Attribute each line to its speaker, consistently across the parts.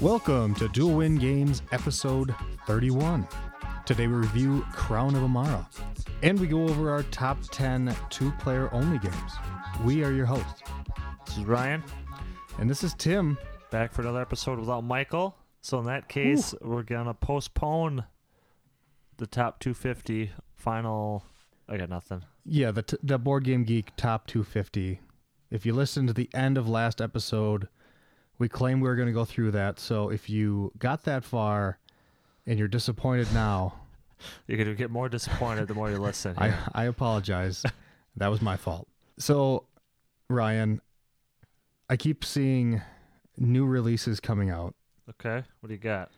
Speaker 1: Welcome to Dual Win Games episode 31. Today we review Crown of Amara and we go over our top 10 two player only games. We are your hosts,
Speaker 2: This is Ryan,
Speaker 1: and this is Tim.
Speaker 2: back for another episode without Michael. So in that case, we're gonna postpone the top 250 final. I got nothing.
Speaker 1: Yeah, the, t- the Board Game Geek top 250. If you listened to the end of last episode, we claimed we were going to go through that. So if you got that far and you're disappointed now,
Speaker 2: You're gonna get more disappointed the more you listen.
Speaker 1: I, I apologize. that was my fault. So, Ryan, I keep seeing new releases coming out,
Speaker 2: okay, what do you got?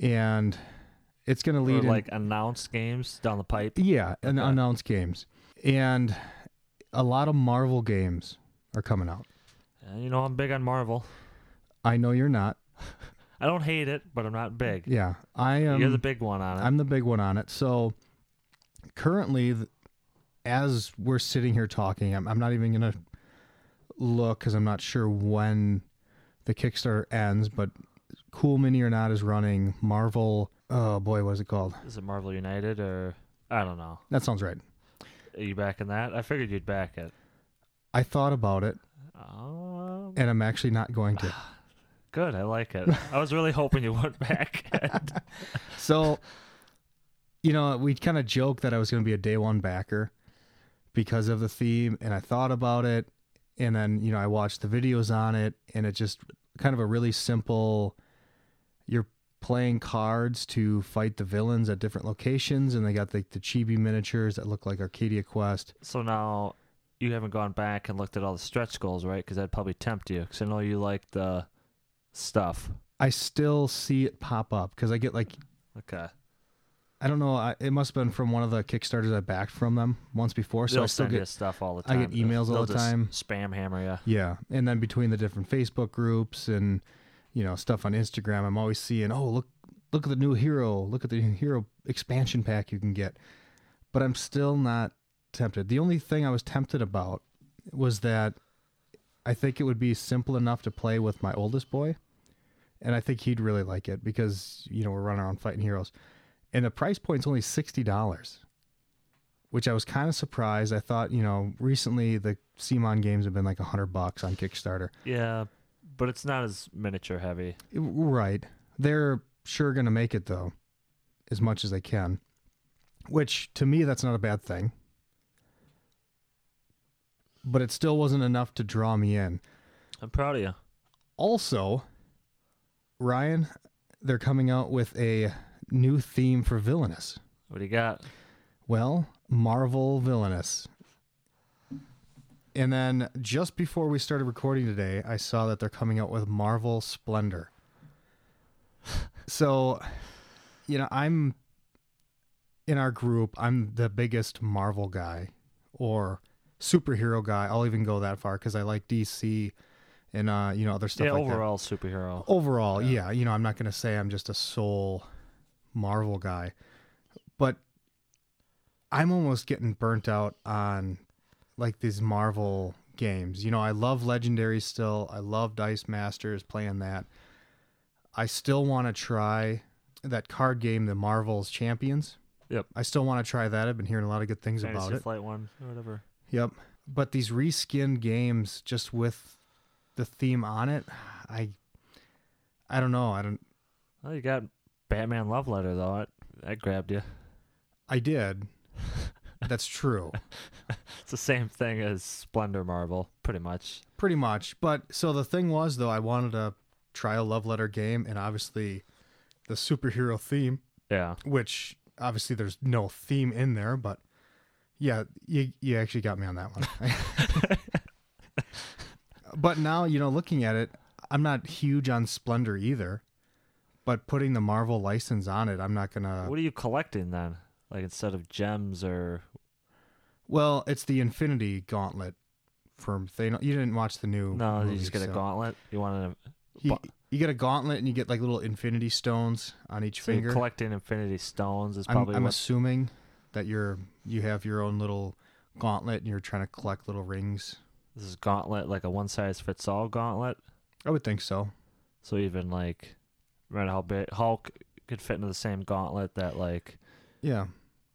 Speaker 1: and it's going to
Speaker 2: Or
Speaker 1: lead in-
Speaker 2: like announced games down the pipe.
Speaker 1: yeah, and
Speaker 2: Okay.
Speaker 1: announced games, and a lot of Marvel games are coming out.
Speaker 2: And you know I'm big on Marvel.
Speaker 1: I know you're not.
Speaker 2: I don't hate it, but I'm not big.
Speaker 1: Yeah, I am.
Speaker 2: You're the big one on it.
Speaker 1: I'm the big one on it. So currently, th- as we're sitting here talking, I'm, I'm not even going to look because I'm not sure when the Kickstarter ends, but Cool Mini or Not is running Marvel. Oh boy, what is it called?
Speaker 2: Is it Marvel United or I don't know?
Speaker 1: That sounds right.
Speaker 2: Are you backing that? I figured you'd back it.
Speaker 1: I thought about it
Speaker 2: Um,
Speaker 1: and I'm actually not going to.
Speaker 2: good, I like it. I was really hoping you would back it.
Speaker 1: So, you know, we kind of joked that I was going to be a day one backer because of the theme, and I thought about it, and then you know I watched the videos on it, and it just kind of a really simple. You're playing cards to fight the villains at different locations, and they got the, the chibi miniatures that look like Arcadia Quest.
Speaker 2: So now you haven't gone back and looked at all the stretch goals, right? Because that'd probably tempt you. Because I know you like the stuff.
Speaker 1: I still see it pop up because I get like
Speaker 2: Okay.
Speaker 1: I don't know. I, it must have been from one of the Kickstarters I backed from them once before, so
Speaker 2: They'll
Speaker 1: I still
Speaker 2: send
Speaker 1: get
Speaker 2: you stuff all the
Speaker 1: I
Speaker 2: time.
Speaker 1: get emails all
Speaker 2: They'll
Speaker 1: the
Speaker 2: just
Speaker 1: time.
Speaker 2: Spam hammer you.
Speaker 1: Yeah, and then between the different Facebook groups and you know stuff on Instagram, I'm always seeing, oh look, look at the new hero, look at the new hero expansion pack you can get. But I'm still not tempted. The only thing I was tempted about was that I think it would be simple enough to play with my oldest boy, and I think he'd really like it because you know we're running around fighting heroes, and the price point's only sixty dollars which I was kind of surprised. I thought, you know, recently the Simon games have been like a hundred bucks on Kickstarter.
Speaker 2: Yeah, but it's not as miniature heavy.
Speaker 1: Right. They're sure going to make it though, as much as they can, which to me, that's not a bad thing. But it still wasn't enough to draw me in.
Speaker 2: I'm proud of you.
Speaker 1: Also, Ryan, they're coming out with a new theme for Villainous.
Speaker 2: What do you got?
Speaker 1: Well, Marvel Villainous. And then just before we started recording today, I saw that they're coming out with Marvel Splendor. so, you know, I'm in our group, I'm the biggest Marvel guy or superhero guy. I'll even go that far because I like DC and, uh, you know, other stuff
Speaker 2: yeah,
Speaker 1: like that
Speaker 2: overall superhero.
Speaker 1: overall yeah. you know i'm not going to say i'm just a sole marvel guy but i'm almost getting burnt out on like these marvel games you know i love legendary still i love dice masters playing that i still want to try that card game the marvel's champions
Speaker 2: Yep.
Speaker 1: i still want to try that i've been hearing a lot of good things
Speaker 2: Fantasy
Speaker 1: about it
Speaker 2: Flight one or whatever.
Speaker 1: Yep. But these reskinned games just with the theme on it, I I don't know. I don't
Speaker 2: Well, you got Batman Love Letter though. That, that grabbed you.
Speaker 1: I did. That's true.
Speaker 2: It's the same thing as Splendor Marvel, pretty much.
Speaker 1: Pretty much. But so the thing was though, I wanted to try a love letter game and obviously the superhero theme,
Speaker 2: Yeah.
Speaker 1: which obviously there's no theme in there, but yeah, you you actually got me on that one. but now, you know, looking at it, I'm not huge on Splendor either. But putting the Marvel license on it, I'm not gonna.
Speaker 2: What are you collecting then? Like instead of gems or
Speaker 1: Well, it's the Infinity Gauntlet from Thanos. You didn't watch the new.
Speaker 2: no, you
Speaker 1: movie,
Speaker 2: just get a
Speaker 1: so-
Speaker 2: gauntlet. You want to
Speaker 1: You, you get a gauntlet, and you get like little Infinity Stones on each
Speaker 2: so you're
Speaker 1: finger.
Speaker 2: collecting Infinity Stones is
Speaker 1: I'm,
Speaker 2: probably
Speaker 1: I'm
Speaker 2: what,
Speaker 1: assuming that you're you have your own little gauntlet, and you're trying to collect little rings.
Speaker 2: this is gauntlet like a one size fits all gauntlet.
Speaker 1: I would think so.
Speaker 2: So even like read how big Hulk could fit into the same gauntlet that like
Speaker 1: Yeah.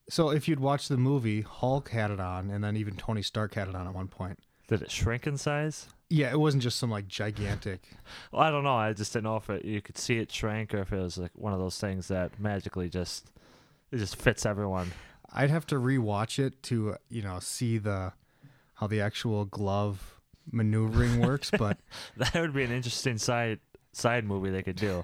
Speaker 1: So if you'd watched the movie, Hulk had it on, and then even Tony Stark had it on at one point.
Speaker 2: did it shrink in size?
Speaker 1: Yeah, it wasn't just some like gigantic.
Speaker 2: Well, I don't know. I just didn't know if it, you could see it shrink or if it was like one of those things that magically just it just fits everyone.
Speaker 1: I'd have to rewatch it to uh, you know see the how the actual glove maneuvering works, but
Speaker 2: That would be an interesting side side movie they could do.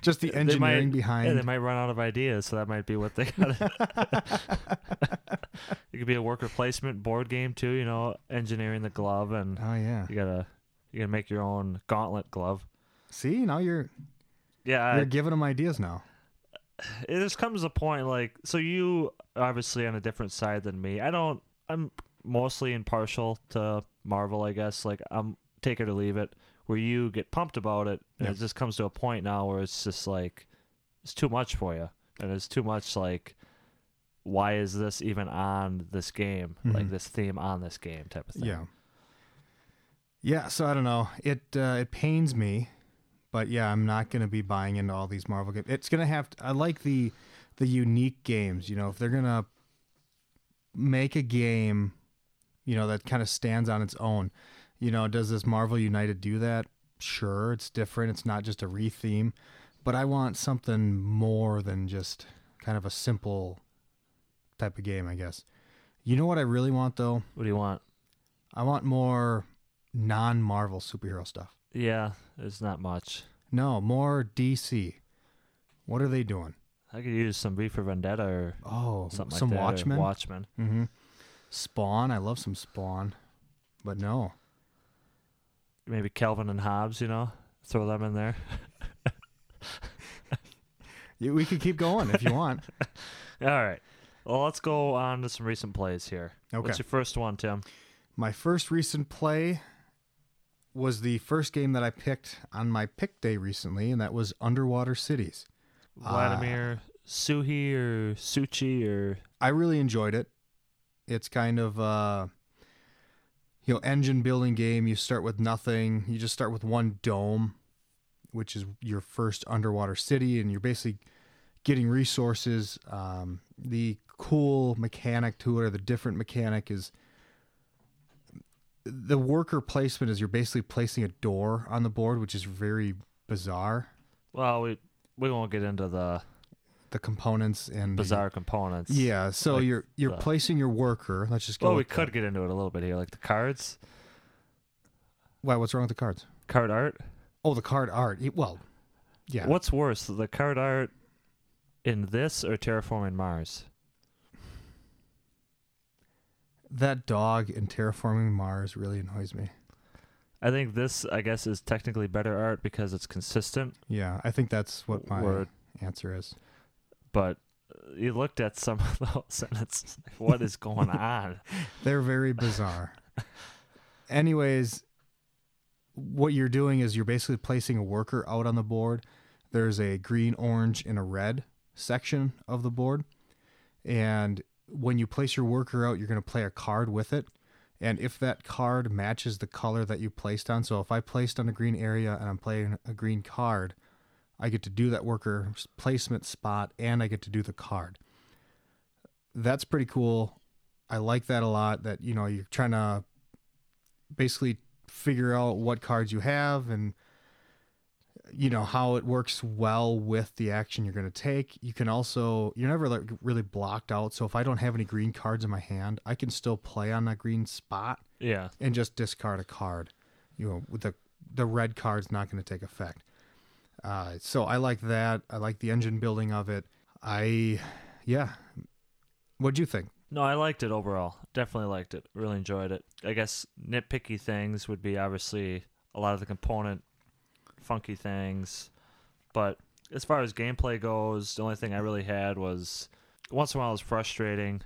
Speaker 1: just the
Speaker 2: They
Speaker 1: engineering
Speaker 2: might- Yeah,
Speaker 1: behind.
Speaker 2: they might run out of ideas, so that might be what they got. it could be a worker placement board game too. You know, engineering the glove, and
Speaker 1: oh yeah.
Speaker 2: you gotta you gotta make your own gauntlet glove.
Speaker 1: See now you're
Speaker 2: Yeah, Uh,
Speaker 1: you're giving them ideas now.
Speaker 2: it just comes to a point like so you obviously on a different side than me. I don't. I'm mostly impartial to Marvel, I guess. Like I'm take it or leave it. Where you get pumped about it, and
Speaker 1: Yeah.
Speaker 2: it just comes to a point now where it's just like it's too much for you, and it's too much like why is this even on this game? Like
Speaker 1: Mhm.
Speaker 2: this theme on this game type of thing.
Speaker 1: Yeah. Yeah, so I don't know. It uh, it pains me, but yeah, I'm not going to be buying into all these Marvel games. It's going to have to, I like the the unique games, you know, if they're going to make a game, you know, that kind of stands on its own. You know, does this Marvel United do that? Sure, it's different. It's not just a retheme, but I want something more than just kind of a simple type of game, I guess. You know what I really want though?
Speaker 2: What do you want?
Speaker 1: I want more non Marvel superhero stuff.
Speaker 2: Yeah, it's not much.
Speaker 1: No, more DC. What are they doing?
Speaker 2: I could use some V for Vendetta or
Speaker 1: Oh,
Speaker 2: something
Speaker 1: some
Speaker 2: like that. or
Speaker 1: Watchmen.
Speaker 2: Watchmen.
Speaker 1: mm-hmm. Spawn. I love some Spawn, but no.
Speaker 2: maybe Calvin and Hobbes, you know, throw them in there.
Speaker 1: You- We could keep going if you want.
Speaker 2: All right. Well, let's go on to some recent plays here.
Speaker 1: Okay.
Speaker 2: What's your first one, Tim?
Speaker 1: My first recent play was the first game that I picked on my pick day recently, and that was Underwater Cities. Uh,
Speaker 2: Vladimir Suhi or Suchi or
Speaker 1: I really enjoyed it. It's kind of uh you know, engine building game. You start with nothing. You just start with one dome, which is your first underwater city, and you're basically getting resources. Um, the cool mechanic to it, or the different mechanic, is the worker placement. Is you're basically placing a door on the board, which is very bizarre.
Speaker 2: well, we we won't get into the
Speaker 1: The components and the-
Speaker 2: bizarre components.
Speaker 1: yeah, so
Speaker 2: like
Speaker 1: you're you're
Speaker 2: the-
Speaker 1: placing your worker. Let's just go.
Speaker 2: Well, we
Speaker 1: with the-
Speaker 2: could get into it a little bit here, like the cards,
Speaker 1: Why? What's wrong with the cards?
Speaker 2: card art.
Speaker 1: Oh, the card art. It- well, yeah.
Speaker 2: What's worse, the card art in this or terraforming Mars?
Speaker 1: That dog in terraforming Mars really annoys me.
Speaker 2: I think this, I guess, is technically better art because it's consistent.
Speaker 1: Yeah, I think that's what my
Speaker 2: Word.
Speaker 1: answer is.
Speaker 2: But uh, you looked at some of those, and it's like, what is going on?
Speaker 1: They're very bizarre. Anyways, what you're doing is you're basically placing a worker out on the board. There's a green, orange, and a red section of the board. And when you place your worker out, you're going to play a card with it. And if that card matches the color that you placed on, so if I placed on a green area and I'm playing a green card, I get to do that worker placement spot and I get to do the card. That's pretty cool. I like that a lot. That you know you're trying to basically figure out what cards you have and you know how it works well with the action you're going to take. You can also you're never like really blocked out. So if I don't have any green cards in my hand, I can still play on that green spot
Speaker 2: Yeah.
Speaker 1: and just discard a card. You know, with the the red card's not going to take effect. Uh, so I like that. I like the engine building of it. I, yeah. What'd you think?
Speaker 2: No, I liked it overall. Definitely liked it. Really enjoyed it. I guess nitpicky things would be obviously a lot of the component funky things. But as far as gameplay goes, the only thing I really had was once in a while it was frustrating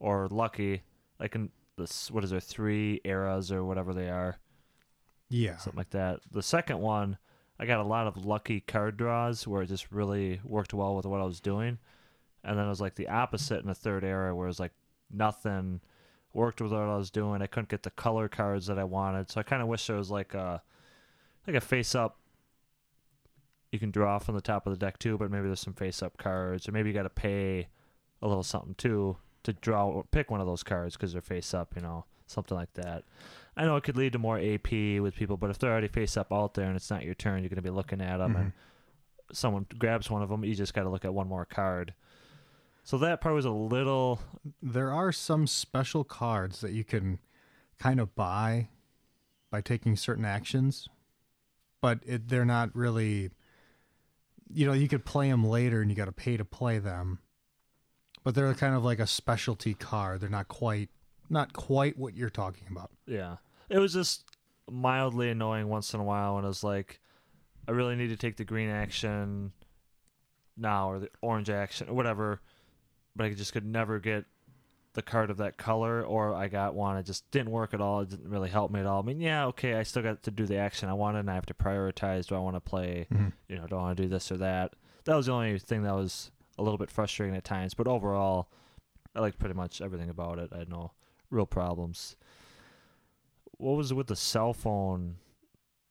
Speaker 2: or lucky. Like in this, what is there, three eras or whatever they are,
Speaker 1: Yeah.
Speaker 2: something like that. The second one, I got a lot of lucky card draws where it just really worked well with what I was doing. and then it was like the opposite in the third era where it was like nothing worked with what I was doing. I couldn't get the color cards that I wanted, so I kind of wish there was like a like a face up you can draw from the top of the deck too, but maybe there's some face up cards, or maybe you got to pay a little something too to draw or pick one of those cards because they're face up, you know, something like that. I know it could lead to more AP with people, but if they're already face up out there and it's not your turn, you're going to be looking at them, and someone grabs one of them, you just got to look at one more card. So that part was a little
Speaker 1: There are some special cards that you can kind of buy by taking certain actions, but it, they're not really. You know, you could play them later, and you got to pay to play them. But they're kind of like a specialty card. They're not quite, not quite what you're talking about.
Speaker 2: Yeah. It was just mildly annoying once in a while when I was like, I really need to take the green action now or the orange action or whatever, but I just could never get the card of that color or I got one. It just didn't work at all. It didn't really help me at all. I mean, yeah, okay, I still got to do the action I wanted and I have to prioritize. Do I want to play, you know, do I want to do this or that? That was the only thing that was a little bit frustrating at times, but overall, I liked pretty much everything about it. I had no real problems what was it with the cell phone?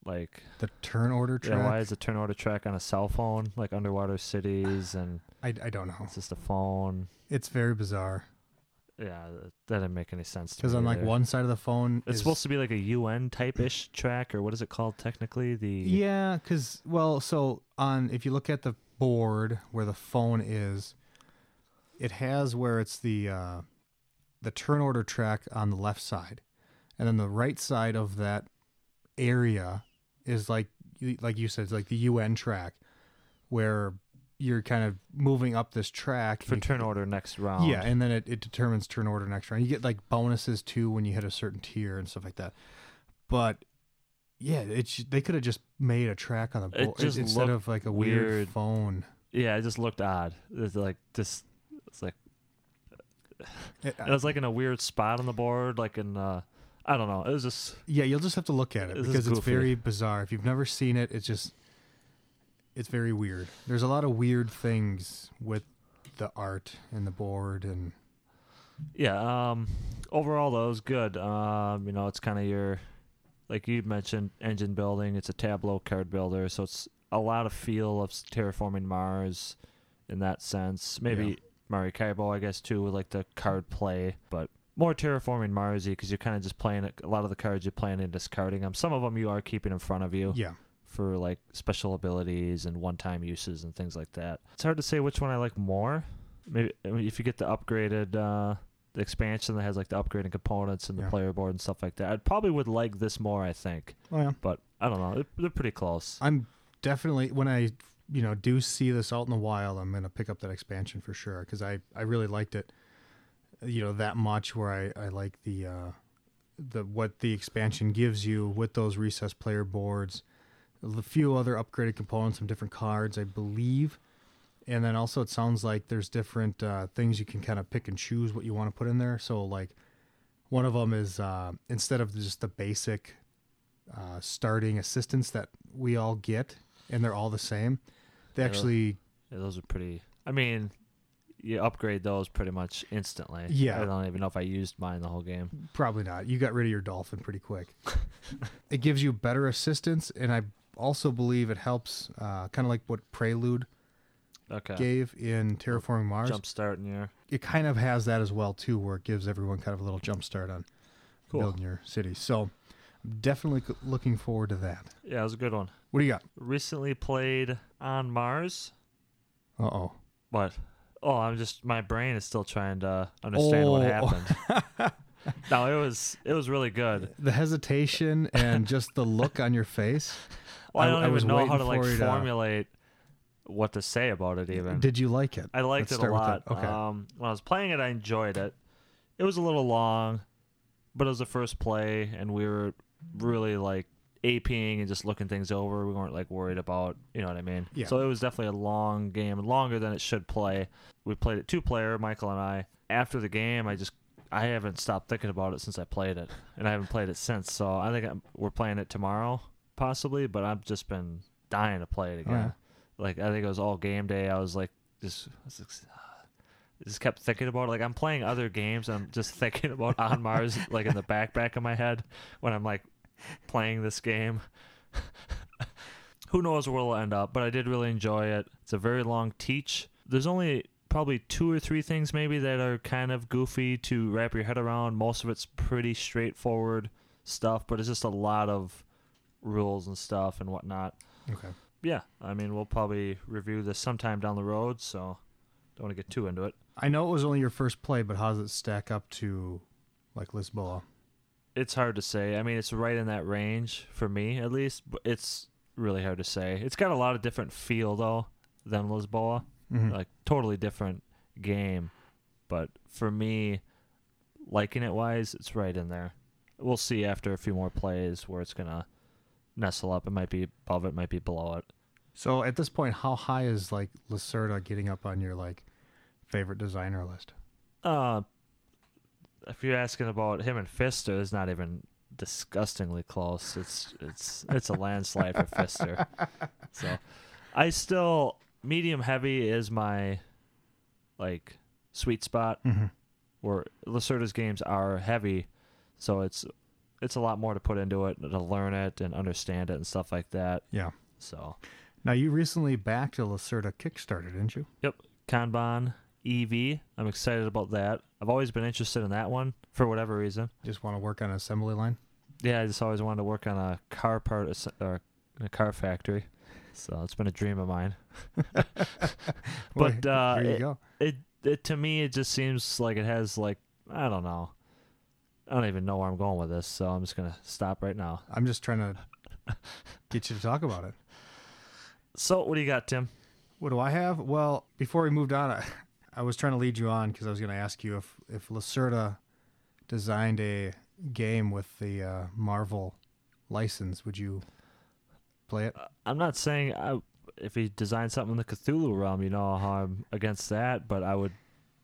Speaker 2: Like,
Speaker 1: The turn order
Speaker 2: yeah, why
Speaker 1: track,
Speaker 2: is the turn order track on a cell phone? Like underwater cities, and
Speaker 1: I, I don't know.
Speaker 2: it's just a phone.
Speaker 1: It's very bizarre
Speaker 2: Yeah, that didn't make any sense. to
Speaker 1: because
Speaker 2: me
Speaker 1: on like
Speaker 2: either.
Speaker 1: one side of the phone,
Speaker 2: It's
Speaker 1: is,
Speaker 2: supposed to be like a UN type ish track, or what is it called technically? The
Speaker 1: Yeah, because well, so on if you look at the board where the phone is, it has where it's the uh, the turn order track on the left side, and then the right side of that area is like like you said, it's like the UN track, where you're kind of moving up this track
Speaker 2: for
Speaker 1: and you-
Speaker 2: turn order next round.
Speaker 1: yeah, and then it, it determines turn order next round. You get like bonuses too when you hit a certain tier and stuff like that. But yeah, it's they could have just made a track on the
Speaker 2: It
Speaker 1: board
Speaker 2: just
Speaker 1: instead
Speaker 2: looked
Speaker 1: of like a weird,
Speaker 2: weird.
Speaker 1: phone.
Speaker 2: yeah, it just looked odd. It's like just it's like
Speaker 1: It-
Speaker 2: it was like in a weird spot on the board, like in uh, I don't know. It was just
Speaker 1: yeah, you'll just have to look at it
Speaker 2: This is
Speaker 1: because it's
Speaker 2: goofy.
Speaker 1: very bizarre. If you've never seen it, it's just it's very weird. There's a lot of weird things with the art and the board and
Speaker 2: Yeah. Um. Overall, though, it was good. Um. You know, it's kind of your, like you mentioned, engine building. It's a Tableau card builder, so it's a lot of feel of s- terraforming Mars, in that sense. Maybe
Speaker 1: Yeah.
Speaker 2: Mario Kaibo, I guess, too, with like the card play, but more terraforming Marsy because you're kind of just playing it- a lot of the cards you're playing and discarding them. Some of them you are keeping in front of you
Speaker 1: yeah.
Speaker 2: for like special abilities and one-time uses and things like that. It's hard to say which one I like more. Maybe I mean, if you get the upgraded uh, the expansion that has like the upgrading components and the
Speaker 1: Yeah.
Speaker 2: player board and stuff like that, I probably would like this more. I think,
Speaker 1: Oh yeah.
Speaker 2: but I don't know. They're, they're pretty close.
Speaker 1: I'm definitely when I you know do see this out in the wild, I'm gonna pick up that expansion for sure because I I really liked it. You know that much where I I like the uh, the what the expansion gives you with those recess player boards, a few other upgraded components, some different cards, I believe. And then also, it sounds like there's different uh, things you can kind of pick and choose what you want to put in there. So, like, one of them is uh, instead of just the basic uh, starting assistance that we all get, and they're all the same. They
Speaker 2: Yeah.
Speaker 1: actually,
Speaker 2: Yeah, those are pretty. I mean, you upgrade those pretty much instantly.
Speaker 1: Yeah.
Speaker 2: I don't even know if I used mine the whole game.
Speaker 1: probably not. You got rid of your dolphin pretty quick. it gives you better assistance, and I also believe it helps, uh, kind of like what Prelude
Speaker 2: Okay.
Speaker 1: gave in Terraforming Mars.
Speaker 2: Jump start in your
Speaker 1: It kind of has that as well too, where it gives everyone kind of a little jump start on
Speaker 2: Cool.
Speaker 1: building your city. So, I'm definitely c- looking forward to that.
Speaker 2: Yeah, it was a good one.
Speaker 1: What do you got?
Speaker 2: Recently played on Mars.
Speaker 1: Uh oh.
Speaker 2: What? Oh, I'm just my brain is still trying to understand what
Speaker 1: Oh.
Speaker 2: happened. no, it was it was really good.
Speaker 1: The hesitation and just the look on your face.
Speaker 2: Well, I,
Speaker 1: I-
Speaker 2: don't
Speaker 1: I was
Speaker 2: even know how
Speaker 1: waiting
Speaker 2: to like
Speaker 1: for you to-
Speaker 2: formulate what to say about it. Even
Speaker 1: Did you like it?
Speaker 2: I
Speaker 1: Let's
Speaker 2: liked it a
Speaker 1: start with
Speaker 2: lot.
Speaker 1: that. Okay.
Speaker 2: Um, when I was playing it, I enjoyed it. It was a little long, but it was the first play, and we were really like aping and just looking things over. We weren't like worried about, you know what I mean?
Speaker 1: Yeah.
Speaker 2: So it was definitely a long game, longer than it should play. We played it two player, Michael and I. After the game, I just I haven't stopped thinking about it since I played it, and I haven't played it since. So I think I'm, we're playing it tomorrow possibly, but I've just been dying to play it again.
Speaker 1: yeah.
Speaker 2: Like I think it was all game day. I was like just I was like, just kept thinking about it. Like I'm playing other games. I'm just thinking about on Mars, like in the back back of my head when I'm like playing this game. who knows where we'll end up, but I did really enjoy it. It's a very long teach. There's only probably two or three things maybe that are kind of goofy to wrap your head around. Most of it's pretty straightforward stuff, but it's just a lot of rules and stuff and whatnot.
Speaker 1: Okay.
Speaker 2: Yeah, I mean, we'll probably review this sometime down the road, so don't want to get too into it.
Speaker 1: I know it was only your first play, but how does it stack up to like Lisboa?
Speaker 2: It's hard to say. I mean, it's right in that range for me, at least. But it's really hard to say. It's got a lot of different feel though than Lisboa.
Speaker 1: Mhm.
Speaker 2: like totally different game but for me liking it wise it's right in there we'll see after a few more plays where it's gonna nestle up it might be above it might be below it
Speaker 1: So at this point, how high is like Lacerda getting up on your like favorite designer list?
Speaker 2: uh if you're asking about him and fister it's not even disgustingly close it's it's it's a landslide for fister so i still medium heavy is my like sweet spot
Speaker 1: Mm-hmm.
Speaker 2: where Lacerda's games are heavy, so it's it's a lot more to put into it to learn it and understand it and stuff like that.
Speaker 1: Yeah.
Speaker 2: So
Speaker 1: Now you recently backed a Lacerda Kickstarter, didn't you?
Speaker 2: yep, Kanban EV. I'm excited about that. I've always been interested in that one for whatever reason.
Speaker 1: Just want to work on an assembly line.
Speaker 2: Yeah, I just always wanted to work on a car part as- or a car factory. So it's been a dream of mine. But,
Speaker 1: Boy,
Speaker 2: uh,
Speaker 1: here you
Speaker 2: it-
Speaker 1: go.
Speaker 2: It, it to me it just seems like it has like I don't know. I don't even know where I'm going with this, so I'm just gonna stop right now.
Speaker 1: I'm just trying to get you to talk about it.
Speaker 2: So what do you got, Tim?
Speaker 1: What do I have? Well, before we moved on, I, I was trying to lead you on because I was going to ask you if if Lacerda designed a game with the uh, Marvel license, would you play it?
Speaker 2: I'm not saying I, if he designed something in the Cthulhu realm, you know how I'm against that, but I would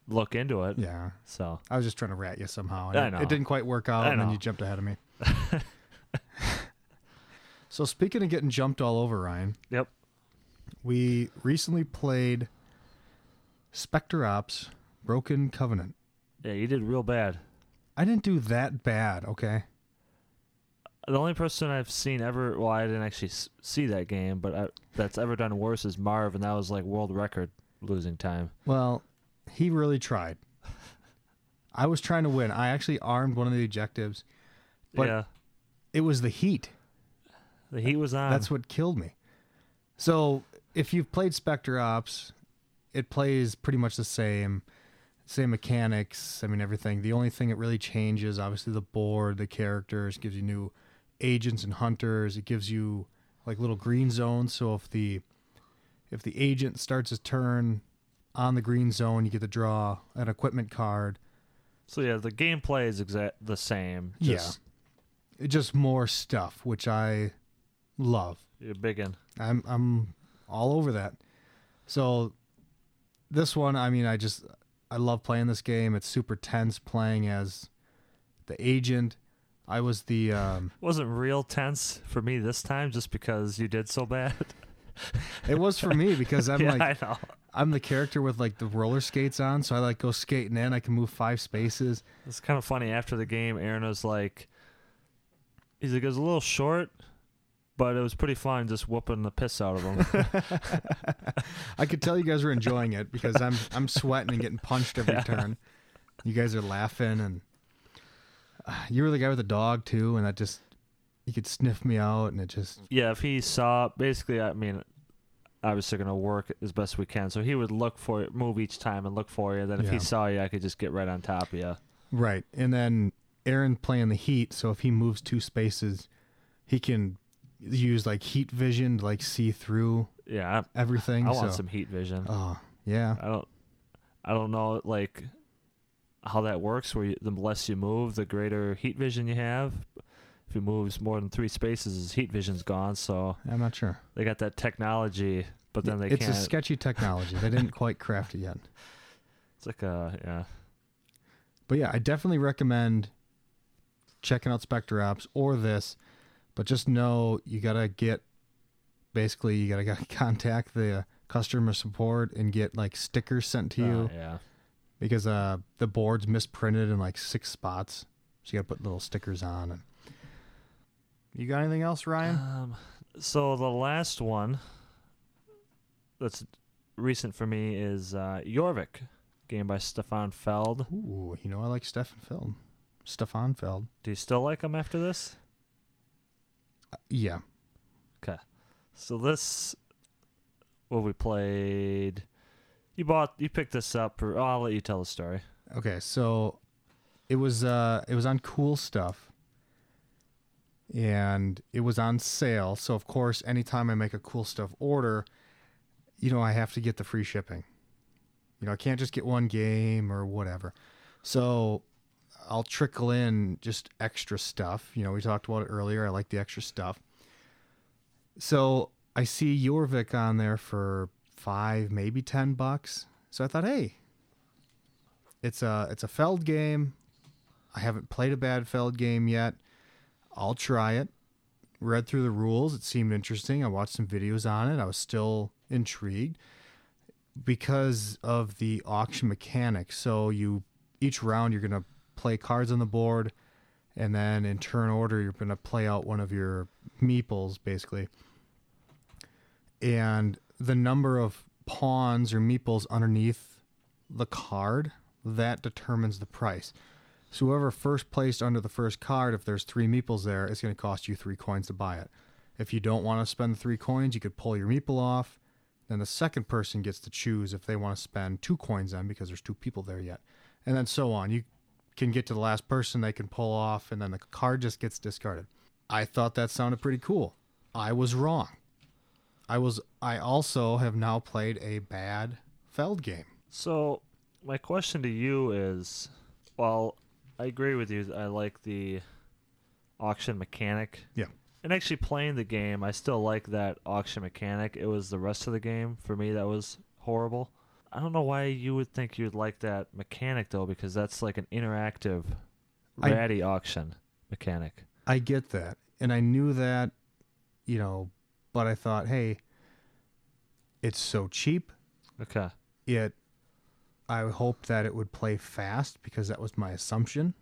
Speaker 2: look into it.
Speaker 1: Yeah,
Speaker 2: So
Speaker 1: I was just trying to rat you somehow. and
Speaker 2: I
Speaker 1: it-
Speaker 2: know.
Speaker 1: It didn't quite work out,
Speaker 2: I
Speaker 1: and then
Speaker 2: know.
Speaker 1: you jumped ahead of me. so speaking of getting jumped all over, Ryan.
Speaker 2: Yep.
Speaker 1: We recently played Spectre Ops: Broken Covenant.
Speaker 2: yeah, you did real bad.
Speaker 1: I didn't do that bad, okay?
Speaker 2: The only person I've seen ever, well, I didn't actually s- see that game, but I, that's ever done worse is Marv, and that was like world record losing time.
Speaker 1: Well, he really tried. I was trying to win. I actually armed one of the objectives. But-
Speaker 2: yeah,
Speaker 1: It was the heat.
Speaker 2: the heat was on.
Speaker 1: That's what killed me. So, if you've played Spectre Ops, it plays pretty much the same, same mechanics. I mean, everything. The only thing that really changes, obviously, the board, the characters, gives you new agents and hunters. It gives you like little green zones. So if the if the agent starts his turn on the green zone, you get to draw an equipment card.
Speaker 2: so yeah, the gameplay is exact the same.
Speaker 1: Yeah.
Speaker 2: Just
Speaker 1: just more stuff, which I love.
Speaker 2: You're big in.
Speaker 1: I'm I'm all over that. So this one, I mean, I just I love playing this game. It's super tense playing as the agent. I was the um
Speaker 2: Wasn't real tense for me this time just because you did so bad.
Speaker 1: it was for me because I'm
Speaker 2: yeah,
Speaker 1: like
Speaker 2: I know.
Speaker 1: I'm the character with like the roller skates on, so I like go skating in, I can move five spaces.
Speaker 2: It's kind of funny. After the game, Aaron was like, he's like, it was a little short, but it was pretty fun just whooping the piss out of him.
Speaker 1: I could tell you guys were enjoying it because I'm I'm sweating and getting punched every turn. You guys are laughing and uh, you were the guy with the dog too, and that just you could sniff me out, and it just
Speaker 2: yeah, if he saw, basically, I mean, obviously going to work as best we can. So he would look for it, move each time and look for you. Then if
Speaker 1: Yeah.
Speaker 2: he saw you, I could just get right on top of you.
Speaker 1: right. And then Aaron playing the heat, so if he moves two spaces, he can use like heat vision to like see through
Speaker 2: Yeah, I,
Speaker 1: everything.
Speaker 2: I want
Speaker 1: so-
Speaker 2: some heat vision.
Speaker 1: Oh yeah,
Speaker 2: I don't, I don't know, like how that works. Where you, the less you move, the greater heat vision you have. If he moves more than three spaces, his heat vision's gone. So
Speaker 1: I'm not sure.
Speaker 2: they got that technology, Uh, but then they
Speaker 1: it's
Speaker 2: can't.
Speaker 1: a sketchy technology. They didn't quite craft it yet.
Speaker 2: it's like a yeah. uh,
Speaker 1: But yeah, I definitely recommend checking out Spectre Ops or this, but just know you gotta get basically you gotta, gotta contact the customer support and get like stickers sent to
Speaker 2: uh,
Speaker 1: you
Speaker 2: yeah.
Speaker 1: because uh the board's misprinted in like six spots, so you gotta put little stickers on. And you got anything else, Ryan?
Speaker 2: Um, So the last one that's recent for me is uh, Jorvik, game by Stefan Feld.
Speaker 1: Ooh, you know I like Stefan Feld. Stefan Feld.
Speaker 2: Do you still like him after this?
Speaker 1: Uh, yeah.
Speaker 2: So this, what we played, you bought, you picked this up, or oh, I'll let you tell the story.
Speaker 1: Okay, so it was uh it was on cool stuff. And it was on sale, so of course anytime I make a cool stuff order, you know I have to get the free shipping. You know, I can't just get one game or whatever. So I'll trickle in just extra stuff. You know, we talked about it earlier. I like the extra stuff. So I see Jorvik on there for five, maybe ten bucks. So I thought, hey, it's a it's a Feld game. I haven't played a bad Feld game yet. I'll try it. Read through the rules. It seemed interesting. I watched some videos on it. I was still intrigued because of the auction mechanic. So you each round you're gonna play cards on the board, and then in turn order you're gonna play out one of your meeples basically. And the number of pawns or meeples underneath the card that determines the price. So whoever first placed under the first card, if there's three meeples there, it's going to cost you three coins to buy it. If you don't want to spend the three coins, you could pull your meeple off. Then the second person gets to choose if they want to spend two coins on because there's two people there yet, and then so on. You can get to the last person they can pull off, and then the card just gets discarded. I thought that sounded pretty cool. I was wrong. I was. I also have now played a bad Feld game.
Speaker 2: So my question to you is, well, I agree with you. I like the auction mechanic.
Speaker 1: Yeah.
Speaker 2: And actually playing the game, I still like that auction mechanic. It was the rest of the game for me that was horrible. I don't know why you would think you'd like that mechanic though, because that's like an interactive,
Speaker 1: I-
Speaker 2: ratty auction mechanic.
Speaker 1: I get that. And I knew that, you know, but I thought, hey, it's so cheap.
Speaker 2: Okay.
Speaker 1: It I hoped that it would play fast because that was my assumption.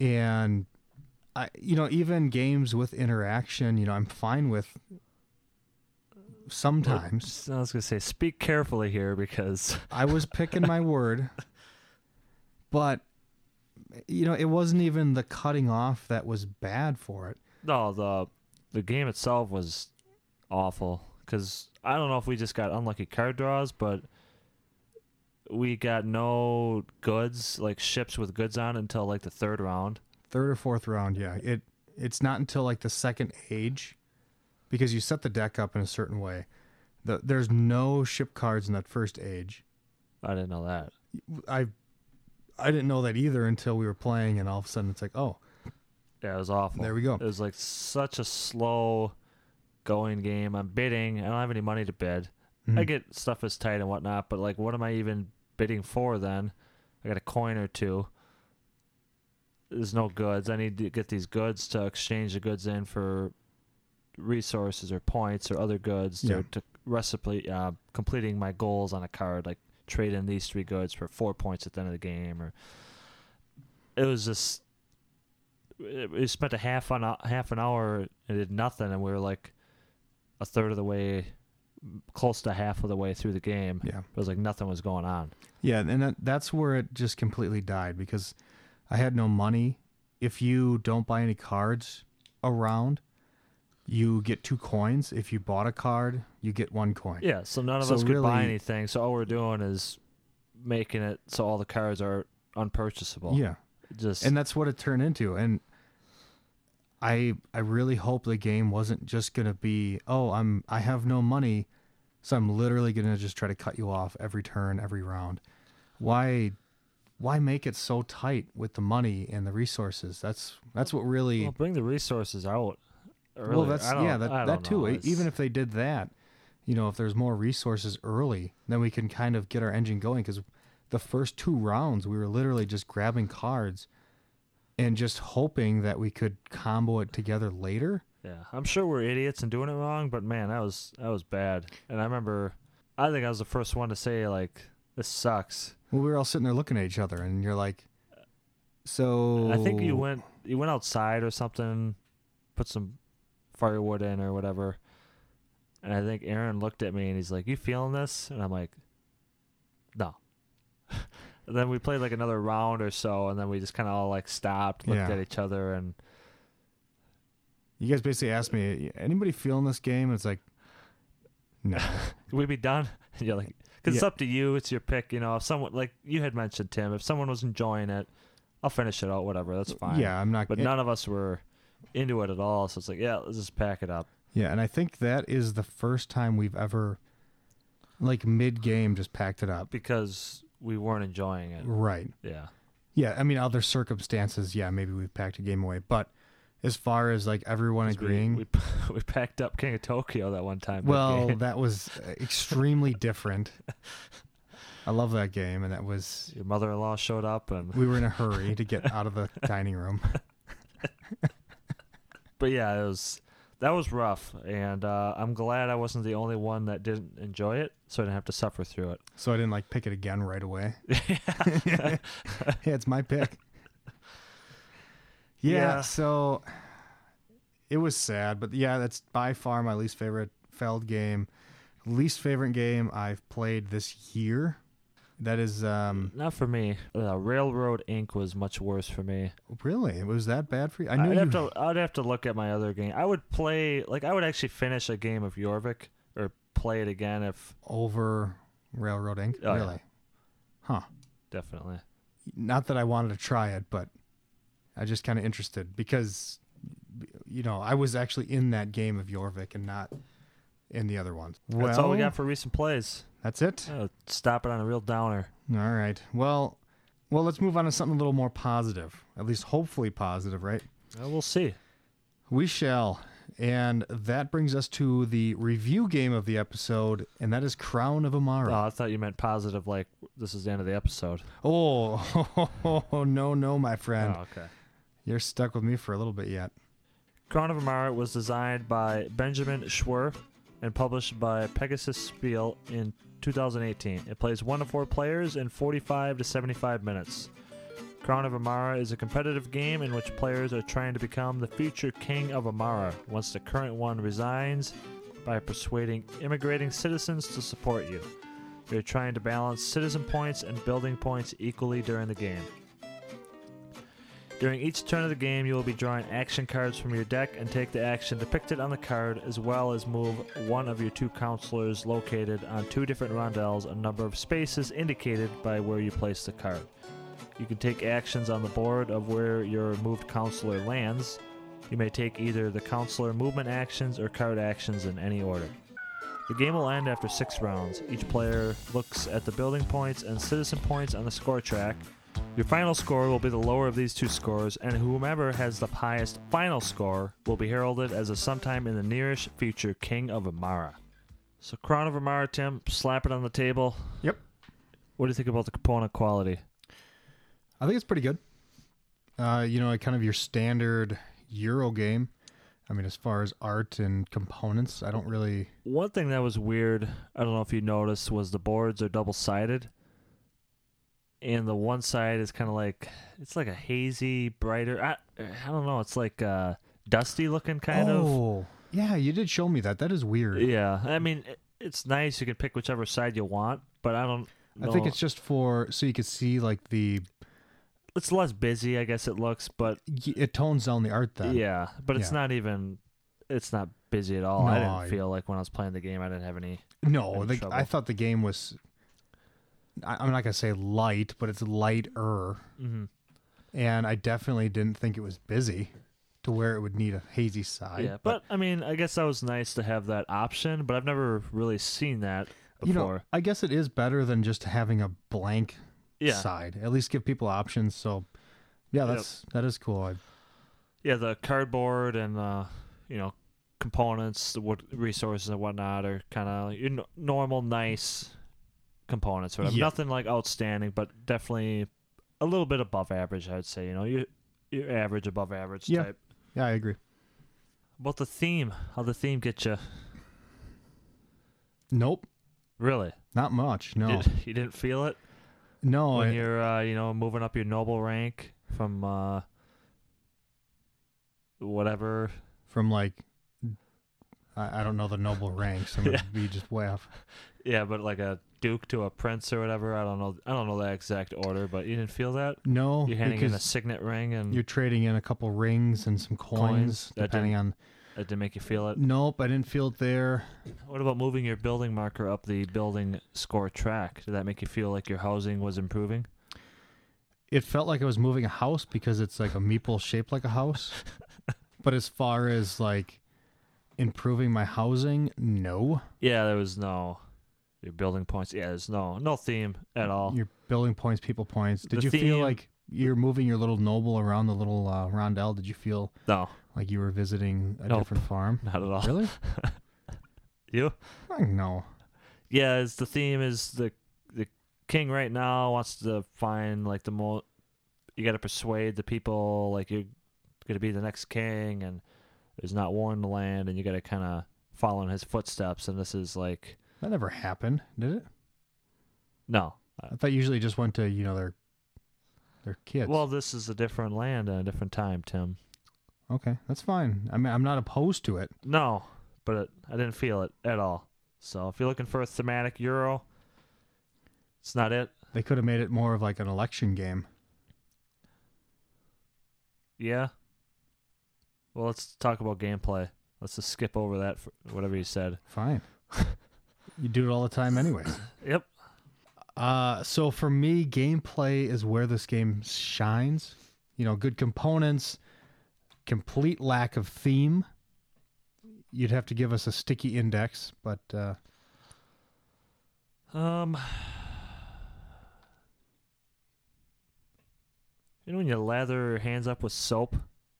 Speaker 1: And I you know, even games with interaction, you know, I'm fine with sometimes.
Speaker 2: I was gonna say, speak carefully here because
Speaker 1: I was picking my word, but you know, it wasn't even the cutting off that was bad for it.
Speaker 2: no, the the game itself was awful. Because I don't know if we just got unlucky card draws, but we got no goods, like ships with goods on, until like the third round.
Speaker 1: third or fourth round yeah it it's not until like the second age because you set the deck up in a certain way the, there's no ship cards in that first age
Speaker 2: I didn't know that.
Speaker 1: i i didn't know that either until we were playing and all of a sudden it's like oh
Speaker 2: Yeah, it was awful.
Speaker 1: there we go
Speaker 2: It was like such a slow going game. I'm bidding. I don't have any money to bid.
Speaker 1: Mhm.
Speaker 2: I get stuff is tight and whatnot, but like, what am I even bidding for then? I got a coin or two. There's no goods. I need to get these goods to exchange the goods in for resources or points or other goods to,
Speaker 1: Yeah.
Speaker 2: to reciprocate uh, completing my goals on a card, like trade in these three goods for four points at the end of the game. Or it was just we spent a half an hou- half an hour and did nothing, and we were like a third of the way, close to half of the way through the game.
Speaker 1: yeah
Speaker 2: It was like nothing was going on.
Speaker 1: yeah and that, that's where it just completely died because i had no money if you don't buy any cards around you get two coins if you bought a card you get one coin
Speaker 2: Yeah, so none of
Speaker 1: So
Speaker 2: us could buy
Speaker 1: really-
Speaker 2: anything. So all we're doing is making it so all the cards are unpurchasable.
Speaker 1: yeah
Speaker 2: just
Speaker 1: and that's what it turned into and i i really hope the game wasn't just gonna be oh i'm i have no money so i'm literally gonna just try to cut you off every turn every round why why make it so tight with the money and the resources that's that's what really
Speaker 2: well, bring the resources out.
Speaker 1: well,
Speaker 2: earlier.
Speaker 1: that's
Speaker 2: I don't-
Speaker 1: yeah that,
Speaker 2: I
Speaker 1: that
Speaker 2: don't know.
Speaker 1: too E-
Speaker 2: It's-
Speaker 1: even if they did that you know if there's more resources early then we can kind of get our engine going because the first two rounds we were literally just grabbing cards and just hoping that we could combo it together later
Speaker 2: Yeah, I'm sure we're idiots and doing it wrong, but man, that was that was bad. And I remember, I think I was the first one to say like, "This sucks."
Speaker 1: well we were all sitting there looking at each other and you're like so
Speaker 2: I think you went you went outside or something, put some firewood in or whatever. And I think Aaron looked at me and he's like, "You feeling this?" And I'm like, "No." and then we played like another round or so, and then we just kind of all like stopped, looked
Speaker 1: Yeah.
Speaker 2: at each other, and
Speaker 1: You guys basically asked me, anybody feeling this game? It's like, no.
Speaker 2: we be done. And you're like, because it's
Speaker 1: Yeah.
Speaker 2: up to you. It's your pick. You know, if someone like you had mentioned Tim, if someone was enjoying it, I'll finish it out. Whatever, that's fine.
Speaker 1: Yeah, I'm not.
Speaker 2: But
Speaker 1: it-
Speaker 2: none of us were into it at all. So it's like, yeah, let's just pack it up.
Speaker 1: Yeah, and I think that is the first time we've ever, like mid game, just packed it up.
Speaker 2: because we weren't enjoying it.
Speaker 1: Right.
Speaker 2: Yeah.
Speaker 1: Yeah. I mean, other circumstances, yeah, maybe we've packed a game away. But as far as like everyone
Speaker 2: 'Cause we-
Speaker 1: agreeing,
Speaker 2: We, we packed up King of Tokyo that one time.
Speaker 1: well, that was uh, extremely different. I love that game, and that was
Speaker 2: your mother-in-law showed up, and
Speaker 1: we were in a hurry to get out of the dining room.
Speaker 2: but yeah, it was that was rough, and uh, I'm glad I wasn't the only one that didn't enjoy it, so I didn't have to suffer through it.
Speaker 1: So I didn't like pick it again right away. Hmm. yeah, it's my pick. Yeah,
Speaker 2: Yeah.
Speaker 1: so it was sad, but yeah, that's by far my least favorite Feld game. Least favorite game I've played this year. That is um
Speaker 2: Not for me. Uh, Railroad Inc. was much worse for me.
Speaker 1: really it was that bad for you? I
Speaker 2: I'd
Speaker 1: knew you
Speaker 2: have to. I'd have to look at my other game. I would play like I would actually finish a game of Jorvik or play it again if
Speaker 1: over Railroad Inc.
Speaker 2: Oh, yeah.
Speaker 1: really. Huh.
Speaker 2: definitely.
Speaker 1: Not that I wanted to try it, but I just kind of interested because you know, I was actually in that game of Jorvik and not in the other ones. Well,
Speaker 2: That's all we got for recent plays.
Speaker 1: that's it.
Speaker 2: Uh, stop it on a real downer.
Speaker 1: All right. Well, well, let's move on to something a little more positive. At least hopefully positive, right?
Speaker 2: Uh, we'll see.
Speaker 1: We shall. And that brings us to the review game of the episode, and that is Crown of
Speaker 2: Oh,
Speaker 1: Amara.
Speaker 2: I thought you meant positive, like this is the end of the episode.
Speaker 1: oh, no, no, my friend.
Speaker 2: Oh, okay.
Speaker 1: You're stuck with me for a little bit yet.
Speaker 2: Crown of Amara was designed by Benjamin Schwer and published by Pegasus Spiel in 2018. It plays 1 to 4 players in 45 to 75 minutes. Crown of Amara is a competitive game in which players are trying to become the future king of Amara once the current one resigns by persuading immigrating citizens to support you. You're trying to balance citizen points and building points equally during the game. During each turn of the game, you will be drawing action cards from your deck and take the action depicted on the card, as well as move one of your two counselors located on two different rondels a number of spaces indicated by where you place the card. You can take actions on the board of where your moved counselor lands. You may take either the counselor movement actions or card actions in any order. The game will end after six rounds. Each player looks at the building points and citizen points on the score track. Your final score will be the lower of these two scores, and whomever has the highest final score will be heralded as a sometime in the nearest future King of Amara. So, Crown of Amara, Tim, slap it on the table.
Speaker 1: Yep.
Speaker 2: What do you think about the component quality?
Speaker 1: I think it's pretty good. Uh, you know, like kind of your standard Euro game. I mean, as far as art and components, I don't really.
Speaker 2: One thing that was weird, I don't know if you noticed, was the boards are double sided. And the one side is kind of like it's like a hazy, brighter. I, I don't know. It's like uh, dusty looking kind of.
Speaker 1: oh, yeah, you did show me that. That is weird.
Speaker 2: Yeah, I mean it, it's nice. You can pick whichever side you want, but I don't.
Speaker 1: I think
Speaker 2: know.
Speaker 1: it's just for so you could see like the
Speaker 2: it's less busy, I guess it looks, but
Speaker 1: it tones down the art then.
Speaker 2: yeah, but it's
Speaker 1: yeah.
Speaker 2: not even. It's not busy at all. I
Speaker 1: No,
Speaker 2: didn't
Speaker 1: I-
Speaker 2: feel like when I was playing the game, I didn't have any.
Speaker 1: No,
Speaker 2: In
Speaker 1: the,
Speaker 2: trouble.
Speaker 1: I thought the game was. I, I'm not gonna say light, but it's lighter,
Speaker 2: Mhm.
Speaker 1: and I definitely didn't think it was busy, to where it would need a hazy side.
Speaker 2: yeah, but I mean, I guess that was nice to have that option, but I've never really seen that before.
Speaker 1: you know, I guess it is better than just having a blank
Speaker 2: yeah,
Speaker 1: side. At least give people options. So, yeah, that's that is cool. I,
Speaker 2: yeah, the cardboard and uh, you know components, the wood resources and whatnot are kind of your n- normal nice components. Whatever.
Speaker 1: Yeah.
Speaker 2: Nothing like outstanding, but definitely a little bit above average. I'd say you know you your average above average
Speaker 1: Yeah.
Speaker 2: type.
Speaker 1: yeah, I agree.
Speaker 2: About the theme, how the theme get you?
Speaker 1: Nope,
Speaker 2: Really?
Speaker 1: not much. No,
Speaker 2: Did- you didn't feel it
Speaker 1: no.
Speaker 2: when
Speaker 1: I-
Speaker 2: you're uh, you know moving up your noble rank from uh, whatever
Speaker 1: from like I, I don't know the noble ranks. I'm gonna be just way off.
Speaker 2: Yeah, but like a duke to a prince or whatever. I don't know. I don't know that exact order, but you didn't feel that.
Speaker 1: No,
Speaker 2: You're handing in a
Speaker 1: Oh, because
Speaker 2: signet ring, and
Speaker 1: you're trading in a couple rings and some coins,
Speaker 2: Coins, that
Speaker 1: depending on.
Speaker 2: it didn't make you feel it.
Speaker 1: Nope, I didn't feel it there.
Speaker 2: What about moving your building marker up the building score track? Did that make you feel like your housing was improving?
Speaker 1: It felt like I was moving a house because it's like a meeple shaped like a house. but as far as like improving my housing, no.
Speaker 2: Yeah, there was no your building points. Yeah, there's no no theme at all.
Speaker 1: You're building points, people points. Did
Speaker 2: The
Speaker 1: you feel
Speaker 2: theme-
Speaker 1: like you're moving your little noble around the little uh, rondel? Did you feel
Speaker 2: No,
Speaker 1: like you were visiting a
Speaker 2: Nope.
Speaker 1: different farm?
Speaker 2: not at all.
Speaker 1: Really?
Speaker 2: You?
Speaker 1: Fuck no.
Speaker 2: Yeah, it's the theme is the the king right now wants to find like the more you got to persuade the people like you're going to be the next king and there's not war in the land and you got to kind of follow in his footsteps and this is like
Speaker 1: That never happened, did it?
Speaker 2: no. Uh,
Speaker 1: I thought usually it just went to you know their their kids.
Speaker 2: well, this is a different land and a different time, Tim.
Speaker 1: okay, that's fine. I mean, I'm not opposed to it.
Speaker 2: No, but it, I didn't feel it at all. So if you're looking for a thematic euro, it's not it.
Speaker 1: They could have made it more of like an election game.
Speaker 2: Yeah. Well, let's talk about gameplay. Let's just skip over that, for whatever you said.
Speaker 1: Fine. you do it all the time, anyways.
Speaker 2: Yep.
Speaker 1: Uh, so for me, gameplay is where this game shines. You know, good components, complete lack of theme. You'd have to give us a sticky index, but uh,
Speaker 2: Um. You know when you lather your hands up with soap?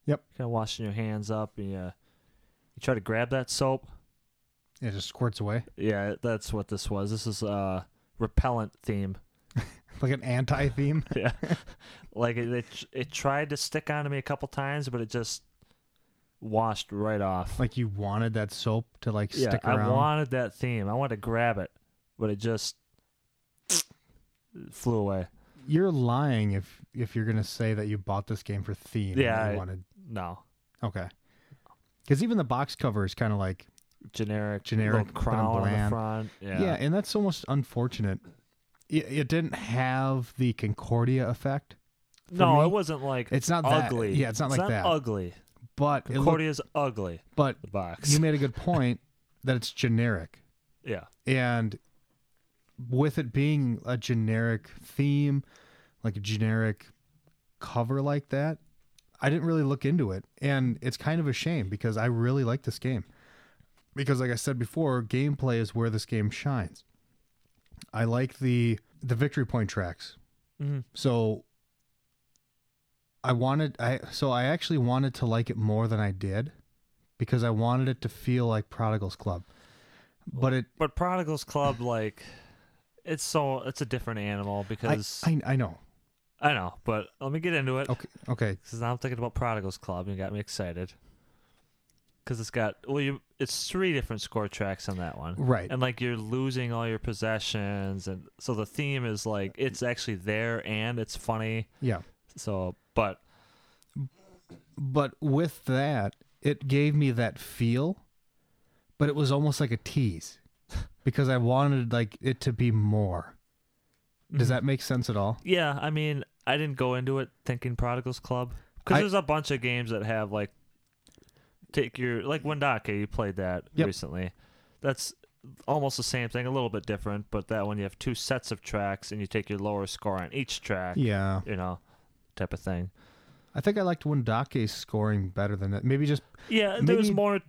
Speaker 1: Yep.
Speaker 2: Kind of washing your hands up, and you, uh, you try to grab that soap.
Speaker 1: it just squirts away
Speaker 2: Yeah, that's what this was. This is uh, repellent theme.
Speaker 1: like an anti-theme.
Speaker 2: yeah. Like it, it, it tried to stick onto me a couple times, but it just washed right off.
Speaker 1: like you wanted that soap to like
Speaker 2: yeah,
Speaker 1: stick
Speaker 2: I
Speaker 1: around.
Speaker 2: wanted that theme. I wanted to grab it, but it just flew away.
Speaker 1: You're lying if if you're gonna say that you bought this game for theme. and
Speaker 2: Yeah,
Speaker 1: you
Speaker 2: I-
Speaker 1: wanted
Speaker 2: No,
Speaker 1: okay. Because even the box cover is kind of like
Speaker 2: generic,
Speaker 1: Generic,
Speaker 2: little
Speaker 1: but
Speaker 2: crown on the
Speaker 1: bland.
Speaker 2: front.
Speaker 1: yeah.
Speaker 2: Yeah,
Speaker 1: and that's almost unfortunate. It, it didn't have the Concordia effect.
Speaker 2: no,
Speaker 1: me,
Speaker 2: it wasn't like
Speaker 1: It's not that-
Speaker 2: ugly.
Speaker 1: yeah, it's not like that.
Speaker 2: Ugly.
Speaker 1: But it looked,
Speaker 2: Concordia's ugly.
Speaker 1: but
Speaker 2: The box.
Speaker 1: you made a good point that it's generic,
Speaker 2: yeah,
Speaker 1: and with it being a generic theme, like a generic cover like that, I didn't really look into it, and it's kind of a shame because I really like this game. Because, like I said before, gameplay is where this game shines. I like the the victory point tracks. Mm-hmm.
Speaker 2: Mhm.
Speaker 1: So I wanted I so I actually wanted to like it more than I did because I wanted it to feel like Prodigal's Club. But it
Speaker 2: but Prodigal's Club, like, it's so it's a different animal
Speaker 1: I,
Speaker 2: because
Speaker 1: I I know.
Speaker 2: I know, but let me get into it.
Speaker 1: Okay okay.
Speaker 2: Because now I'm thinking about Prodigal's Club and it got me excited. Because it's got well, you it's three different score tracks on that one,
Speaker 1: Right.
Speaker 2: and like you're losing all your possessions, and so the theme is like it's actually there and it's funny.
Speaker 1: Yeah.
Speaker 2: So, but
Speaker 1: But with that, it gave me that feel, but it was almost like a tease because I wanted like it to be more. Does that make sense at all?
Speaker 2: yeah, I mean, I didn't go into it thinking Prodigal's Club because
Speaker 1: I-
Speaker 2: there's a bunch of games that have like take your like Wendake. You played that
Speaker 1: Yep.
Speaker 2: recently. That's almost the same thing, a little bit different, but that one you have two sets of tracks and you take your lower score on each track.
Speaker 1: Yeah.
Speaker 2: you know, type of thing.
Speaker 1: I think I liked Wendake's scoring better than that. Maybe just
Speaker 2: Yeah,
Speaker 1: Maybe-
Speaker 2: there was more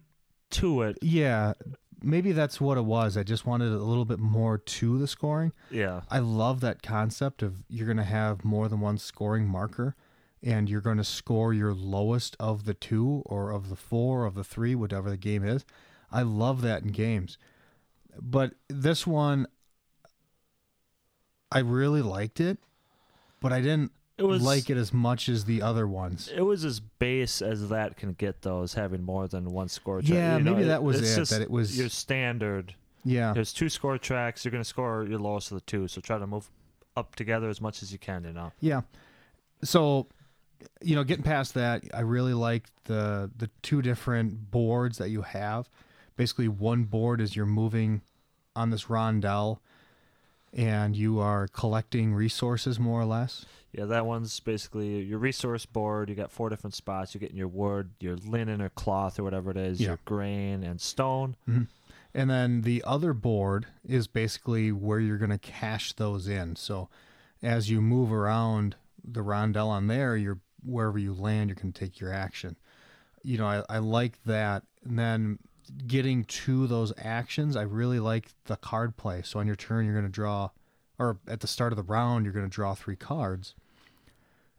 Speaker 2: to it.
Speaker 1: yeah, maybe that's what it was. I just wanted a little bit more to the scoring.
Speaker 2: Yeah,
Speaker 1: I love that concept of you're going to have more than one scoring marker and you're going to score your lowest of the two or of the four of the three whatever the game is. I love that in games. But this one I really liked it, but I didn't
Speaker 2: it was
Speaker 1: like it as much as the other ones.
Speaker 2: It was as base as that can get, though, is having more than one score. track.
Speaker 1: Yeah,
Speaker 2: You know,
Speaker 1: maybe that was
Speaker 2: it's
Speaker 1: it,
Speaker 2: just
Speaker 1: that it was- Uh.
Speaker 2: your standard.
Speaker 1: Yeah.
Speaker 2: There's two score tracks. You're gonna score your lowest of the two, so try to move up together as much as you can. You know.
Speaker 1: Yeah. So, you know, getting past that, I really like the the two different boards that you have basically one board is you're moving on this rondel and you are collecting resources more or less.
Speaker 2: Yeah, that one's basically your resource board. You got four different spots. You're getting your wood, your linen or cloth or whatever it is,
Speaker 1: Yeah. Mm.
Speaker 2: your grain and stone.
Speaker 1: And then the other board is basically where you're going to cash those in. So as you move around the rondel on there, you're wherever you land, you're going to take your action. You know, I, I like that. And then getting to those actions, I really like the card play. So on your turn, you're going to draw, or at the start of the round, you're going to draw three cards.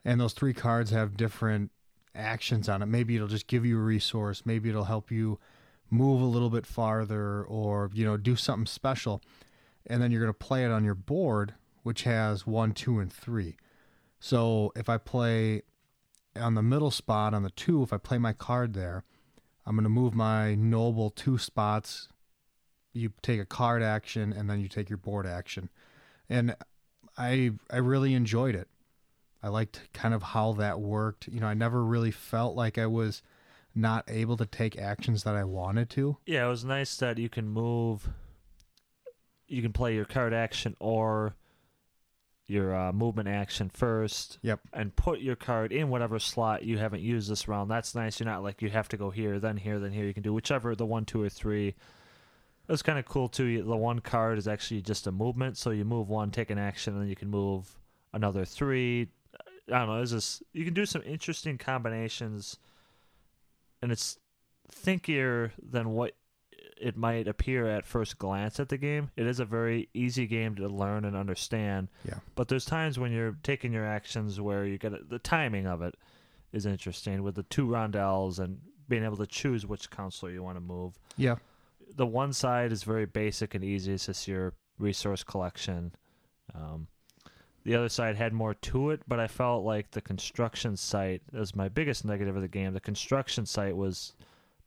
Speaker 1: And those three cards have different actions on it. Maybe it'll just give you a resource. Maybe it'll help you move a little bit farther or you know do something special and then you're going to play it on your board which has one two and three so if i play on the middle spot on the two if i play my card there i'm going to move my noble two spots you take a card action and then you take your board action and i i really enjoyed it i liked kind of how that worked you know i never really felt like i was not able to take actions that i wanted to
Speaker 2: Yeah, it was nice that you can move. You can play your card action or your uh, movement action first.
Speaker 1: Yep.
Speaker 2: And put your card in whatever slot you haven't used this round. That's nice. You're not like you have to go here, then here, then here. You can do whichever the one, two, or three. That's kind of cool too. The one card is actually just a movement, so you move one, take an action, and then you can move another three. I don't know. It's just you can do some interesting combinations, and it's thinkier than what it might appear at first glance at the game. It is a very easy game to learn and understand.
Speaker 1: Yeah.
Speaker 2: But there's times when you're taking your actions where you get the timing of it is interesting with the two rondels and being able to choose which counselor you want to move
Speaker 1: Yeah.
Speaker 2: the one side is very basic and easy. It's just your resource collection. Um, the other side had more to it, but I felt like the construction site that was my biggest negative of the game. The construction site was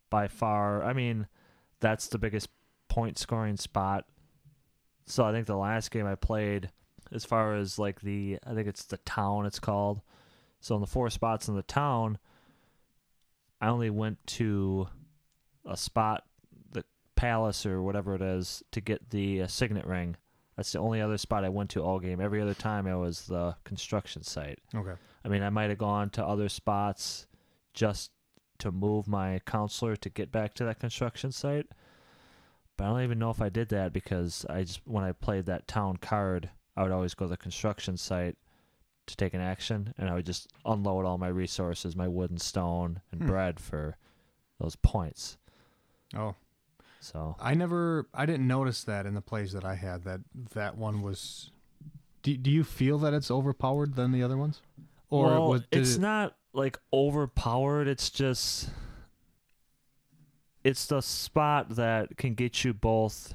Speaker 2: by far, I mean, that's the biggest point scoring spot. So I think the last game I played, as far as like the, I think it's the town it's called. So in the four spots in the town, I only went to a spot palace or whatever it is to get the uh, signet ring. That's the only other spot I went to all game. Every other time it was the construction site.
Speaker 1: Okay.
Speaker 2: I mean, I might have gone to other spots just to move my counselor to get back to that construction site. But I don't even know if I did that because I just when I played that town card, I would always go to the construction site to take an action, and I would just unload all my resources, my wood and stone and
Speaker 1: Hmm.
Speaker 2: bread for those points.
Speaker 1: Oh,
Speaker 2: So
Speaker 1: I never, I didn't notice that in the plays that I had. That that one was. Do, do you feel that it's overpowered than the other ones, or
Speaker 2: well,
Speaker 1: was, did
Speaker 2: it's
Speaker 1: it-
Speaker 2: not like overpowered. It's just it's the spot that can get you both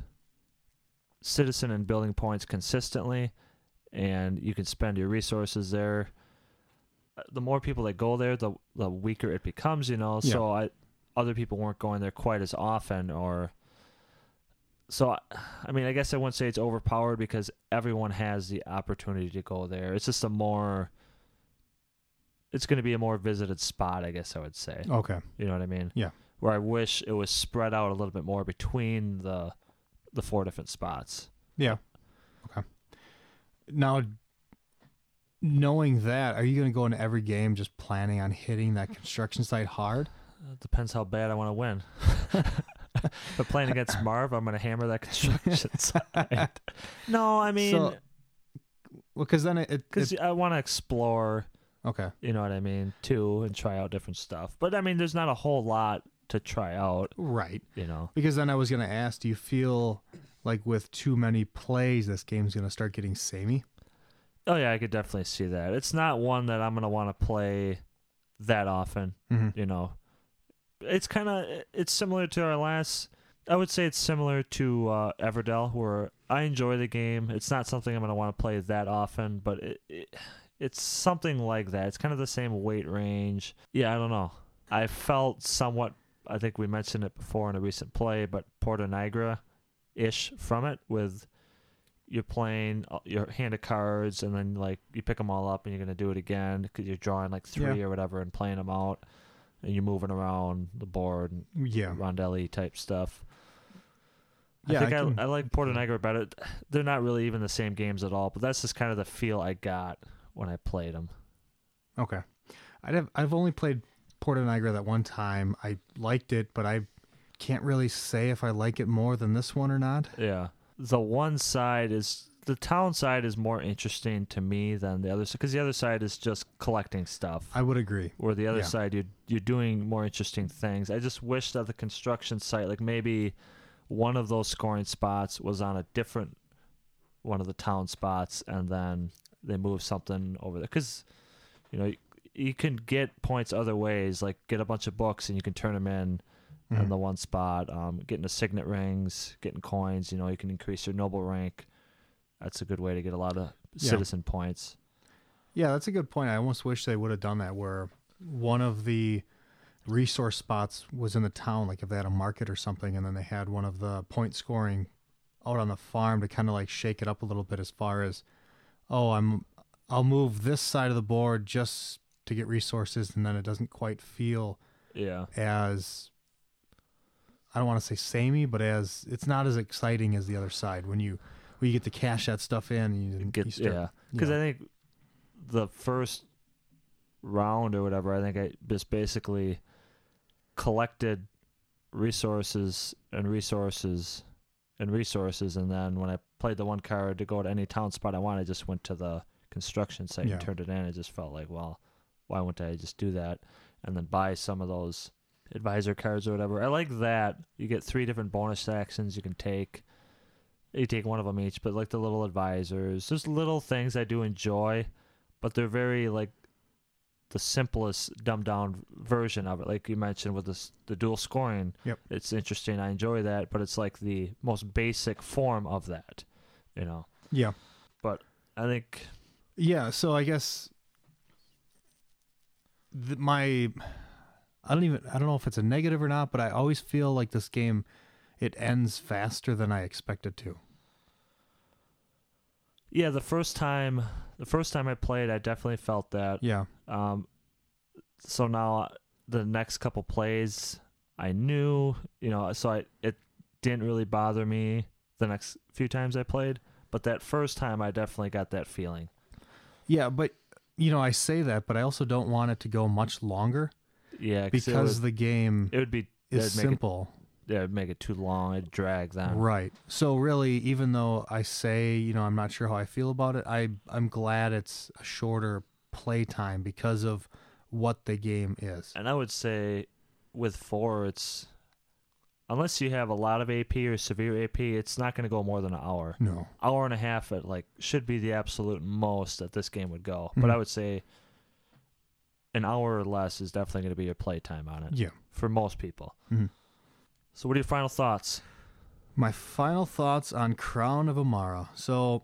Speaker 2: citizen and building points consistently, and you can spend your resources there. Uh, The more people that go there, the the weaker it becomes. You know, so I other people weren't going there quite as often, or so. I, I mean, I guess I wouldn't say it's overpowered because everyone has the opportunity to go there. It's just a more it's going to be a more visited spot, I guess I would say.
Speaker 1: Okay.
Speaker 2: You know what I mean?
Speaker 1: Yeah.
Speaker 2: Where I wish it was spread out a little bit more between the the four different spots.
Speaker 1: Yeah. Okay. Now, knowing that, are you going to go into every game just planning on hitting that construction site hard?
Speaker 2: It Uh, depends how bad I want to win. but playing against Marv, I'm going to hammer that construction side. No, I mean,
Speaker 1: So- Well, because then it. it,
Speaker 2: because
Speaker 1: it-
Speaker 2: I want to explore.
Speaker 1: okay.
Speaker 2: You know what I mean? Too, and try out different stuff. But I mean, there's not a whole lot to try out.
Speaker 1: Right.
Speaker 2: You know?
Speaker 1: Because then I was going to ask, do you feel like with too many plays, this game's going to start getting samey?
Speaker 2: Oh yeah, I could definitely see that. It's not one that I'm going to want to play that often.
Speaker 1: Mm-hmm.
Speaker 2: you know it's kind of it's similar to our last i would say it's similar to uh, everdell where i enjoy the game it's not something i'm going to want to play that often but it, it it's something like that it's kind of the same weight range yeah i don't know i felt somewhat i think we mentioned it before in a recent play but porto nigra ish from it with you're playing uh, your hand of cards and then like you pick them all up and you're going to do it again because you're drawing like three
Speaker 1: Yeah.
Speaker 2: or whatever and playing them out and you're moving around the board and
Speaker 1: Yeah.
Speaker 2: rondelli type stuff
Speaker 1: Yeah,
Speaker 2: I think I,
Speaker 1: I can-
Speaker 2: I, like Porto Negro better. They're not really even the same games at all, but that's just kind of the feel I got when I played them.
Speaker 1: Okay. I'd have, I've only played Porto Nigra that one time. I liked it, but I can't really say if I like it more than this one or not.
Speaker 2: Yeah. The one side is the town side is more interesting to me than the other side because the other side is just collecting stuff.
Speaker 1: I would agree.
Speaker 2: where the other
Speaker 1: Yeah.
Speaker 2: side you're you're doing more interesting things. I just wish that the construction site, like maybe one of those scoring spots was on a different one of the town spots, and then they move something over there because you know you, you can get points other ways, like get a bunch of books and you can turn them in.
Speaker 1: Mhm.
Speaker 2: In the one spot, um, getting the signet rings, getting coins, you know, you can increase your noble rank. That's a good way to get a lot of
Speaker 1: Yeah.
Speaker 2: citizen points.
Speaker 1: Yeah, that's a good point. I almost wish they would have done that where one of the resource spots was in the town, like if they had a market or something, and then they had one of the point scoring out on the farm to kind of like shake it up a little bit as far as, oh, I'm I'll move this side of the board just to get resources, and then it doesn't quite feel
Speaker 2: Yeah.
Speaker 1: as I don't want to say samey, but as it's not as exciting as the other side when you when you get to cash that stuff in and you,
Speaker 2: get
Speaker 1: you start
Speaker 2: yeah because
Speaker 1: yeah.
Speaker 2: I think the first round or whatever I think I just basically collected resources and resources and resources and then when I played the one card to go to any town spot I wanted I just went to the construction site
Speaker 1: Yeah.
Speaker 2: and turned it in I just felt like well why wouldn't I just do that and then buy some of those advisor cards or whatever I like that you get three different bonus actions you can take you take one of them each, but like the little advisors, there's little things I do enjoy, but they're very like the simplest dumbed down version of it. Like you mentioned with this, the dual scoring,
Speaker 1: Yep.
Speaker 2: it's interesting. I enjoy that, but it's like the most basic form of that, you know.
Speaker 1: yeah.
Speaker 2: I think
Speaker 1: Yeah, so I guess th- my I don't even I don't know if it's a negative or not, but I always feel like this game it ends faster than I expected to.
Speaker 2: yeah, the first time the first time I played, I definitely felt that.
Speaker 1: Yeah.
Speaker 2: Um, so now uh, the next couple plays, I knew, you know, so I it didn't really bother me the next few times I played, but that first time I definitely got that feeling.
Speaker 1: Yeah, but you know, I say that, but I also don't want it to go much longer
Speaker 2: Yeah, 'cause
Speaker 1: because
Speaker 2: it
Speaker 1: the game
Speaker 2: would, it would be
Speaker 1: is
Speaker 2: that'd make
Speaker 1: simple.
Speaker 2: It, yeah, it'd make it too long. It'd drag them.
Speaker 1: Right. So really, even though I say, you know, I'm not sure how I feel about it, I I'm glad it's a shorter play time because of what the game is.
Speaker 2: And I would say with four, it's unless you have a lot of AP or severe AP, it's not going to go more than an hour.
Speaker 1: No.
Speaker 2: hour and a half at like should be the absolute most that this game would go. But
Speaker 1: Mhm.
Speaker 2: I would say an hour or less is definitely going to be your playtime on it
Speaker 1: Yeah.
Speaker 2: for most people.
Speaker 1: Mhm.
Speaker 2: So, what are your final thoughts?
Speaker 1: My final thoughts on Crown of Amara. So,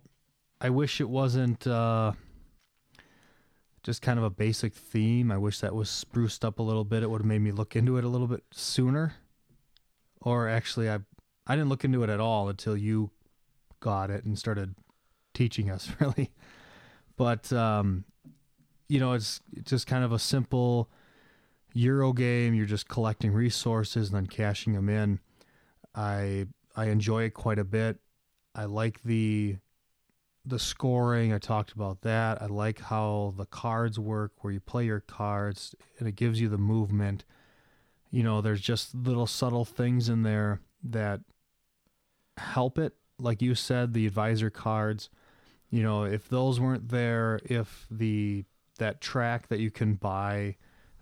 Speaker 1: I wish it wasn't uh, just kind of a basic theme. I wish that was spruced up a little bit. It would have made me look into it a little bit sooner. Or actually, I I didn't look into it at all until you got it and started teaching us, really. But um, you know, it's it's just kind of a simple Euro game. You're just collecting resources and then cashing them in. I I enjoy it quite a bit. I like the the scoring. I talked about that. I like how the cards work, where you play your cards and it gives you the movement. You know, there's just little subtle things in there that help it. Like you said, the advisor cards. You know, if those weren't there, if the that track that you can buy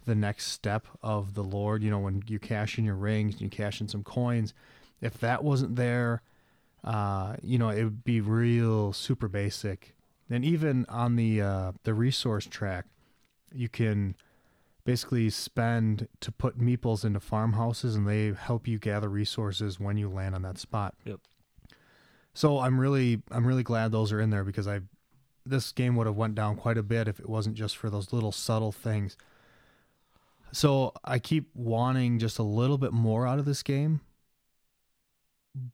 Speaker 1: the next step of the Lord, you know, when you cash in your rings and you cash in some coins, if that wasn't there, uh, you know, it would be real super basic. And even on the uh, the resource track, you can basically spend to put meeples into farmhouses, and they help you gather resources when you land on that spot.
Speaker 2: Yep.
Speaker 1: So I'm really I'm really glad those are in there because I this game would have went down quite a bit if it wasn't just for those little subtle things. So I keep wanting just a little bit more out of this game.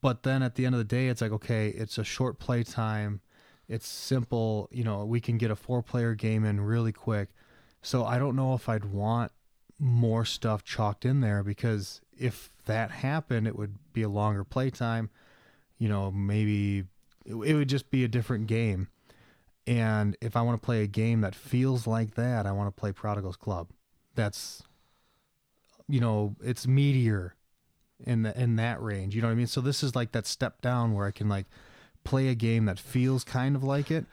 Speaker 1: But then at the end of the day, it's like, okay, it's a short play time. It's simple. You know, we can get a four player game in really quick. So I don't know if I'd want more stuff chalked in there because if that happened, it would be a longer play time. you know, maybe it, it would just be a different game. And if I want to play a game that feels like that, I want to play Prodigal's Club. That's you know, it's meteor in the in that range. You know what I mean? So this is like that step down where I can like play a game that feels kind of like it.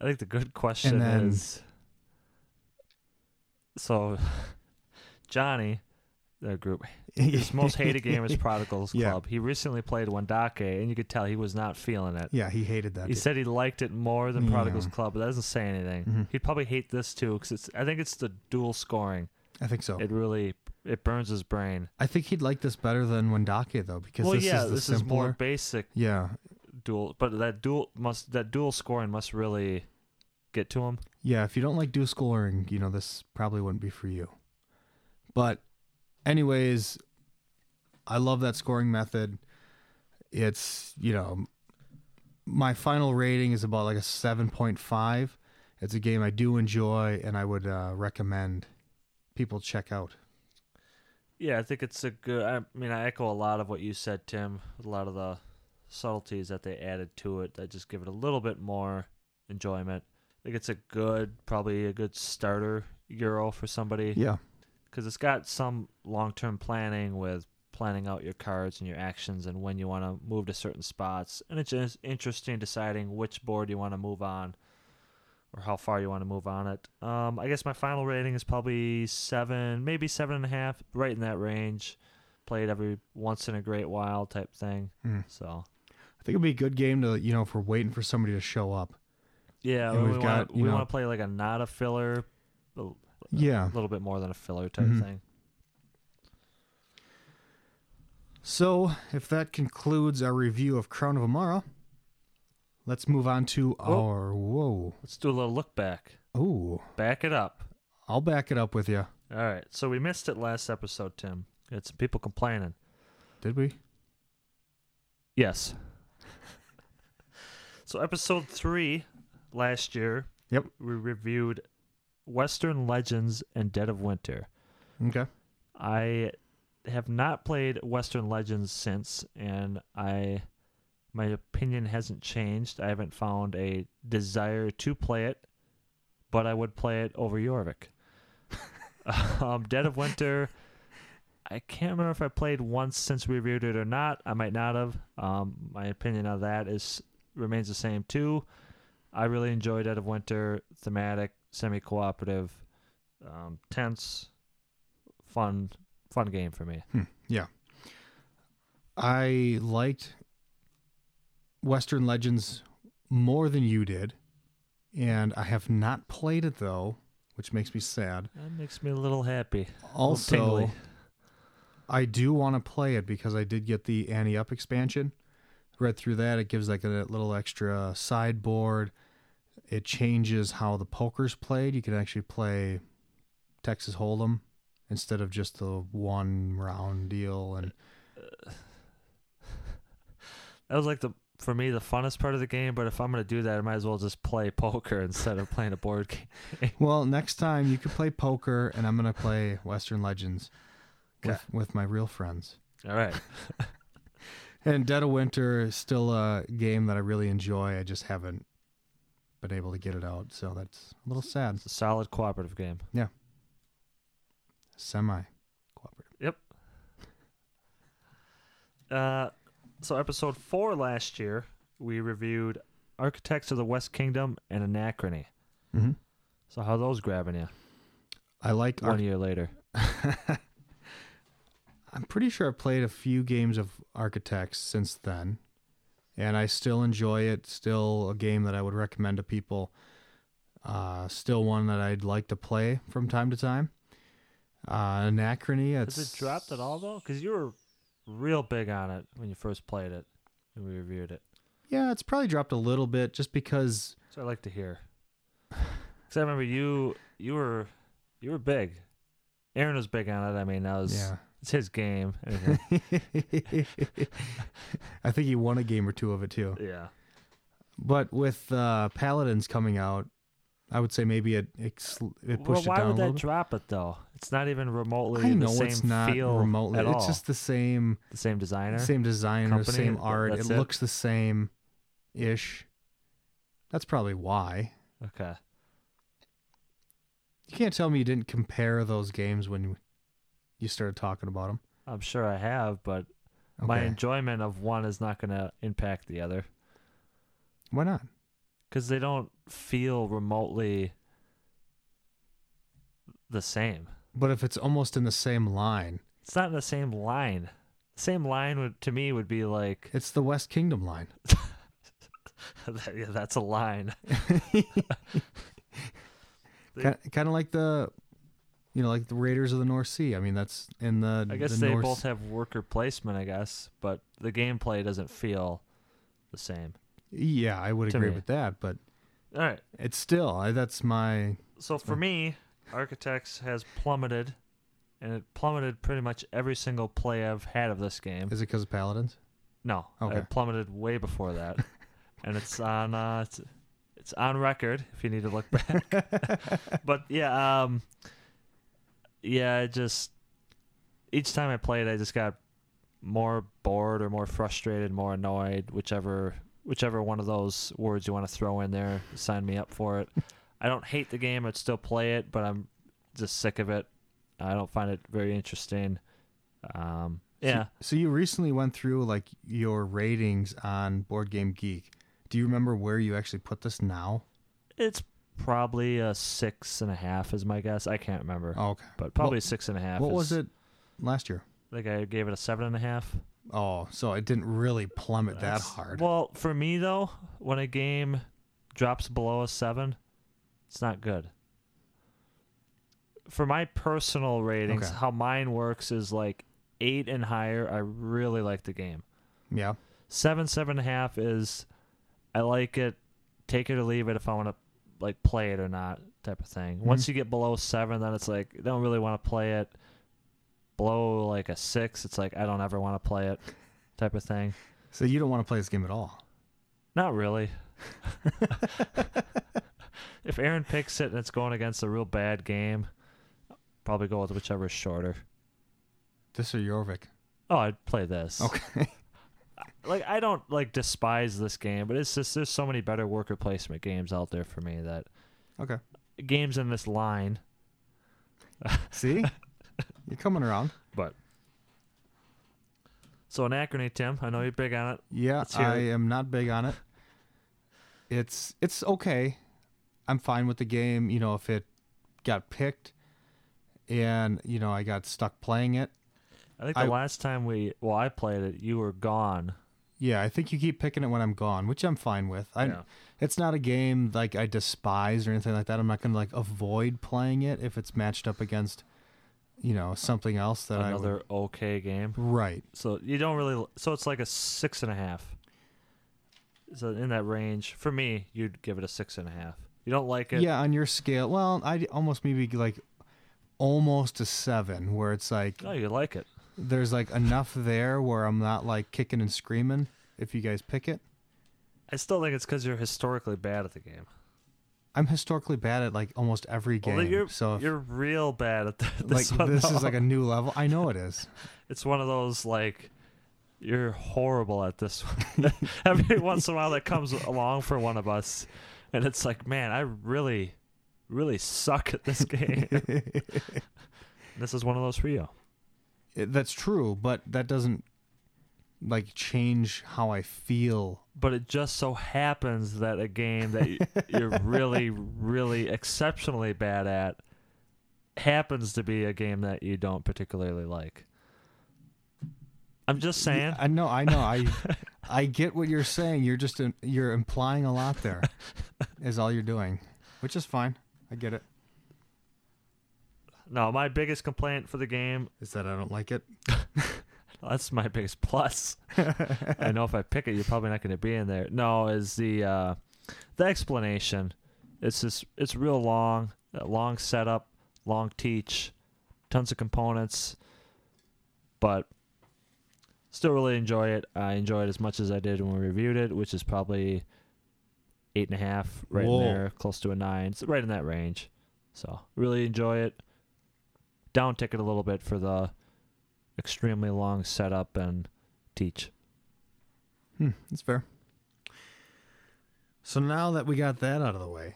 Speaker 2: I think the good question
Speaker 1: then-
Speaker 2: is so Johnny, the group, his most hated game is Prodigals
Speaker 1: Yeah.
Speaker 2: Club. He recently played Wendake, and you could tell he was not feeling it.
Speaker 1: Yeah, he hated that.
Speaker 2: He
Speaker 1: game.
Speaker 2: said he liked it more than
Speaker 1: Yeah. Mm-hmm.
Speaker 2: Prodigals Club, but that doesn't say anything. He'd probably hate this too because it's. I think it's the dual scoring.
Speaker 1: I think so.
Speaker 2: It really it burns his brain.
Speaker 1: I think he'd like this better than Wendake though, because
Speaker 2: Well,
Speaker 1: this is
Speaker 2: yeah,
Speaker 1: the
Speaker 2: this is
Speaker 1: simpler.
Speaker 2: more basic
Speaker 1: yeah,
Speaker 2: dual, but that dual must that dual scoring must really get to him.
Speaker 1: yeah. If you don't like dual scoring, you know this probably wouldn't be for you. But, anyways, I love that scoring method. It's you know, my final rating is about like a seven point five. It's a game I do enjoy, and I would uh, recommend people check out.
Speaker 2: Yeah, I think it's a good. I mean, I echo a lot of what you said, Tim. A lot of the subtleties that they added to it that just give it a little bit more enjoyment. I think it's a good, probably a good starter euro for somebody
Speaker 1: Yeah,
Speaker 2: because it's got some long-term planning with planning out your cards and your actions and when you want to move to certain spots, and it's just interesting deciding which board you want to move on or how far you want to move on it. Um, I guess my final rating is probably seven, maybe seven and a half, right in that range. Played every once in a great while type thing.
Speaker 1: Hmm.
Speaker 2: So
Speaker 1: I think it'd be a good game to you know if we're waiting for somebody to show up.
Speaker 2: yeah,
Speaker 1: And
Speaker 2: we
Speaker 1: we've
Speaker 2: wanna-
Speaker 1: got, you
Speaker 2: we
Speaker 1: know-
Speaker 2: want to play like a not a filler, a
Speaker 1: Yeah.
Speaker 2: little bit more than a filler type
Speaker 1: Mhm.
Speaker 2: thing.
Speaker 1: So, if that concludes our review of Crown of Amara, let's move on to our whoa.
Speaker 2: Let's do a little look back.
Speaker 1: Ooh,
Speaker 2: Back it up.
Speaker 1: I'll back it up with you.
Speaker 2: All right, so we missed it last episode, Tim. We had some people complaining.
Speaker 1: Did we?
Speaker 2: Yes. so episode three last year.
Speaker 1: Yep.
Speaker 2: We reviewed Western Legends and Dead of Winter.
Speaker 1: Okay.
Speaker 2: I have not played Western Legends since, and I my opinion hasn't changed. I haven't found a desire to play it, but I would play it over Jorvik. um, Dead of Winter. I can't remember if I played once since we reviewed it or not. I might not have. Um, my opinion on that is remains the same too. I really enjoyed Dead of Winter, thematic, semi-cooperative, um, tense, fun, fun game for me.
Speaker 1: Hmm, I liked Western Legends more than you did, and I have not played it though, which makes me sad.
Speaker 2: That makes me a little happy.
Speaker 1: Also,
Speaker 2: tingly.
Speaker 1: I do want to play it because I did get the Annie Up expansion. Read through that, it gives like a little extra sideboard. It changes how the poker's played. You can actually play Texas Hold'em instead of just the one round deal. And
Speaker 2: That was like the for me the funnest part of the game. But if I'm gonna do that, I might as well just play poker instead of playing a board game.
Speaker 1: well, next time you can play poker, and I'm gonna play Western Legends with,
Speaker 2: Okay.
Speaker 1: with my real friends.
Speaker 2: All right,
Speaker 1: And Dead of Winter is still a game that I really enjoy. I just haven't been able to get it out, so that's a little sad.
Speaker 2: it's a solid cooperative game.
Speaker 1: Semi cooperative.
Speaker 2: Uh, so episode four last year we reviewed Architects of the West Kingdom and Anachrony.
Speaker 1: Mm-hmm.
Speaker 2: So how are those grabbing you
Speaker 1: I like.
Speaker 2: one year later?
Speaker 1: Arch- I'm pretty sure I played a few games of Architects since then, and I still enjoy it. Still a game that I would recommend to people. Uh, still one that I'd like to play from time to time. Uh, Anachrony. It's,
Speaker 2: Has it dropped at all though? Because you were real big on it when you first played it and we reviewed it.
Speaker 1: Yeah, it's probably dropped a little bit just because
Speaker 2: So I like to hear. Because I remember you, you were, you were big. Aaron was big on it. I mean, that was
Speaker 1: yeah.
Speaker 2: it's his game. everything.
Speaker 1: I think he won a game or two of it too.
Speaker 2: yeah.
Speaker 1: But with uh, Paladins coming out, I would say maybe it it, sl- it pushed it
Speaker 2: well, why
Speaker 1: down
Speaker 2: would
Speaker 1: a little
Speaker 2: that
Speaker 1: bit.
Speaker 2: drop it though? It's not even remotely
Speaker 1: I know
Speaker 2: the same
Speaker 1: it's not
Speaker 2: feel
Speaker 1: remotely.
Speaker 2: at
Speaker 1: it's
Speaker 2: all.
Speaker 1: just the same
Speaker 2: the same designer.
Speaker 1: same designer,
Speaker 2: company,
Speaker 1: same
Speaker 2: th-
Speaker 1: art. It,
Speaker 2: that's it?
Speaker 1: looks the same ish. That's probably why.
Speaker 2: Okay.
Speaker 1: You can't tell me you didn't compare those games when you started talking about them.
Speaker 2: I'm sure I have, but
Speaker 1: Okay.
Speaker 2: my enjoyment of one is not going to impact the other
Speaker 1: why not?
Speaker 2: because they don't feel remotely the same.
Speaker 1: But if it's almost in the same line,
Speaker 2: It's not in the same line. Same line would to me would be like
Speaker 1: it's the West Kingdom line.
Speaker 2: that- yeah, that's a line. They-
Speaker 1: kind of like the you know like the raiders of the north sea i mean that's in the
Speaker 2: I guess
Speaker 1: the
Speaker 2: they
Speaker 1: north
Speaker 2: both have worker placement, I guess, but the gameplay doesn't feel the same.
Speaker 1: yeah i would
Speaker 2: to
Speaker 1: agree
Speaker 2: me.
Speaker 1: with that but
Speaker 2: All right.
Speaker 1: it's still I, that's my
Speaker 2: So for me, Architects has plummeted and it plummeted pretty much every single play I've had of this game.
Speaker 1: is it because of paladins
Speaker 2: No,
Speaker 1: Okay.
Speaker 2: it plummeted way before that, and it's on uh, it's, it's on record if you need to look back. but yeah, um, yeah, I just each time I played, I just got more bored or more frustrated, more annoyed, whichever whichever one of those words you want to throw in there. Sign me up for it. I don't hate the game; I'd still play it, but I'm just sick of it. I don't find it very interesting. Um, yeah.
Speaker 1: so, so you recently went through like your ratings on board game geek do you remember where you actually put this now
Speaker 2: It's probably a six and a half is my guess. I can't remember,
Speaker 1: oh, okay
Speaker 2: but probably six and a half.
Speaker 1: what
Speaker 2: is-
Speaker 1: was it last year
Speaker 2: I think I gave it a seven and a half.
Speaker 1: oh so it didn't really plummet that
Speaker 2: That's-
Speaker 1: hard
Speaker 2: Well, for me though, when a game drops below a seven, it's not good. For my personal ratings,
Speaker 1: Okay.
Speaker 2: how mine works is like eight and higher. I really like the game.
Speaker 1: yeah
Speaker 2: Seven, seven and a half is I like it, take it or leave it if I want to like play it or not type of thing. Once you get below seven, then it's like I don't really want to play it. Below like a six, it's like I don't ever want to play it type of thing.
Speaker 1: so you don't want to play this game at all
Speaker 2: Not really. if Aaron picks it and it's going against a real bad game, probably go with whichever is shorter.
Speaker 1: this or Jorvik?
Speaker 2: Oh, I'd play this.
Speaker 1: okay
Speaker 2: like I don't like despise this game, but it's just there's so many better worker placement games out there for me that
Speaker 1: okay
Speaker 2: games in this line.
Speaker 1: see you're coming around
Speaker 2: But so anachrony, Tim. I know you're big on it.
Speaker 1: Yeah,
Speaker 2: Let's hear
Speaker 1: I
Speaker 2: it.
Speaker 1: am not big on it. It's it's okay. I'm fine with the game, you know, if it got picked and, you know, I got stuck playing it.
Speaker 2: I think the
Speaker 1: I-
Speaker 2: last time we well I played it, you were gone.
Speaker 1: Yeah, I think you keep picking it when I'm gone, which I'm fine with. I
Speaker 2: Yeah.
Speaker 1: it's not a game like I despise or anything like that. I'm not going to like avoid playing it if it's matched up against you know, something else that I would,
Speaker 2: Another okay game.
Speaker 1: Right.
Speaker 2: So you don't really. So it's like a six and a half. So in that range, for me, you'd give it a six and a half. You don't like it.
Speaker 1: Yeah, on your scale. Well, I almost maybe like almost a 7 where it's like
Speaker 2: No, you like it.
Speaker 1: there's like enough there where I'm not like kicking and screaming if you guys pick it.
Speaker 2: I still think it's because you're historically bad at the game.
Speaker 1: I'm historically bad at like almost every game.
Speaker 2: Well, you're
Speaker 1: so if,
Speaker 2: you're real bad at th-
Speaker 1: like
Speaker 2: this one.
Speaker 1: this
Speaker 2: though.
Speaker 1: is like a new level. I know it is.
Speaker 2: It's one of those like. You're horrible at this one. Every once in a while, that comes along for one of us, and it's like, man, I really, really suck at this game. this is one of those for you.
Speaker 1: It- that's true, but that doesn't like change how I feel.
Speaker 2: but it just so happens that a game that y- you're really, really exceptionally bad at happens to be a game that you don't particularly like. I'm just saying.
Speaker 1: I know, I know. I I get what you're saying. You're just uh, you're implying a lot there is all you're doing, which is fine. I get it.
Speaker 2: No, my biggest complaint for the game,
Speaker 1: Is that I don't like it?
Speaker 2: that's my biggest plus. I know if I pick it, you're probably not going to be in there. No, is the uh, the explanation. It's just it's real long, uh, long setup, long teach, tons of components, but still really enjoy it. I enjoy it as much as I did when we reviewed it, which is probably eight and a half, right
Speaker 1: Whoa.
Speaker 2: in there, close to a nine. It's right in that range. So really enjoy it. Down ticket a little bit for the extremely long setup and teach.
Speaker 1: Hmm, that's fair. So now that we got that out of the way,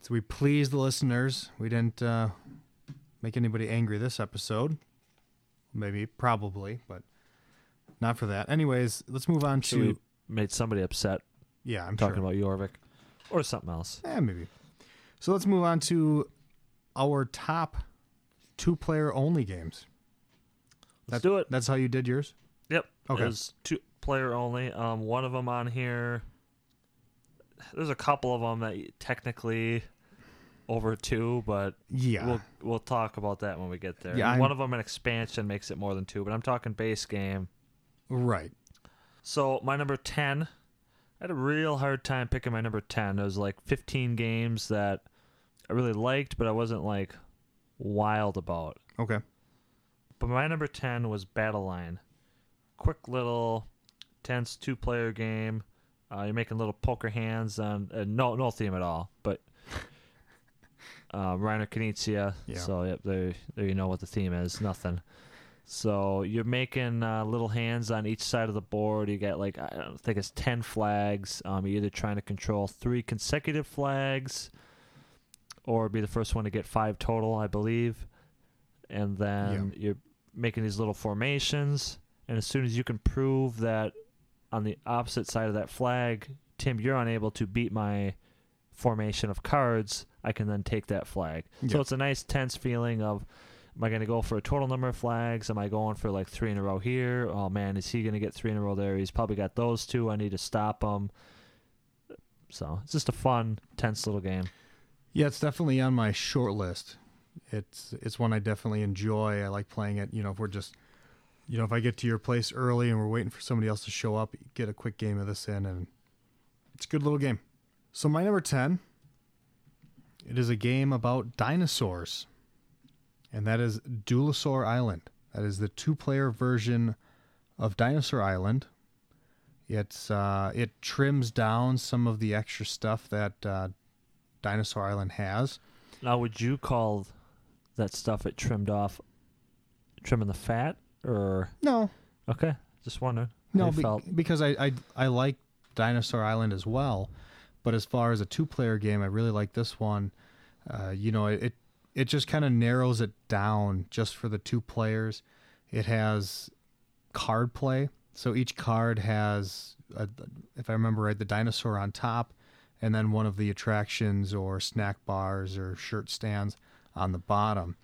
Speaker 1: so we pleased the listeners. We didn't uh, make anybody angry this episode. Maybe, probably, but not for that. Anyways, let's move on
Speaker 2: So we
Speaker 1: to.
Speaker 2: made somebody upset
Speaker 1: Yeah, I'm
Speaker 2: talking
Speaker 1: sure.
Speaker 2: about Jorvik or something else.
Speaker 1: Yeah, maybe. So let's move on to our top two player only games. That's-
Speaker 2: Let's do it.
Speaker 1: That's how you did yours?
Speaker 2: Yep.
Speaker 1: Okay.
Speaker 2: It was two player only. Um, one of them on here. There's a couple of them that technically over two, but
Speaker 1: Yeah.
Speaker 2: we'll we'll talk about that when we get there.
Speaker 1: Yeah, I'm-
Speaker 2: one of them an expansion makes it more than two, but I'm talking base game.
Speaker 1: right.
Speaker 2: So my number ten, I had a real hard time picking my number ten. There was like 15 games that I really liked, but I wasn't like wild about.
Speaker 1: Okay.
Speaker 2: But my number 10 was Battle Line. Quick little tense two player game. Uh, you're making little poker hands on uh, no no theme at all, but um, Reiner Knizia.
Speaker 1: Yeah.
Speaker 2: So yep, there there you know what the theme is. Nothing. So you're making uh, little hands on each side of the board. You got like I don't think it's ten flags. Um, you're either trying to control three consecutive flags, or be the first one to get five total, I believe. And then you're making these little formations. And as soon as you can prove that on the opposite side of that flag, Tim, you're unable to beat my formation of cards, I can then take that flag.
Speaker 1: Yeah.
Speaker 2: So it's a nice tense feeling of am I going to go for a total number of flags? Am I going for like three in a row here? Oh man, is he going to get three in a row there? He's probably got those two. I need to stop him. So it's just a fun, tense little game.
Speaker 1: Yeah, it's definitely on my short list. It's it's one I definitely enjoy. I like playing it. You know, if we're just, you know, if I get to your place early and we're waiting for somebody else to show up, get a quick game of this in, and it's a good little game. So my number ten, it is a game about dinosaurs, and that is Dulasaur Island. That is the two-player version of Dinosaur Island. It's uh, it trims down some of the extra stuff that uh, Dinosaur Island has.
Speaker 2: Now, would you call that stuff it trimmed off, trimming the fat, or
Speaker 1: No,
Speaker 2: okay? Just wondering. how
Speaker 1: no,
Speaker 2: you
Speaker 1: be-
Speaker 2: felt.
Speaker 1: because I, I I like Dinosaur Island as well, but as far as a two-player game, I really like this one. Uh, you know, it it just kind of narrows it down just for the two players. It has card play, so each card has, a, if I remember right, the dinosaur on top, and then one of the attractions or snack bars or shirt stands on the bottom,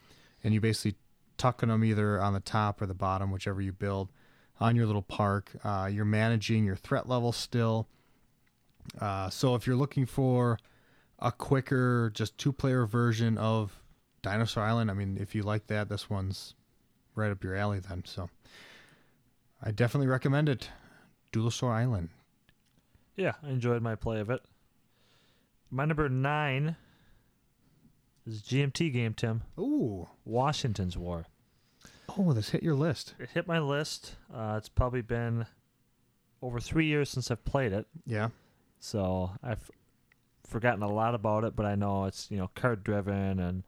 Speaker 1: and you basically tucking them either on the top or the bottom, whichever you build, on your little park. Uh, you're managing your threat level still. Uh, so if you're looking for a quicker, just two player version of Dinosaur Island, I mean, if you like that, this one's right up your alley then. So I definitely recommend it. Dulasaur Island.
Speaker 2: Yeah, I enjoyed my play of it. My number nine is GMT game, Tim.
Speaker 1: Ooh.
Speaker 2: Washington's War.
Speaker 1: Oh, this hit your list.
Speaker 2: It hit my list. Uh, it's probably been over three years since I've played it,
Speaker 1: Yeah.
Speaker 2: so I've forgotten a lot about it. But I know it's you know card driven and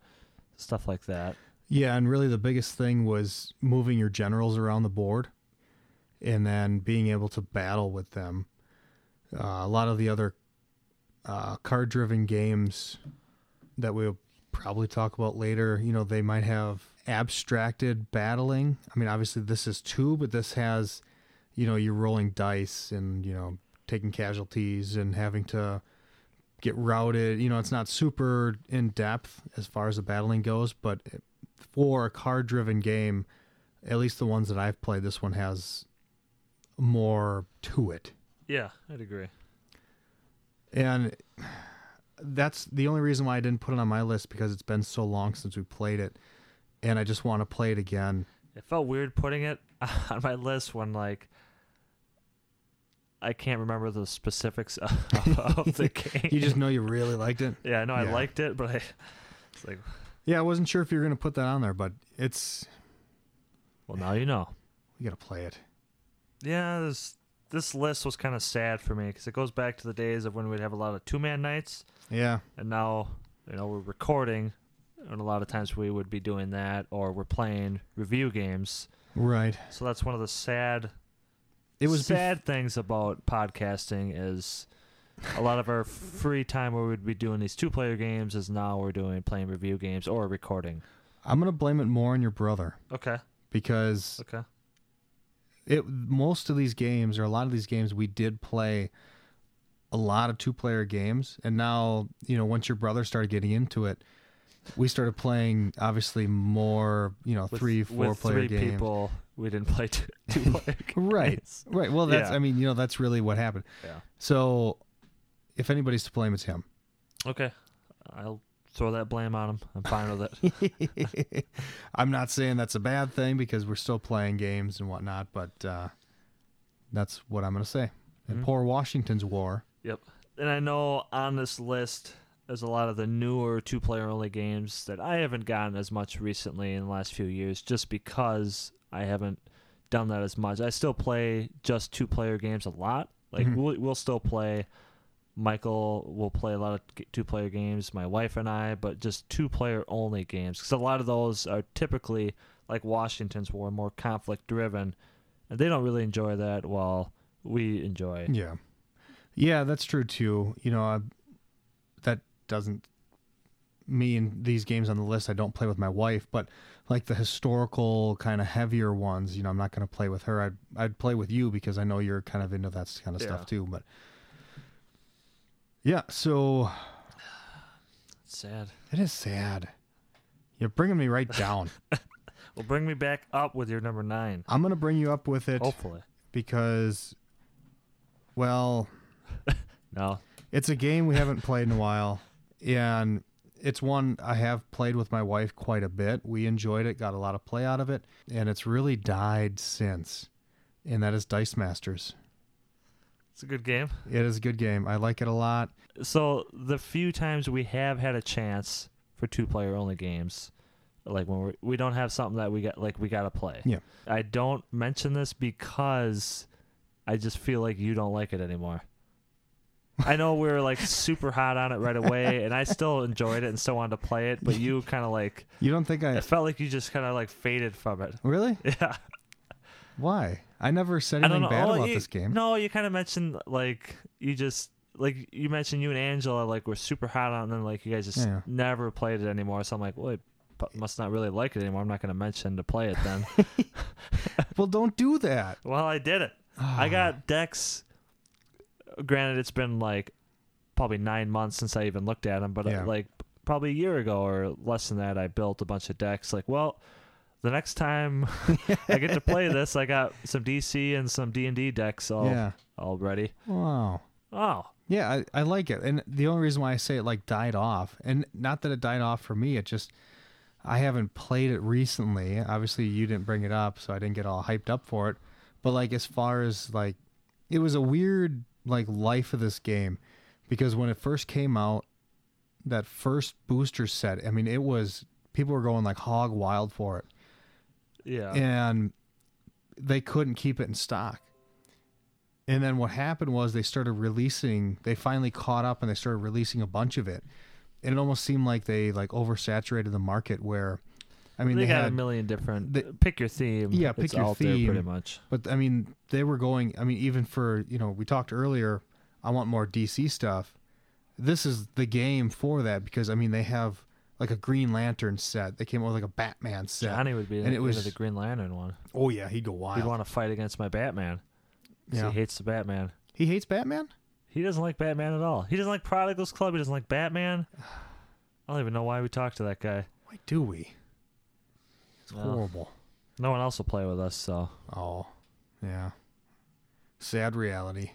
Speaker 2: stuff like that.
Speaker 1: Yeah, and really the biggest thing was moving your generals around the board and then being able to battle with them. Uh, a lot of the other uh, card driven games that we'll probably talk about later, you know, they might have abstracted battling. I mean, obviously this is two, but this has, you know, you're rolling dice and, you know, taking casualties and having to get routed. You know, it's not super in depth as far as the battling goes, but it- for a card driven game, at least the ones that I've played, this one has more to it.
Speaker 2: Yeah, I'd agree.
Speaker 1: And that's the only reason why I didn't put it on my list because it's been so long since we played it. And I just want to play it again.
Speaker 2: It felt weird putting it on my list when like I can't remember the specifics of, of the game.
Speaker 1: You just know you really liked it.
Speaker 2: yeah, I know I
Speaker 1: Yeah.
Speaker 2: liked it, but I it's like
Speaker 1: Yeah, I wasn't sure if you were going to put that on there, but it's.
Speaker 2: well now you know.
Speaker 1: We got to play it.
Speaker 2: Yeah, there's this list was kind of sad for me because it goes back to the days of when we'd have a lot of two man nights,
Speaker 1: Yeah.
Speaker 2: and now you know we're recording, and a lot of times we would be doing that or we're playing review games.
Speaker 1: Right.
Speaker 2: So that's one of the sad
Speaker 1: It was bef-
Speaker 2: sad things about podcasting is a lot of our free time where we'd be doing these two player games is now we're doing playing review games or recording.
Speaker 1: I'm gonna blame it more on your brother
Speaker 2: Okay.
Speaker 1: because
Speaker 2: Okay.
Speaker 1: it most of these games or a lot of these games we did play a lot of two player games and now you know once your brother started getting into it we started playing obviously more you know
Speaker 2: With-
Speaker 1: three four
Speaker 2: with
Speaker 1: player
Speaker 2: three
Speaker 1: games
Speaker 2: people we didn't play two, two player games.
Speaker 1: right right well that's
Speaker 2: Yeah.
Speaker 1: i mean you know that's really what happened
Speaker 2: Yeah.
Speaker 1: so if anybody's to blame it's him
Speaker 2: Okay. I'll throw that blame on him. I'm fine with it.
Speaker 1: i'm not saying that's a bad thing because we're still playing games and whatnot but uh that's what i'm gonna say and
Speaker 2: Mhm.
Speaker 1: poor washington's war
Speaker 2: yep. And I know on this list there's a lot of the newer two player only games that I haven't gotten as much recently in the last few years just because I haven't done that as much. I still play just two player games a lot. Like
Speaker 1: Mhm.
Speaker 2: we'll, we'll still play Michael will play a lot of two player games, my wife and I, but just two player only games cuz a lot of those are typically like Washington's war more conflict driven and they don't really enjoy that while we enjoy.
Speaker 1: Yeah. Yeah, that's true too. You know, I, that doesn't me and these games on the list I don't play with my wife, but like the historical kind of heavier ones, you know, I'm not going to play with her. I'd I'd play with you because I know you're kind of into that kind of
Speaker 2: Yeah.
Speaker 1: stuff too, but Yeah, so
Speaker 2: Sad.
Speaker 1: it is sad. You're bringing me right down.
Speaker 2: Well, bring me back up with your number 9.
Speaker 1: I'm going to bring you up with it
Speaker 2: Hopefully.
Speaker 1: because well,
Speaker 2: No.
Speaker 1: It's a game we haven't played in a while, and it's one I have played with my wife quite a bit. We enjoyed it, got a lot of play out of it, and it's really died since. And that is Dice Masters.
Speaker 2: It's a good game.
Speaker 1: It is a good game. I like it a lot.
Speaker 2: So, the few times we have had a chance for two player only games, like when we're, we don't have something that we got like we got to play.
Speaker 1: Yeah.
Speaker 2: I don't mention this because I just feel like you don't like it anymore. I know we were like super hot on it right away, and I still enjoyed it and still wanted to play it. But you kind of like
Speaker 1: You don't think I
Speaker 2: it felt like you just kind of like faded from it.
Speaker 1: really?
Speaker 2: Yeah,
Speaker 1: Why? I never said
Speaker 2: I don't
Speaker 1: anything
Speaker 2: know.
Speaker 1: bad
Speaker 2: Oh,
Speaker 1: about
Speaker 2: you-
Speaker 1: this game.
Speaker 2: No, you kind of mentioned like you just like you mentioned you and Angela like were super hot on, it, and then like you guys just
Speaker 1: Yeah.
Speaker 2: never played it anymore. So I'm like, well, I pu- must not really like it anymore. I'm not going to mention to play it then.
Speaker 1: Well, don't do that.
Speaker 2: well, I did it. I got decks. Granted, it's been like probably nine months since I even looked at them, but uh,
Speaker 1: Yeah.
Speaker 2: like probably a year ago or less than that, I built a bunch of decks. Like, well, the next time I get to play this, I got some DC and some D and D decks all
Speaker 1: Yeah.
Speaker 2: all ready.
Speaker 1: Wow.
Speaker 2: Oh,
Speaker 1: Yeah, I, I like it. And the only reason why I say it like died off, and not that it died off for me, it just I haven't played it recently. Obviously you didn't bring it up, so I didn't get all hyped up for it. But like as far as like it was a weird like life of this game because when it first came out, that first booster set, I mean it was people were going like hog wild for it
Speaker 2: yeah.
Speaker 1: and they couldn't keep it in stock. And then what happened was they started releasing. They finally caught up and they started releasing a bunch of it. And it almost seemed like they like oversaturated the market. Where, I mean,
Speaker 2: they,
Speaker 1: they,
Speaker 2: got
Speaker 1: had,
Speaker 2: a million different.
Speaker 1: they-
Speaker 2: pick your theme.
Speaker 1: Yeah, pick
Speaker 2: it's
Speaker 1: your
Speaker 2: out there pretty
Speaker 1: theme.
Speaker 2: much.
Speaker 1: but I mean, they were going. I mean, even for you know, we talked earlier. I want more DC stuff. This is the game for that because I mean, they have like a Green Lantern set. They came out with like a Batman set.
Speaker 2: Johnny would be
Speaker 1: And
Speaker 2: in
Speaker 1: it was-
Speaker 2: the Green Lantern one.
Speaker 1: Oh yeah, he'd go wild.
Speaker 2: He'd want to fight against my Batman. 'cause
Speaker 1: Yeah.
Speaker 2: He hates the Batman.
Speaker 1: he hates Batman.
Speaker 2: He doesn't like Batman at all. He doesn't like Prodigals Club. He doesn't like Batman. I don't even know why we talked to that guy.
Speaker 1: Why do we? It's
Speaker 2: Well.
Speaker 1: horrible.
Speaker 2: No one else will play with us, so
Speaker 1: Oh, yeah. Sad reality.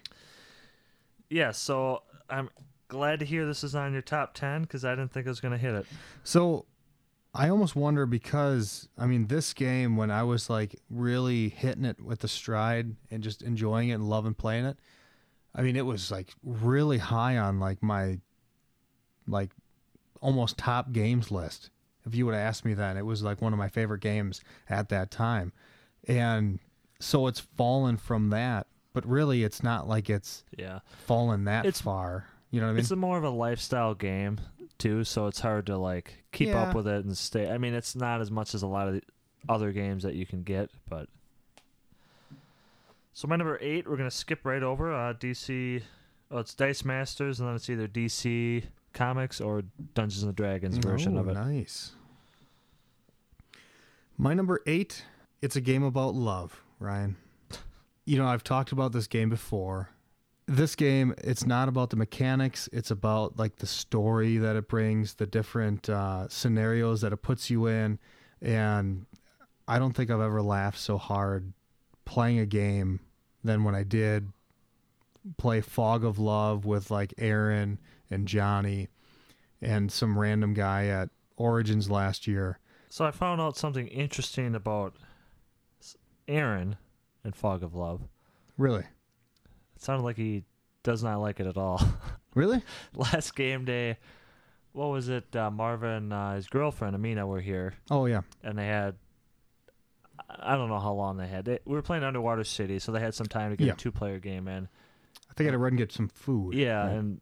Speaker 2: yeah. So I'm glad to hear this is on your top ten because I didn't think I was gonna hit it.
Speaker 1: So I almost wonder because, I mean, this game, when I was like really hitting it with the stride and just enjoying it and loving playing it, I mean, it was like really high on like my, like almost top games list. If you would have asked me then, it was like one of my favorite games at that time. And so it's fallen from that But really, it's not like it's
Speaker 2: Yeah.
Speaker 1: fallen that
Speaker 2: It's-
Speaker 1: far. You know what I mean?
Speaker 2: It's a more of a lifestyle game too, so it's hard to like keep
Speaker 1: Yeah.
Speaker 2: up with it and stay. I mean, it's not as much as a lot of the other games that you can get, but. So my number eight, we're gonna skip right over uh, DC. Oh, it's Dice Masters, and then it's either DC Comics or Dungeons and Dragons version
Speaker 1: Oh,
Speaker 2: of it.
Speaker 1: Nice. My number eight. It's a game about love, Ryan. You know, I've talked about this game before. This game, it's not about the mechanics. It's about like the story that it brings, the different uh, scenarios that it puts you in, and I don't think I've ever laughed so hard playing a game than when I did play Fog of Love with like Aaron and Johnny and some random guy at Origins last year.
Speaker 2: So I found out something interesting about s- Aaron and Fog of Love.
Speaker 1: Really?
Speaker 2: It sounded like he does not like it at all.
Speaker 1: Really?
Speaker 2: last game day, what was it? Uh, Marvin, uh, his girlfriend Amina were here,
Speaker 1: Oh yeah.
Speaker 2: and they had I I don't know how long they had. They, we were playing Underwater City, so they had some time to get
Speaker 1: Yeah.
Speaker 2: a two-player game in.
Speaker 1: I think I had to run and get some food.
Speaker 2: Yeah,
Speaker 1: Right.
Speaker 2: and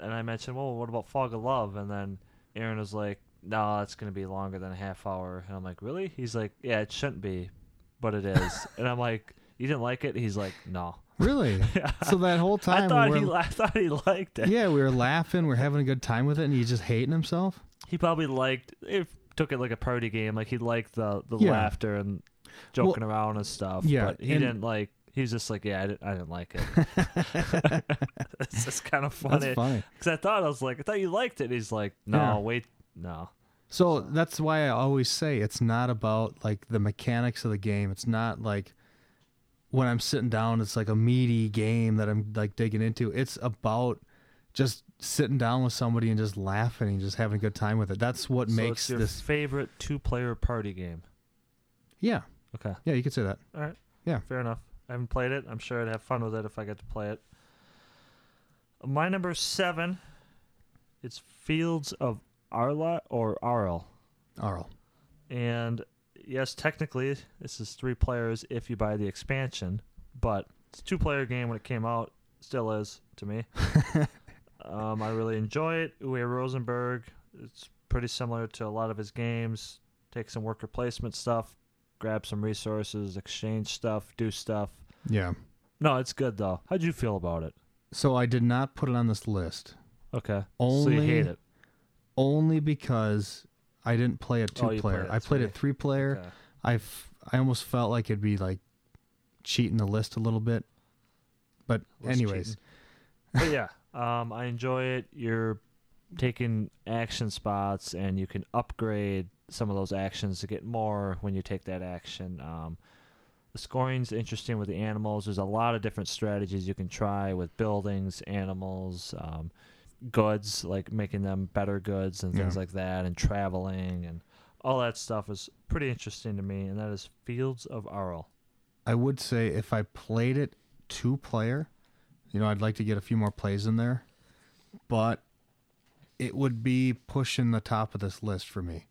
Speaker 2: and I mentioned, well, what about Fog of Love? And then Aaron was like, no, that's going to be longer than a half hour. And I'm like, really? He's like, yeah, it shouldn't be, but it is. and I'm like, you didn't like it? He's like, no.
Speaker 1: Really? So that whole time
Speaker 2: I thought
Speaker 1: we
Speaker 2: he,
Speaker 1: were,
Speaker 2: li- I thought he liked it.
Speaker 1: Yeah, we were laughing, we are having a good time with it, and he's just hating himself.
Speaker 2: He probably liked. It took it like a party game. Like he liked the the
Speaker 1: Yeah.
Speaker 2: laughter and joking around and stuff.
Speaker 1: yeah,
Speaker 2: but he
Speaker 1: and-
Speaker 2: didn't like. He was just like, yeah, I didn't, I didn't like it. it's just kind of funny
Speaker 1: That's funny.
Speaker 2: because I thought I was like, I thought you liked it. He's like, no,
Speaker 1: Yeah.
Speaker 2: wait, no.
Speaker 1: So that's why I always say it's not about like the mechanics of the game. It's not like when I'm sitting down, it's like a meaty game that I'm like digging into. It's about just sitting down with somebody and just laughing and just having a good time with it. That's what
Speaker 2: So
Speaker 1: makes
Speaker 2: it's your
Speaker 1: this.
Speaker 2: favorite two-player party game.
Speaker 1: Yeah,
Speaker 2: Okay,
Speaker 1: yeah, you could say that.
Speaker 2: all right,
Speaker 1: Yeah.
Speaker 2: fair enough. I haven't played it. I'm sure I'd have fun with it if I get to play it. My number seven, it's Fields of Arla or Arl.
Speaker 1: Arl.
Speaker 2: And yes, technically, this is three players if you buy the expansion, but it's a two player game when it came out. Still is to me. um, I really enjoy it. Uwe Rosenberg, it's pretty similar to a lot of his games. Take some worker placement stuff, grab some resources, exchange stuff, do stuff.
Speaker 1: Yeah.
Speaker 2: No, it's good though. How'd you feel about it?
Speaker 1: So I did not put it on this list
Speaker 2: Okay. so you
Speaker 1: Only
Speaker 2: hate it.
Speaker 1: only because I didn't play it two
Speaker 2: Oh, you
Speaker 1: player.
Speaker 2: played it
Speaker 1: I played it
Speaker 2: three.
Speaker 1: three player.
Speaker 2: Okay.
Speaker 1: I've I almost felt like it'd be like cheating the list a little bit. But
Speaker 2: Less
Speaker 1: anyways,
Speaker 2: cheating. but yeah, um, I enjoy it. You're taking action spots, and you can upgrade some of those actions to get more when you take that action. Um, the scoring's interesting with the animals. There's a lot of different strategies you can try with buildings, animals, um, goods, like making them better goods and things
Speaker 1: Yeah.
Speaker 2: like that, and traveling and all that stuff is pretty interesting to me. And that is Fields of Arl.
Speaker 1: I would say if I played it two player, you know, I'd like to get a few more plays in there. But it would be pushing the top of this list for me.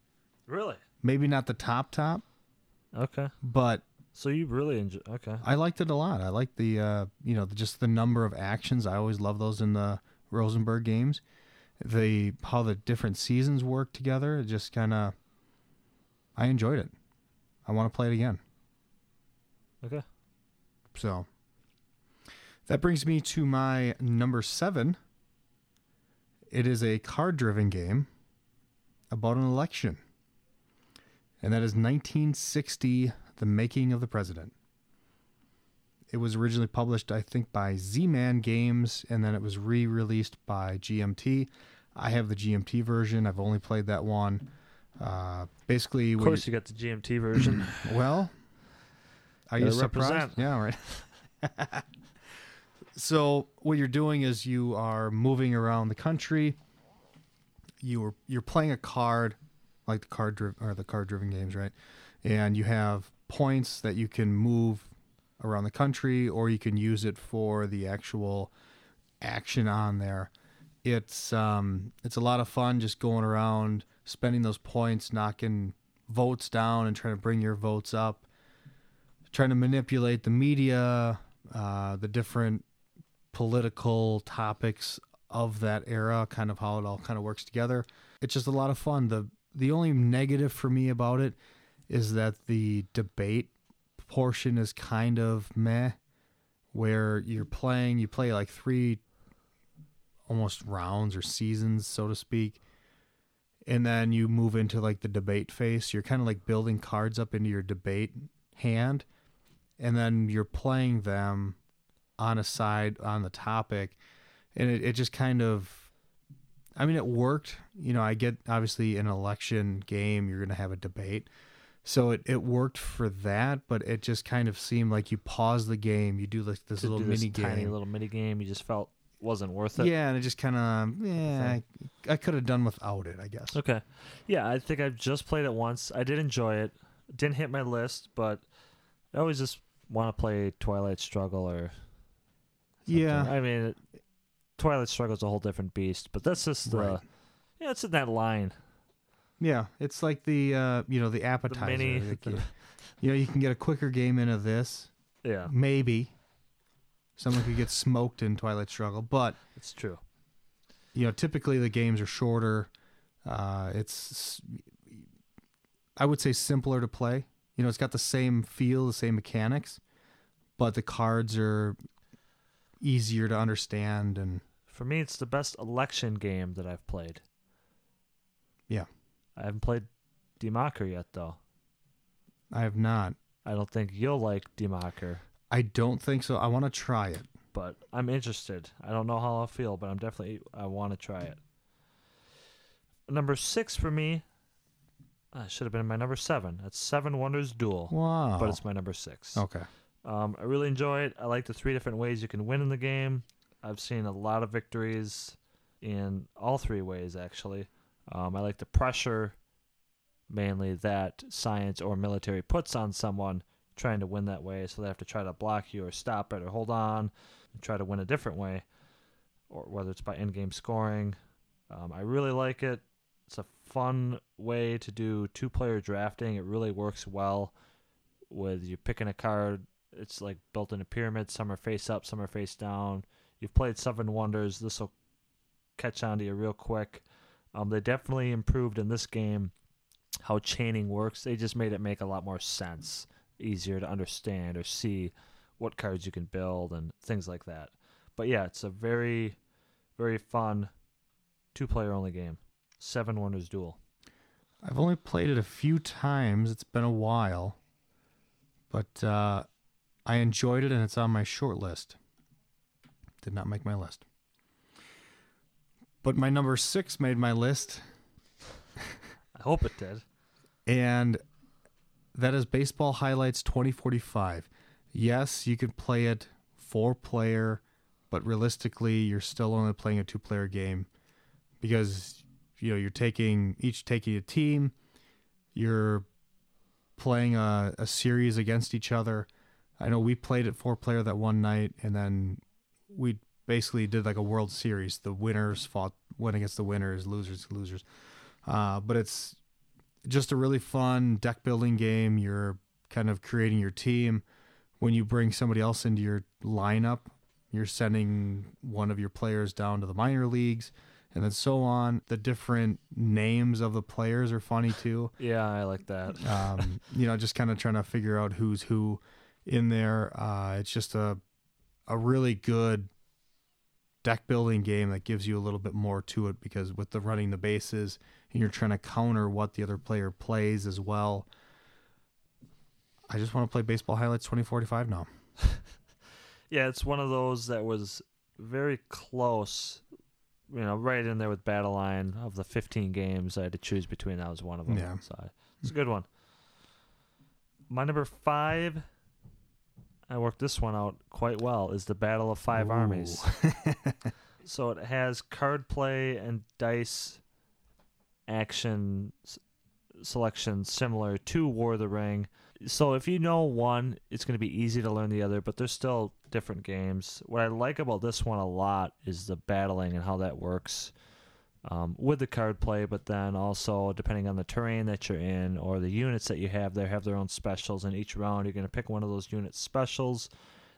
Speaker 2: Really?
Speaker 1: Maybe not the top top,
Speaker 2: Okay.
Speaker 1: but
Speaker 2: So you really enjoy? Okay.
Speaker 1: I liked it a lot. I liked the uh, you know just the number of actions. I always love those in the Rosenberg games. The how the different seasons work together. It just kind of I enjoyed it. I want to play it again.
Speaker 2: Okay.
Speaker 1: So that brings me to my number seven. It is a card-driven game about an election, and that is 1960: The Making of the President. It was originally published, I think, by Z Man Games, and then it was re released by GMT. I have the GMT version. I've only played that one. Uh, basically,
Speaker 2: Of
Speaker 1: what
Speaker 2: course, you got the GMT version.
Speaker 1: you- well, are you
Speaker 2: Gotta
Speaker 1: surprised?
Speaker 2: represent.
Speaker 1: Yeah, right. so, what you're doing is you are moving around the country. You're you're playing a card, like the card driven or the card driven games, right? And you have points that you can move around the country, or you can use it for the actual action on there. It's um, it's a lot of fun just going around, spending those points, knocking votes down, and trying to bring your votes up. Trying to manipulate the media, uh, the different political topics of that era, kind of how it all kind of works together. It's just a lot of fun. The the only negative for me about it is that the debate portion is kind of meh, where you're playing, you play like three almost rounds or seasons, so to speak. And then you move into like the debate phase. You're kind of like building cards up into your debate hand, and then you're playing them on a side on the topic. And it, it just kind of, I mean, it worked. You know, I get obviously an election game, you're going to have a debate. So it, it worked for that, but it just kind of seemed like you pause the game, you do like this
Speaker 2: to
Speaker 1: little
Speaker 2: do this
Speaker 1: mini game.
Speaker 2: tiny little mini game. You just felt wasn't worth it.
Speaker 1: Yeah, and it just kind of yeah, I, I could have done without it, I guess.
Speaker 2: Okay. Yeah, I think I've just played it once. I did enjoy it. Didn't hit my list, but I always just want to play Twilight Struggle or something.
Speaker 1: Yeah,
Speaker 2: I mean, it, Twilight Struggle's a whole different beast, but that's just the
Speaker 1: Right.
Speaker 2: yeah, it's in that line.
Speaker 1: yeah, it's like the uh, you know the appetizer.
Speaker 2: mini-
Speaker 1: like
Speaker 2: the-
Speaker 1: you, you know, you can get a quicker game into this.
Speaker 2: Yeah,
Speaker 1: Maybe someone could get smoked in Twilight Struggle, but
Speaker 2: it's true.
Speaker 1: you know, typically the games are shorter. Uh, it's I would say simpler to play. You know, it's got the same feel, the same mechanics, but the cards are easier to understand and
Speaker 2: For me, it's the best election game that I've played.
Speaker 1: Yeah.
Speaker 2: I haven't played Democker yet, though.
Speaker 1: I have not
Speaker 2: I don't think you'll like Democker,
Speaker 1: I don't think so. I want to try it.
Speaker 2: but I'm interested. I don't know how I'll feel, but I'm definitely I want to try it. Number six for me. Uh, should have been my number seven. That's Seven Wonders Duel,
Speaker 1: Wow.
Speaker 2: but it's my number six.
Speaker 1: okay.
Speaker 2: Um, I really enjoy it. I like the three different ways you can win in the game. I've seen a lot of victories in all three ways, actually. Um, I like the pressure, mainly that science or military puts on someone trying to win that way, so they have to try to block you or stop it or hold on and try to win a different way, or whether it's by in game scoring. Um, I really like it. It's a fun way to do two player drafting. It really works well with you picking a card it's like built in a pyramid. Some are face up, some are face down. You've played Seven Wonders. This will catch on to you real quick. Um, they definitely improved in this game how chaining works. They just made it make a lot more sense, easier to understand or see what cards you can build and things like that. But yeah, it's a very, very fun two player only game. Seven Wonders Duel.
Speaker 1: I've only played it a few times. It's been a while. But uh, I enjoyed it and it's on my short list. Did not make my list. But my number six made my list,
Speaker 2: I hope it did.
Speaker 1: and that is Baseball Highlights 2045. Yes, you can play it four player, but realistically, you're still only playing a two player game because you know you're taking each taking a team you're playing a, a series against each other i know we played at four player that one night and then we basically did like a world series the winners fought went against the winners losers losers uh, but it's just a really fun deck building game you're kind of creating your team when you bring somebody else into your lineup you're sending one of your players down to the minor leagues and then so on. The different names of the players are funny too.
Speaker 2: Yeah, I like that.
Speaker 1: Um, you know, just kind of trying to figure out who's who in there. Uh, it's just a a really good deck building game that gives you a little bit more to it because with the running the bases and you're trying to counter what the other player plays as well. I just want to play baseball highlights 2045 now.
Speaker 2: Yeah, it's one of those that was very close, you know, right in there with Battle Line of the 15 games I had to choose between. That was one of them.
Speaker 1: Yeah.
Speaker 2: So I- it's a good one. My number five, I worked this one out quite well, is the Battle of Five
Speaker 1: Ooh.
Speaker 2: Armies. so it has card play and dice action s- selection similar to War of the Ring so if you know one, it's going to be easy to learn the other, but they're still different games. What I like about this one a lot is the battling and how that works um, with the card play, but then also depending on the terrain that you're in or the units that you have, they have their own specials. And each round, you're going to pick one of those unit specials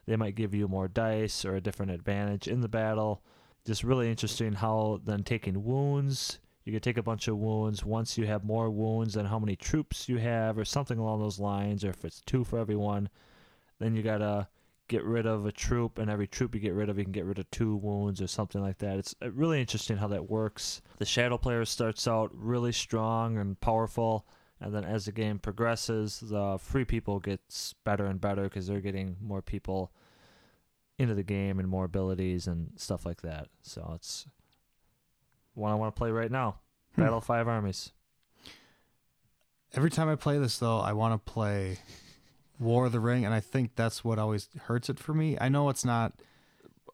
Speaker 2: They might give you more dice or a different advantage in the battle. Just really interesting how then taking wounds, you can take a bunch of wounds once you have more wounds than how many troops you have, or something along those lines, or if it's two for everyone, then you gotta get rid of a troop, and every troop you get rid of, you can get rid of two wounds or something like that. It's uh, really interesting how that works. The Shadow Player starts out really strong and powerful, and then as the game progresses, the free people gets better and better because they're getting more people into the game and more abilities and stuff like that. So it's one I want to play right now.
Speaker 1: Hmm.
Speaker 2: Battle of Five Armies.
Speaker 1: Every time I play this, though, I want to play War of the Ring, and I think that's what always hurts it for me. I know it's not.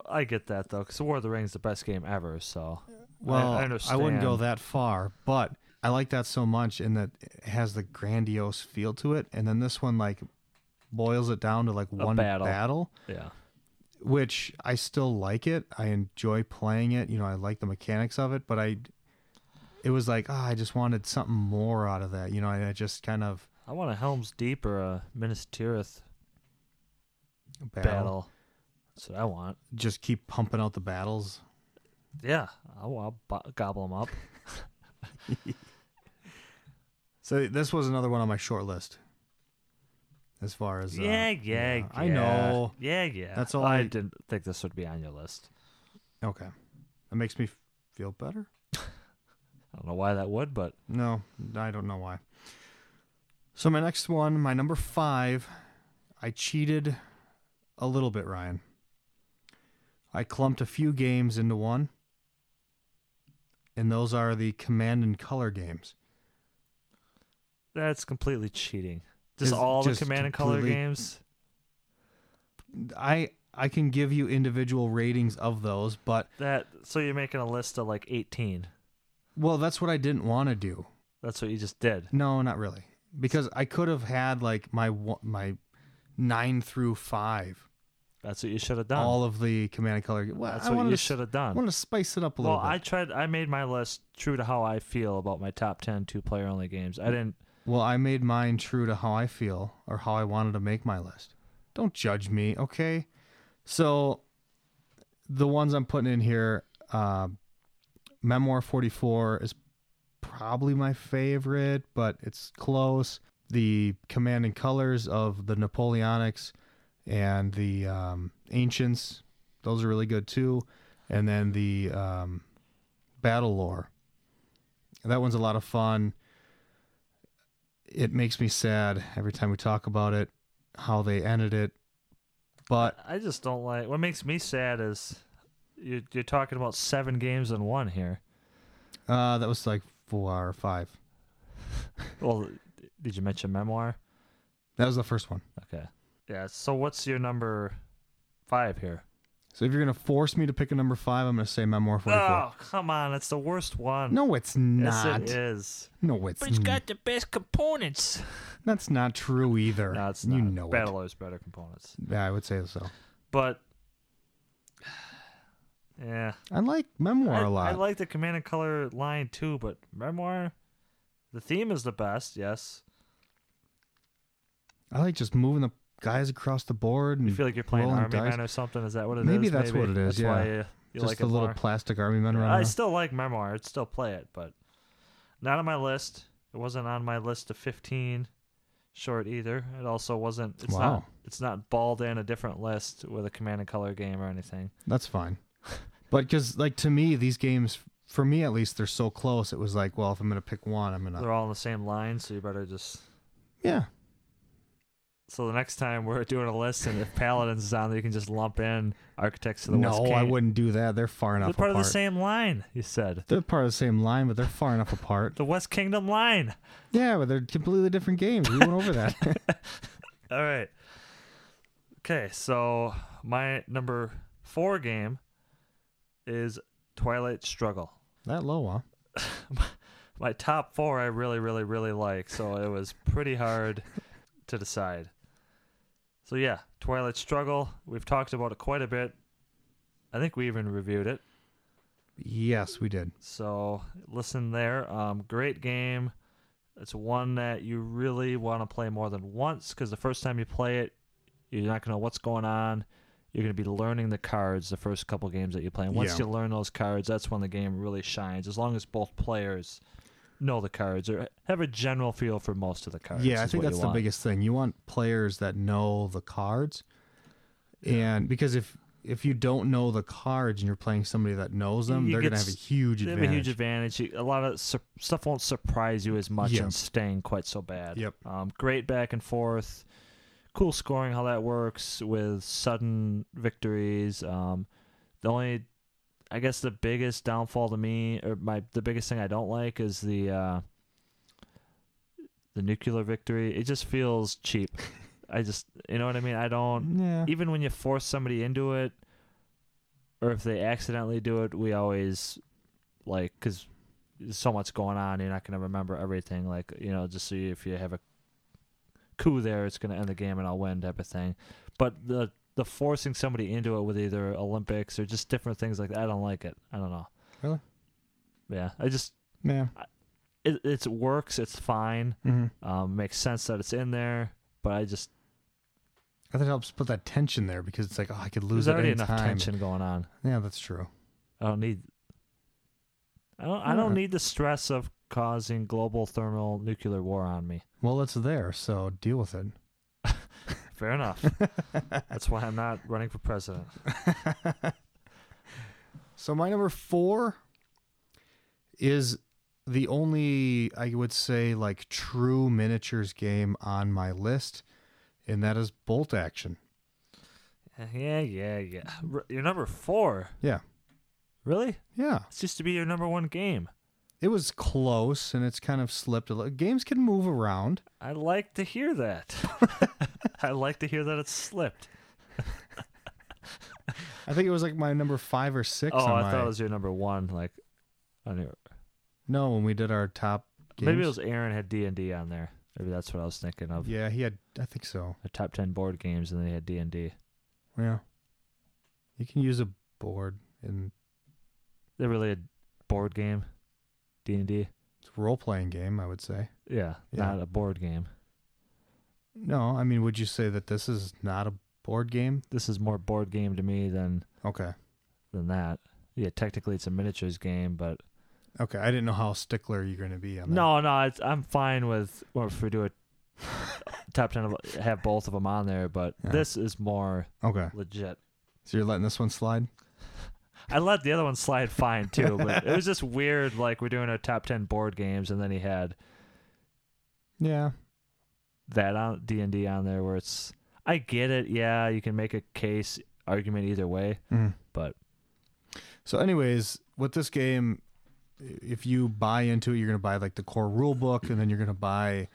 Speaker 2: I get that though, because War of the Rings is the best game ever. So
Speaker 1: Well,
Speaker 2: I
Speaker 1: I,
Speaker 2: understand.
Speaker 1: wouldn't go that far, but I like that so much in that it has the grandiose feel to it, and then this one like boils it down to like
Speaker 2: A
Speaker 1: one
Speaker 2: battle.
Speaker 1: battle,
Speaker 2: yeah,
Speaker 1: which I still like it. I enjoy playing it. You know, I like the mechanics of it, but I, it was like ah, I just wanted something more out of that. You know, and I just kind of
Speaker 2: I want a Helm's Deep or a Minas Tirith
Speaker 1: battle,
Speaker 2: battle. That's what I want.
Speaker 1: just keep pumping out the battles.
Speaker 2: Yeah, I'll, I'll bo- gobble them up.
Speaker 1: So this was another one on my short list. As far as uh,
Speaker 2: yeah, yeah, yeah.
Speaker 1: I know.
Speaker 2: Yeah, yeah.
Speaker 1: That's all
Speaker 2: I,
Speaker 1: I-
Speaker 2: didn't think this would be on your list.
Speaker 1: Okay, that makes me f- feel better.
Speaker 2: I don't know why that would, but
Speaker 1: No, I don't know why. So my next one, my number five, I cheated a little bit, Ryan. I clumped a few games into one, and those are the command and color games.
Speaker 2: that's completely cheating. Just
Speaker 1: It's
Speaker 2: all
Speaker 1: just
Speaker 2: the Command and Color
Speaker 1: completely-
Speaker 2: games.
Speaker 1: I I can give you individual ratings of those, but
Speaker 2: That so you're making a list of like 18.
Speaker 1: well, that's what I didn't want to do.
Speaker 2: That's what you just did.
Speaker 1: No, not really, because I could have had like my one- my nine through five,
Speaker 2: That's what you should have done.
Speaker 1: all of the command and color. Well,
Speaker 2: that's
Speaker 1: I
Speaker 2: what
Speaker 1: wanted
Speaker 2: you
Speaker 1: to-
Speaker 2: should have done.
Speaker 1: I want to spice it up a little
Speaker 2: Well,
Speaker 1: bit.
Speaker 2: I tried. I made my list true to how I feel about my top ten two-player only games. I didn't.
Speaker 1: well, I made mine true to how I feel or how I wanted to make my list. Don't judge me, okay? So, the ones I'm putting in here, uh, Memoir 44 is probably my favorite, but it's close. The Command and Colors of the Napoleonics and the um, Ancients, those are really good too. And then the um, Battle Lore. That one's a lot of fun it makes me sad every time we talk about it, how they ended it. But
Speaker 2: I just don't like. What makes me sad is you're, you're talking about seven games in one here.
Speaker 1: uh, that was like four or five.
Speaker 2: Well, did you mention memoir?
Speaker 1: That was the first one.
Speaker 2: Okay. Yeah. So what's your number five here?
Speaker 1: So if you're gonna force me to pick a number five, I'm gonna say Memoir 44.
Speaker 2: Oh, come on! It's the worst one.
Speaker 1: No, it's
Speaker 2: yes,
Speaker 1: not.
Speaker 2: it is.
Speaker 1: No, it's. n-
Speaker 2: the best components.
Speaker 1: That's not true either.
Speaker 2: No, it's
Speaker 1: you
Speaker 2: not.
Speaker 1: know
Speaker 2: Battle Lords better components,
Speaker 1: it. Yeah, I would say so.
Speaker 2: but yeah.
Speaker 1: I like Memoir
Speaker 2: I,
Speaker 1: a lot.
Speaker 2: I like the Command and Color line too, but Memoir, the theme is the best. Yes,
Speaker 1: I like just moving the guys across the board and
Speaker 2: you feel like you're playing
Speaker 1: Mm. rolling
Speaker 2: Army
Speaker 1: dice.
Speaker 2: Men or something. Is that what it is?
Speaker 1: Maybe that's what it is,
Speaker 2: That's
Speaker 1: yeah.
Speaker 2: why you, you
Speaker 1: just
Speaker 2: like
Speaker 1: the
Speaker 2: it
Speaker 1: little
Speaker 2: more.
Speaker 1: plastic army men around.
Speaker 2: I
Speaker 1: around.
Speaker 2: still like Memoir. I'd still play it, but not on my list. It wasn't on my list of 15 short either. It also wasn't. It's not.
Speaker 1: Wow.
Speaker 2: It's not balled in a different list with a Command and Color game or anything.
Speaker 1: That's fine. But because, like, to me, these games, for me at least, they're so close. It was like, well, if I'm going to pick one, I'm going to.
Speaker 2: They're all on the same line, so you better just.
Speaker 1: Yeah.
Speaker 2: So the next time we're doing a list, and if Paladins is on there, you can just lump in Architects of the West.
Speaker 1: No, I
Speaker 2: Kane.
Speaker 1: wouldn't do that. They're far
Speaker 2: They're
Speaker 1: enough
Speaker 2: part
Speaker 1: apart.
Speaker 2: of the same line, you said.
Speaker 1: They're part of the same line, but they're far enough apart.
Speaker 2: The West Kingdom line.
Speaker 1: Yeah, but they're completely different games. We went over that.
Speaker 2: All right. Okay, so my number four game is Twilight Struggle.
Speaker 1: that low, huh?
Speaker 2: My top four I really, really, really like, so it was pretty hard to decide. So yeah, Twilight Struggle. We've talked about it quite a bit. I think we even reviewed it.
Speaker 1: Yes, we did.
Speaker 2: So listen there. Um, great game. It's one that you really want to play more than once because the first time you play it, you're not gonna know what's going on. you're going to be learning the cards the first couple games that you play. And once
Speaker 1: Yeah.
Speaker 2: you learn those cards, that's when the game really shines. As long as both players know the cards or have a general feel for most of the cards.
Speaker 1: Yeah, I
Speaker 2: is
Speaker 1: think
Speaker 2: what you
Speaker 1: that's the
Speaker 2: want.
Speaker 1: biggest thing. You want players that know the cards, and because if if you don't know the cards and you're playing somebody that knows them,
Speaker 2: You
Speaker 1: they're
Speaker 2: get
Speaker 1: gonna have a
Speaker 2: s-
Speaker 1: huge
Speaker 2: They have
Speaker 1: advantage.
Speaker 2: a huge advantage. You- A lot of sur- stuff won't surprise you as much
Speaker 1: Yeah.
Speaker 2: and sting quite so bad.
Speaker 1: Yep.
Speaker 2: Um, great back and forth. Cool scoring, how that works with sudden victories. Um, the only, I guess, the biggest downfall to me, or my the biggest thing I don't like is the uh, the nuclear victory. It just feels cheap. I just, you know what I mean. I don't
Speaker 1: Yeah,
Speaker 2: even when you force somebody into it, or if they accidentally do it, we always like because there's so much going on, you're not gonna remember everything. Like you know, just see if you have a coup there, it's gonna end the game and I'll win type of thing. But the the forcing somebody into it with either Olympics or just different things like that, I don't like it. I don't know.
Speaker 1: Really?
Speaker 2: Yeah, I just
Speaker 1: yeah.
Speaker 2: it it works. It's fine.
Speaker 1: hmm
Speaker 2: Um, makes sense that it's in there, but I just
Speaker 1: I think it helps put that tension there because it's like, oh, I could lose
Speaker 2: there's
Speaker 1: it at
Speaker 2: already
Speaker 1: any
Speaker 2: enough
Speaker 1: time.
Speaker 2: tension going on.
Speaker 1: Yeah, that's true.
Speaker 2: I don't need. I don't. I don't
Speaker 1: Yeah.
Speaker 2: need the stress of causing global thermal nuclear war on me.
Speaker 1: Well, it's there, so deal with it.
Speaker 2: Fair enough. That's why I'm not running for president.
Speaker 1: So my number four is the only I would say like true miniatures game on my list, and that is Bolt Action.
Speaker 2: Uh, Yeah, yeah, yeah. R- Your number four.
Speaker 1: Yeah.
Speaker 2: Really?
Speaker 1: Yeah,
Speaker 2: It's used to be your number one game.
Speaker 1: it was close, and it's kind of slipped. a li- Games can move around.
Speaker 2: I like to hear that. I like to hear that it slipped.
Speaker 1: I think it was like my number five or six.
Speaker 2: oh,
Speaker 1: on
Speaker 2: I
Speaker 1: my,
Speaker 2: thought it was your number one. Like, on your,
Speaker 1: no when we did our top. Games.
Speaker 2: maybe it was Aaron had D and D on there. Maybe that's what I was thinking of.
Speaker 1: Yeah, he had. I think so.
Speaker 2: The top ten board games, and they had D and D.
Speaker 1: Yeah, you can use a board and
Speaker 2: They're really a board game. D and D.
Speaker 1: it's a role playing game. I would say.
Speaker 2: Yeah,
Speaker 1: Yeah.
Speaker 2: not a board game.
Speaker 1: No, I mean, would you say that this is not a board game?
Speaker 2: This is more board game to me than
Speaker 1: Okay.
Speaker 2: than that. Yeah, technically it's a miniatures game, but
Speaker 1: Okay, I didn't know how stickler you're going to be on that.
Speaker 2: no, no, it's, I'm fine with or if we do a top ten, of, have both of them on there. But
Speaker 1: Yeah.
Speaker 2: this is more
Speaker 1: Okay,
Speaker 2: legit.
Speaker 1: so you're letting this one slide.
Speaker 2: I let the other one slide fine too, but it was just weird. Like we're doing our top ten board games, and then he had
Speaker 1: Yeah.
Speaker 2: that on D and D on there, where it's I get it. Yeah, you can make a case argument either way, but
Speaker 1: Mm. So, anyways, with this game, i- if you buy into it, you're going to buy like the core rule book, and then you're going to buy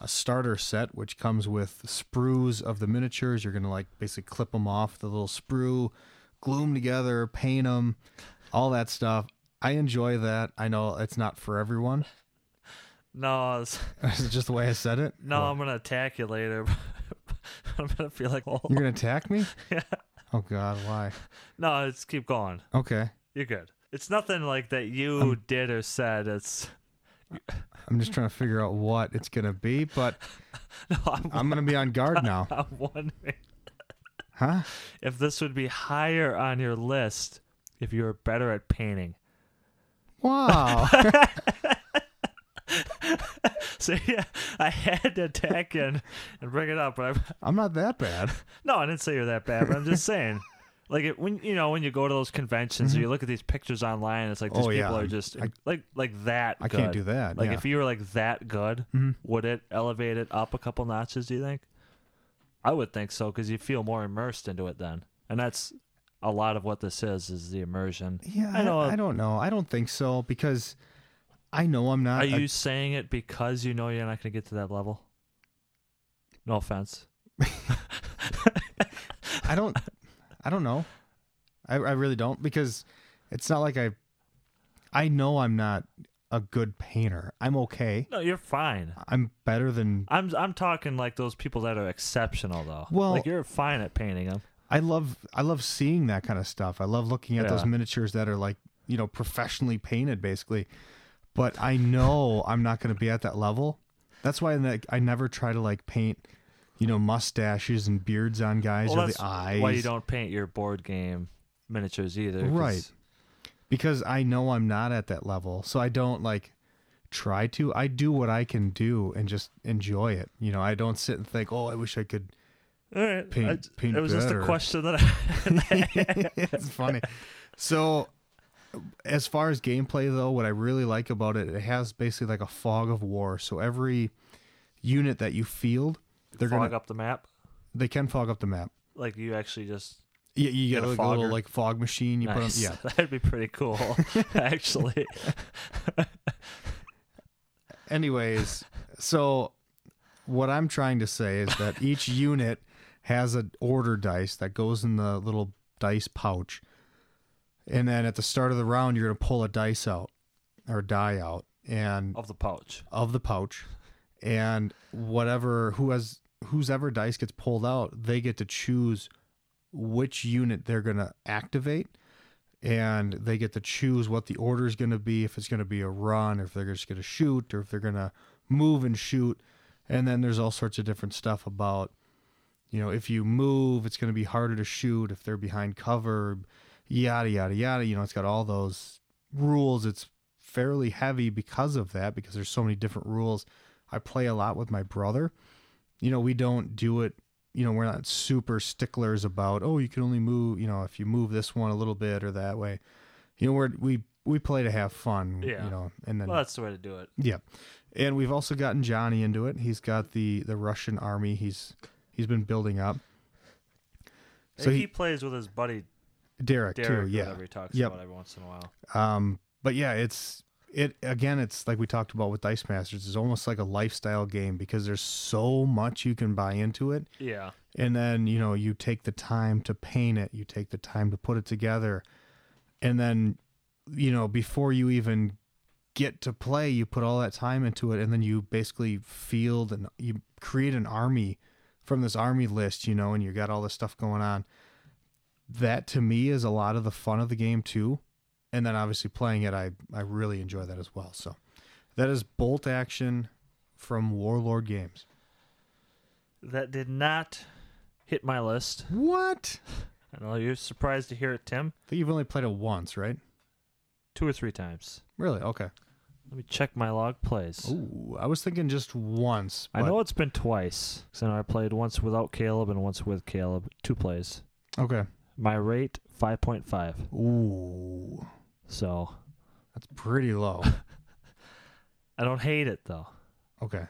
Speaker 1: a starter set, which comes with sprues of the miniatures. You're going to like basically clip them off the little sprue, glue them together, paint them, all that stuff. I enjoy that. I know it's not for everyone.
Speaker 2: no, it's-
Speaker 1: It's just the way I said it.
Speaker 2: No, I'm gonna attack you later. I'm gonna feel like, oh,
Speaker 1: You're gonna attack me?
Speaker 2: Yeah.
Speaker 1: Oh God, why?
Speaker 2: no, it's keep going.
Speaker 1: Okay,
Speaker 2: You're good. It's nothing like that you did or said. It's
Speaker 1: I'm just trying to figure out what it's gonna be, but
Speaker 2: no, I'm,
Speaker 1: I'm gonna be on guard now,
Speaker 2: I'm wondering
Speaker 1: huh?
Speaker 2: if this would be higher on your list if you were better at painting.
Speaker 1: Wow.
Speaker 2: So yeah, I had to attack you and, and bring it up, but I,
Speaker 1: I'm not that bad.
Speaker 2: No, I didn't say you're that bad, but I'm just saying. Like it, when you know when you go to those conventions, or you look at these pictures online. It's like these
Speaker 1: Mm-hmm. Oh, yeah,
Speaker 2: people are
Speaker 1: I'm-
Speaker 2: just
Speaker 1: I-
Speaker 2: like like that.
Speaker 1: I can't
Speaker 2: good.
Speaker 1: do that,
Speaker 2: Like
Speaker 1: yeah. Mm-hmm.
Speaker 2: if you were like that good, would it elevate it up a couple notches? Do you think? I would think so because you feel more immersed into it then, and that's a lot of what this is is the immersion.
Speaker 1: Yeah,
Speaker 2: I know.
Speaker 1: I don't know. I don't think so because I know I'm not.
Speaker 2: are
Speaker 1: a-
Speaker 2: you saying it because you know you're not going to get to that level? No offense.
Speaker 1: I don't. I don't know. I, I really don't because it's not like I. I know I'm not a good painter. I'm okay.
Speaker 2: No, you're fine.
Speaker 1: I'm better than
Speaker 2: I'm I'm talking like those people that are exceptional though.
Speaker 1: Well-
Speaker 2: like you're fine at painting them.
Speaker 1: I love I love seeing that kind of stuff. I love looking at those
Speaker 2: Yeah.
Speaker 1: miniatures that are like, you know, professionally painted basically. But I know I'm not going to be at that level. That's why in that- I never try to like paint, you know, mustaches and beards on guys
Speaker 2: Well,
Speaker 1: or
Speaker 2: that's
Speaker 1: the eyes.
Speaker 2: Why you don't paint your board game miniatures either? 'cause
Speaker 1: Right. because I know I'm not at that level, so I don't like try to. I do what I can do and just enjoy it. You know, I don't sit and think, "Oh, I wish I could."
Speaker 2: All right.
Speaker 1: Paint-
Speaker 2: I j-
Speaker 1: paint
Speaker 2: it was just
Speaker 1: better.
Speaker 2: a question that I.
Speaker 1: it's funny. So, as far as gameplay though, what I really like about it, it has basically like a fog of war. So every unit that you field, they're
Speaker 2: fog
Speaker 1: gonna
Speaker 2: up the map.
Speaker 1: they can fog up the map.
Speaker 2: Like you actually just.
Speaker 1: Yeah, you get
Speaker 2: Get a
Speaker 1: like, a little
Speaker 2: fogger.
Speaker 1: like fog machine. You
Speaker 2: nice.
Speaker 1: put on, yeah.
Speaker 2: That'd be pretty cool, actually.
Speaker 1: Anyways, so what I'm trying to say is that each unit has an order dice that goes in the little dice pouch. And then at the start of the round, you're going to pull a dice out or die out and
Speaker 2: of the pouch.
Speaker 1: of the pouch. And whatever, who has, whose ever dice gets pulled out, they get to choose which unit they're going to activate. And they get to choose what the order is going to be if it's going to be a run, or if they're just going to shoot, or if they're going to move and shoot. And then there's all sorts of different stuff about, you know, if you move, it's going to be harder to shoot, if they're behind cover, yada, yada, yada. You know, it's got all those rules. It's fairly heavy because of that, because there's so many different rules. I play a lot with my brother. You know, we don't do it you know, we're not super sticklers about, oh, you can only move, you know, if you move this one a little bit or that way. You know, we're, we, we play to have fun,
Speaker 2: Yeah.
Speaker 1: you know, and then,
Speaker 2: Well, that's the way to do it.
Speaker 1: yeah. And we've also gotten Johnny into it. He's got the, the Russian army he's, he's been building up. So
Speaker 2: he,
Speaker 1: he-
Speaker 2: plays with his buddy
Speaker 1: Derek,
Speaker 2: Derek,
Speaker 1: too.
Speaker 2: or
Speaker 1: Yeah.
Speaker 2: whatever he talks
Speaker 1: Yep.
Speaker 2: about every once in a while.
Speaker 1: Um, but yeah, it's, it, again, it's like we talked about with Dice Masters. It's almost like a lifestyle game because there's so much you can buy into it.
Speaker 2: Yeah.
Speaker 1: and then you know you take the time to paint it you take the time to put it together and then you know before you even get to play you put all that time into it and then you basically field and you create an army from this army list you know and you got all this stuff going on that to me is a lot of the fun of the game too and then obviously playing it i i really enjoy that as well so that is bolt action from warlord games
Speaker 2: That did not hit my list.
Speaker 1: what
Speaker 2: I know you're surprised to hear it, Tim.
Speaker 1: I think you've only played it once, right?
Speaker 2: Two or three times.
Speaker 1: Really? Okay.
Speaker 2: Let me check my log plays.
Speaker 1: Ooh, I was thinking just once.
Speaker 2: I
Speaker 1: but-
Speaker 2: know it's been twice. 'cause I know I played once without Caleb and once with Caleb. Two plays.
Speaker 1: Okay.
Speaker 2: My rate five point five.
Speaker 1: Ooh,
Speaker 2: So
Speaker 1: that's pretty low.
Speaker 2: I don't hate it though.
Speaker 1: okay.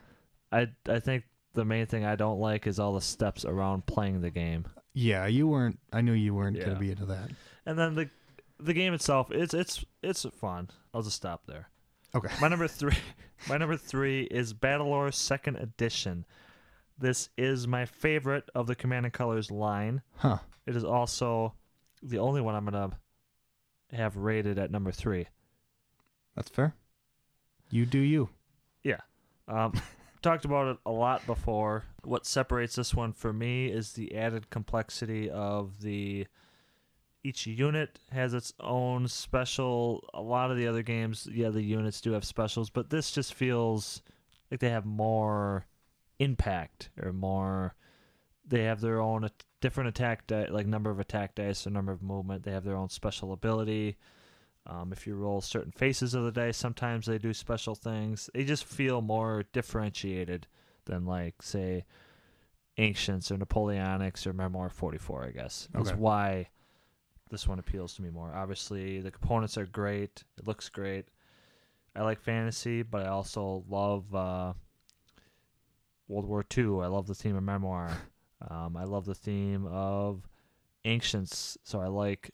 Speaker 2: I I think the main thing I don't like is all the steps around playing the game.
Speaker 1: Yeah, you weren't. I knew you weren't
Speaker 2: Yeah.
Speaker 1: gonna be into that.
Speaker 2: And then the the game itself, it's it's it's fun. I'll just stop there.
Speaker 1: Okay.
Speaker 2: My number three my number three is Battlelore Second Edition. This is my favorite of the Command and Colors line.
Speaker 1: Huh.
Speaker 2: It is also the only one I'm gonna have rated at number three.
Speaker 1: That's fair. You do you.
Speaker 2: Yeah. Um, talked about it a lot before. What separates this one for me is the added complexity of the. Each unit has its own special. A lot of the other games, yeah, the units do have specials, but this just feels like they have more impact or more. They have their own at- different attack, di- like number of attack dice or number of movement. They have their own special ability. Um, if you roll certain faces of the dice, sometimes they do special things. They just feel more differentiated than, like, say, Ancients or Napoleonics or Memoir 44, I guess. That's
Speaker 1: Okay.
Speaker 2: why this one appeals to me more. Obviously, the components are great. It looks great. I like fantasy, but I also love uh, World War II. I love the theme of Memoir. Um, I love the theme of Ancients, so I like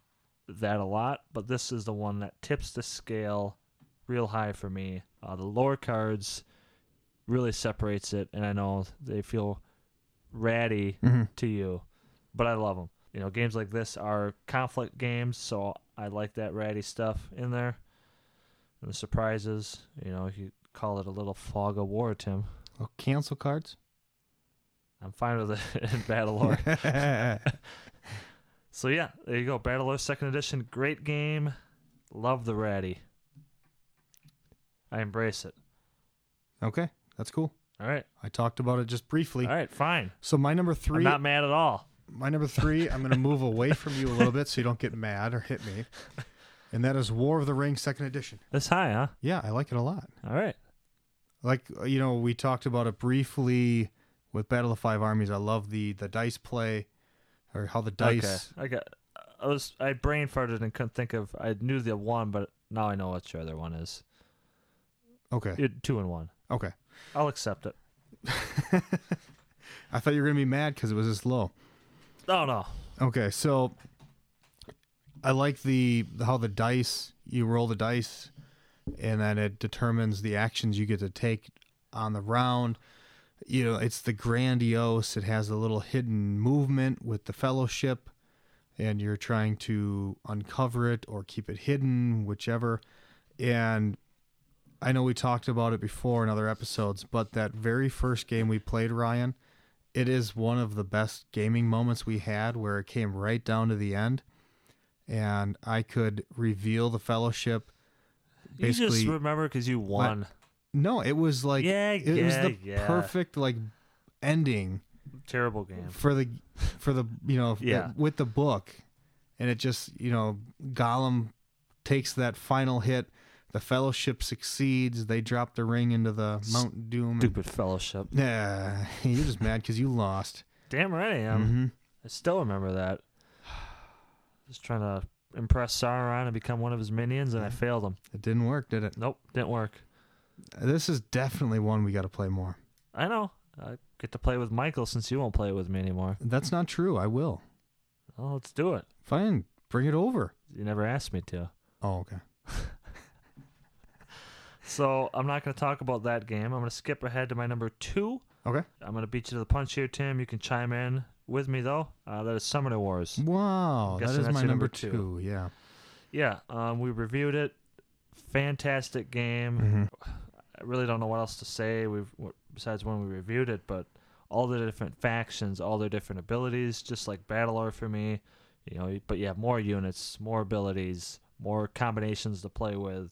Speaker 2: that a lot, but this is the one that tips the scale real high for me. Uh, the lower cards really separates it, and I know they feel ratty
Speaker 1: Mm-hmm.
Speaker 2: to you, but I love them. You know, games like this are conflict games, so I like that ratty stuff in there. And the surprises, you know, you call it a little fog of war, Tim.
Speaker 1: Oh, cancel cards.
Speaker 2: I'm fine with it in Battlelore. so yeah, there you go. Battlelore Second Edition, great game. Love the ratty. I embrace it.
Speaker 1: okay, that's cool.
Speaker 2: All right.
Speaker 1: I talked about it just briefly.
Speaker 2: All right. Fine.
Speaker 1: So my number
Speaker 2: I'm
Speaker 1: three,
Speaker 2: not mad at all.
Speaker 1: my number three, I'm going to move away from you a little bit so you don't get mad or hit me, and that is War of the Ring Second Edition.
Speaker 2: That's high, huh?
Speaker 1: Yeah, I like it a lot.
Speaker 2: All right.
Speaker 1: Like uh, you know, we talked about it briefly with Battle of Five Armies. I love the the dice play, or how the dice.
Speaker 2: Okay. I got. I was. I brain farted and couldn't think of. I knew the one, but now I know what your other one is.
Speaker 1: Okay, okay.
Speaker 2: you two and one. I'll accept it.
Speaker 1: I thought you were going to be mad because it was this low.
Speaker 2: Oh no.
Speaker 1: Okay, so I like the how the dice you roll the dice, and then it determines the actions you get to take on the round. You know, it's the grandiose. It has a little hidden movement with the fellowship, and you're trying to uncover it or keep it hidden, whichever. And I know we talked about it before in other episodes, but that very first game we played, Ryan, it is one of the best gaming moments we had where it came right down to the end and I could reveal the fellowship.
Speaker 2: you just
Speaker 1: Basically-
Speaker 2: remember because you won.
Speaker 1: No, it was like
Speaker 2: Yeah,
Speaker 1: it was
Speaker 2: yeah,
Speaker 1: the
Speaker 2: yeah.
Speaker 1: perfect like ending
Speaker 2: Terrible game.
Speaker 1: for the for the you know
Speaker 2: Yeah.
Speaker 1: with the book and it just you know Gollum takes that final hit the fellowship succeeds they drop the ring into the Mount Doom and,
Speaker 2: Stupid fellowship.
Speaker 1: yeah you're just mad cuz you lost
Speaker 2: Damn right I am.
Speaker 1: Mhm.
Speaker 2: I still remember that. Just trying to impress Sauron and become one of his minions, and I failed him.
Speaker 1: it didn't work did it
Speaker 2: Nope, didn't work.
Speaker 1: This is definitely one we got to play more.
Speaker 2: I know. I get to play with Michael since you won't play it with me anymore.
Speaker 1: That's not true. I will.
Speaker 2: Well, let's do it.
Speaker 1: Fine. Bring it over.
Speaker 2: You never asked me to.
Speaker 1: Oh, okay.
Speaker 2: So I'm not going to talk about that game. I'm going to skip ahead to my number two.
Speaker 1: Okay.
Speaker 2: I'm going to beat you to the punch here, Tim. You can chime in with me, though. Uh, that is Summoner
Speaker 1: Mm-hmm.
Speaker 2: Wars.
Speaker 1: Wow.
Speaker 2: I'm
Speaker 1: That is
Speaker 2: guessing that's
Speaker 1: my
Speaker 2: your
Speaker 1: number
Speaker 2: number
Speaker 1: two.
Speaker 2: two.
Speaker 1: Yeah.
Speaker 2: Yeah, um, we reviewed it. Fantastic game.
Speaker 1: Mm-hmm.
Speaker 2: I really don't know what else to say. We've w- besides when we reviewed it, but all the different factions, all their different abilities, just like Battle Battlelore for me. You know, but you have more units, more abilities, more combinations to play with,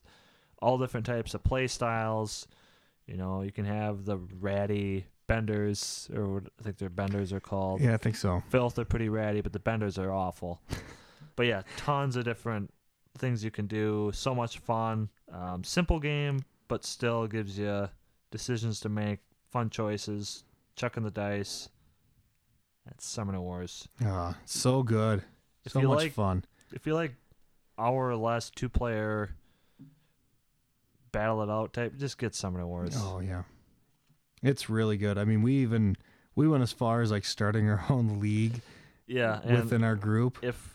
Speaker 2: all different types of play styles. You know, you can have the ratty benders, or what I think their benders are called.
Speaker 1: Yeah, I think so.
Speaker 2: Filth are pretty ratty, but the benders are awful. but yeah, tons of different things you can do. So much fun. Um, simple game, but still gives you decisions to make, fun choices, chucking the dice. That's Summoner Wars.
Speaker 1: Ah, so good.
Speaker 2: If
Speaker 1: so
Speaker 2: you
Speaker 1: much
Speaker 2: like-
Speaker 1: fun.
Speaker 2: If you like hour or less two player battle it out type, just get Summoner Wars.
Speaker 1: Oh yeah. It's really good. I mean, we even we went as far as like starting our own league
Speaker 2: yeah, and
Speaker 1: within our group.
Speaker 2: if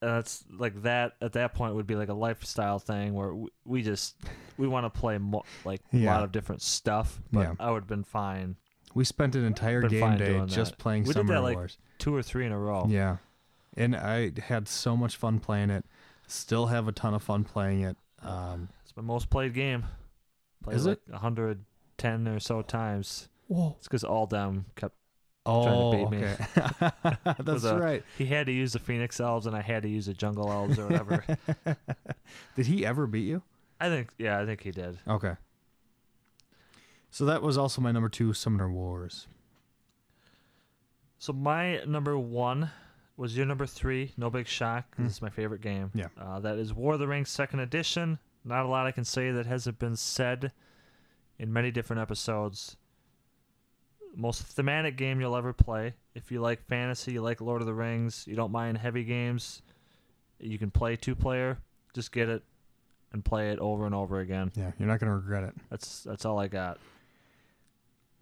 Speaker 2: and that's like that at that point would be like a lifestyle thing where we, we just we want to play mo- like a
Speaker 1: Yeah.
Speaker 2: lot of different stuff but
Speaker 1: Yeah.
Speaker 2: i would have been fine
Speaker 1: We spent an entire
Speaker 2: Been
Speaker 1: game
Speaker 2: fine
Speaker 1: day
Speaker 2: doing
Speaker 1: just
Speaker 2: that.
Speaker 1: playing
Speaker 2: We did
Speaker 1: Summer
Speaker 2: that, like,
Speaker 1: Wars.
Speaker 2: two or three in a row
Speaker 1: Yeah. And I had so much fun playing it. Still have a ton of fun playing it. Um,
Speaker 2: it's my most played game played
Speaker 1: Is
Speaker 2: like 110 or so times
Speaker 1: Whoa.
Speaker 2: it's because all them kept
Speaker 1: Oh,
Speaker 2: trying to beat me.
Speaker 1: okay. That's
Speaker 2: With a-
Speaker 1: right.
Speaker 2: he had to use the phoenix elves and i had to use the jungle elves or whatever
Speaker 1: Did he ever beat you?
Speaker 2: i think yeah i think he did
Speaker 1: Okay. So that was also my number two, Summoner Wars.
Speaker 2: So my number one was your number three. No big shock. This is my favorite game.
Speaker 1: Yeah.
Speaker 2: Uh, that is War of the Rings Second Edition. Not a lot I can say that hasn't been said in many different episodes. Most thematic game you'll ever play. If you like fantasy, you like Lord of the Rings, you don't mind heavy games, you can play two player. Just get it and play it over and over again.
Speaker 1: Yeah, you're not going to regret it.
Speaker 2: That's that's all I got.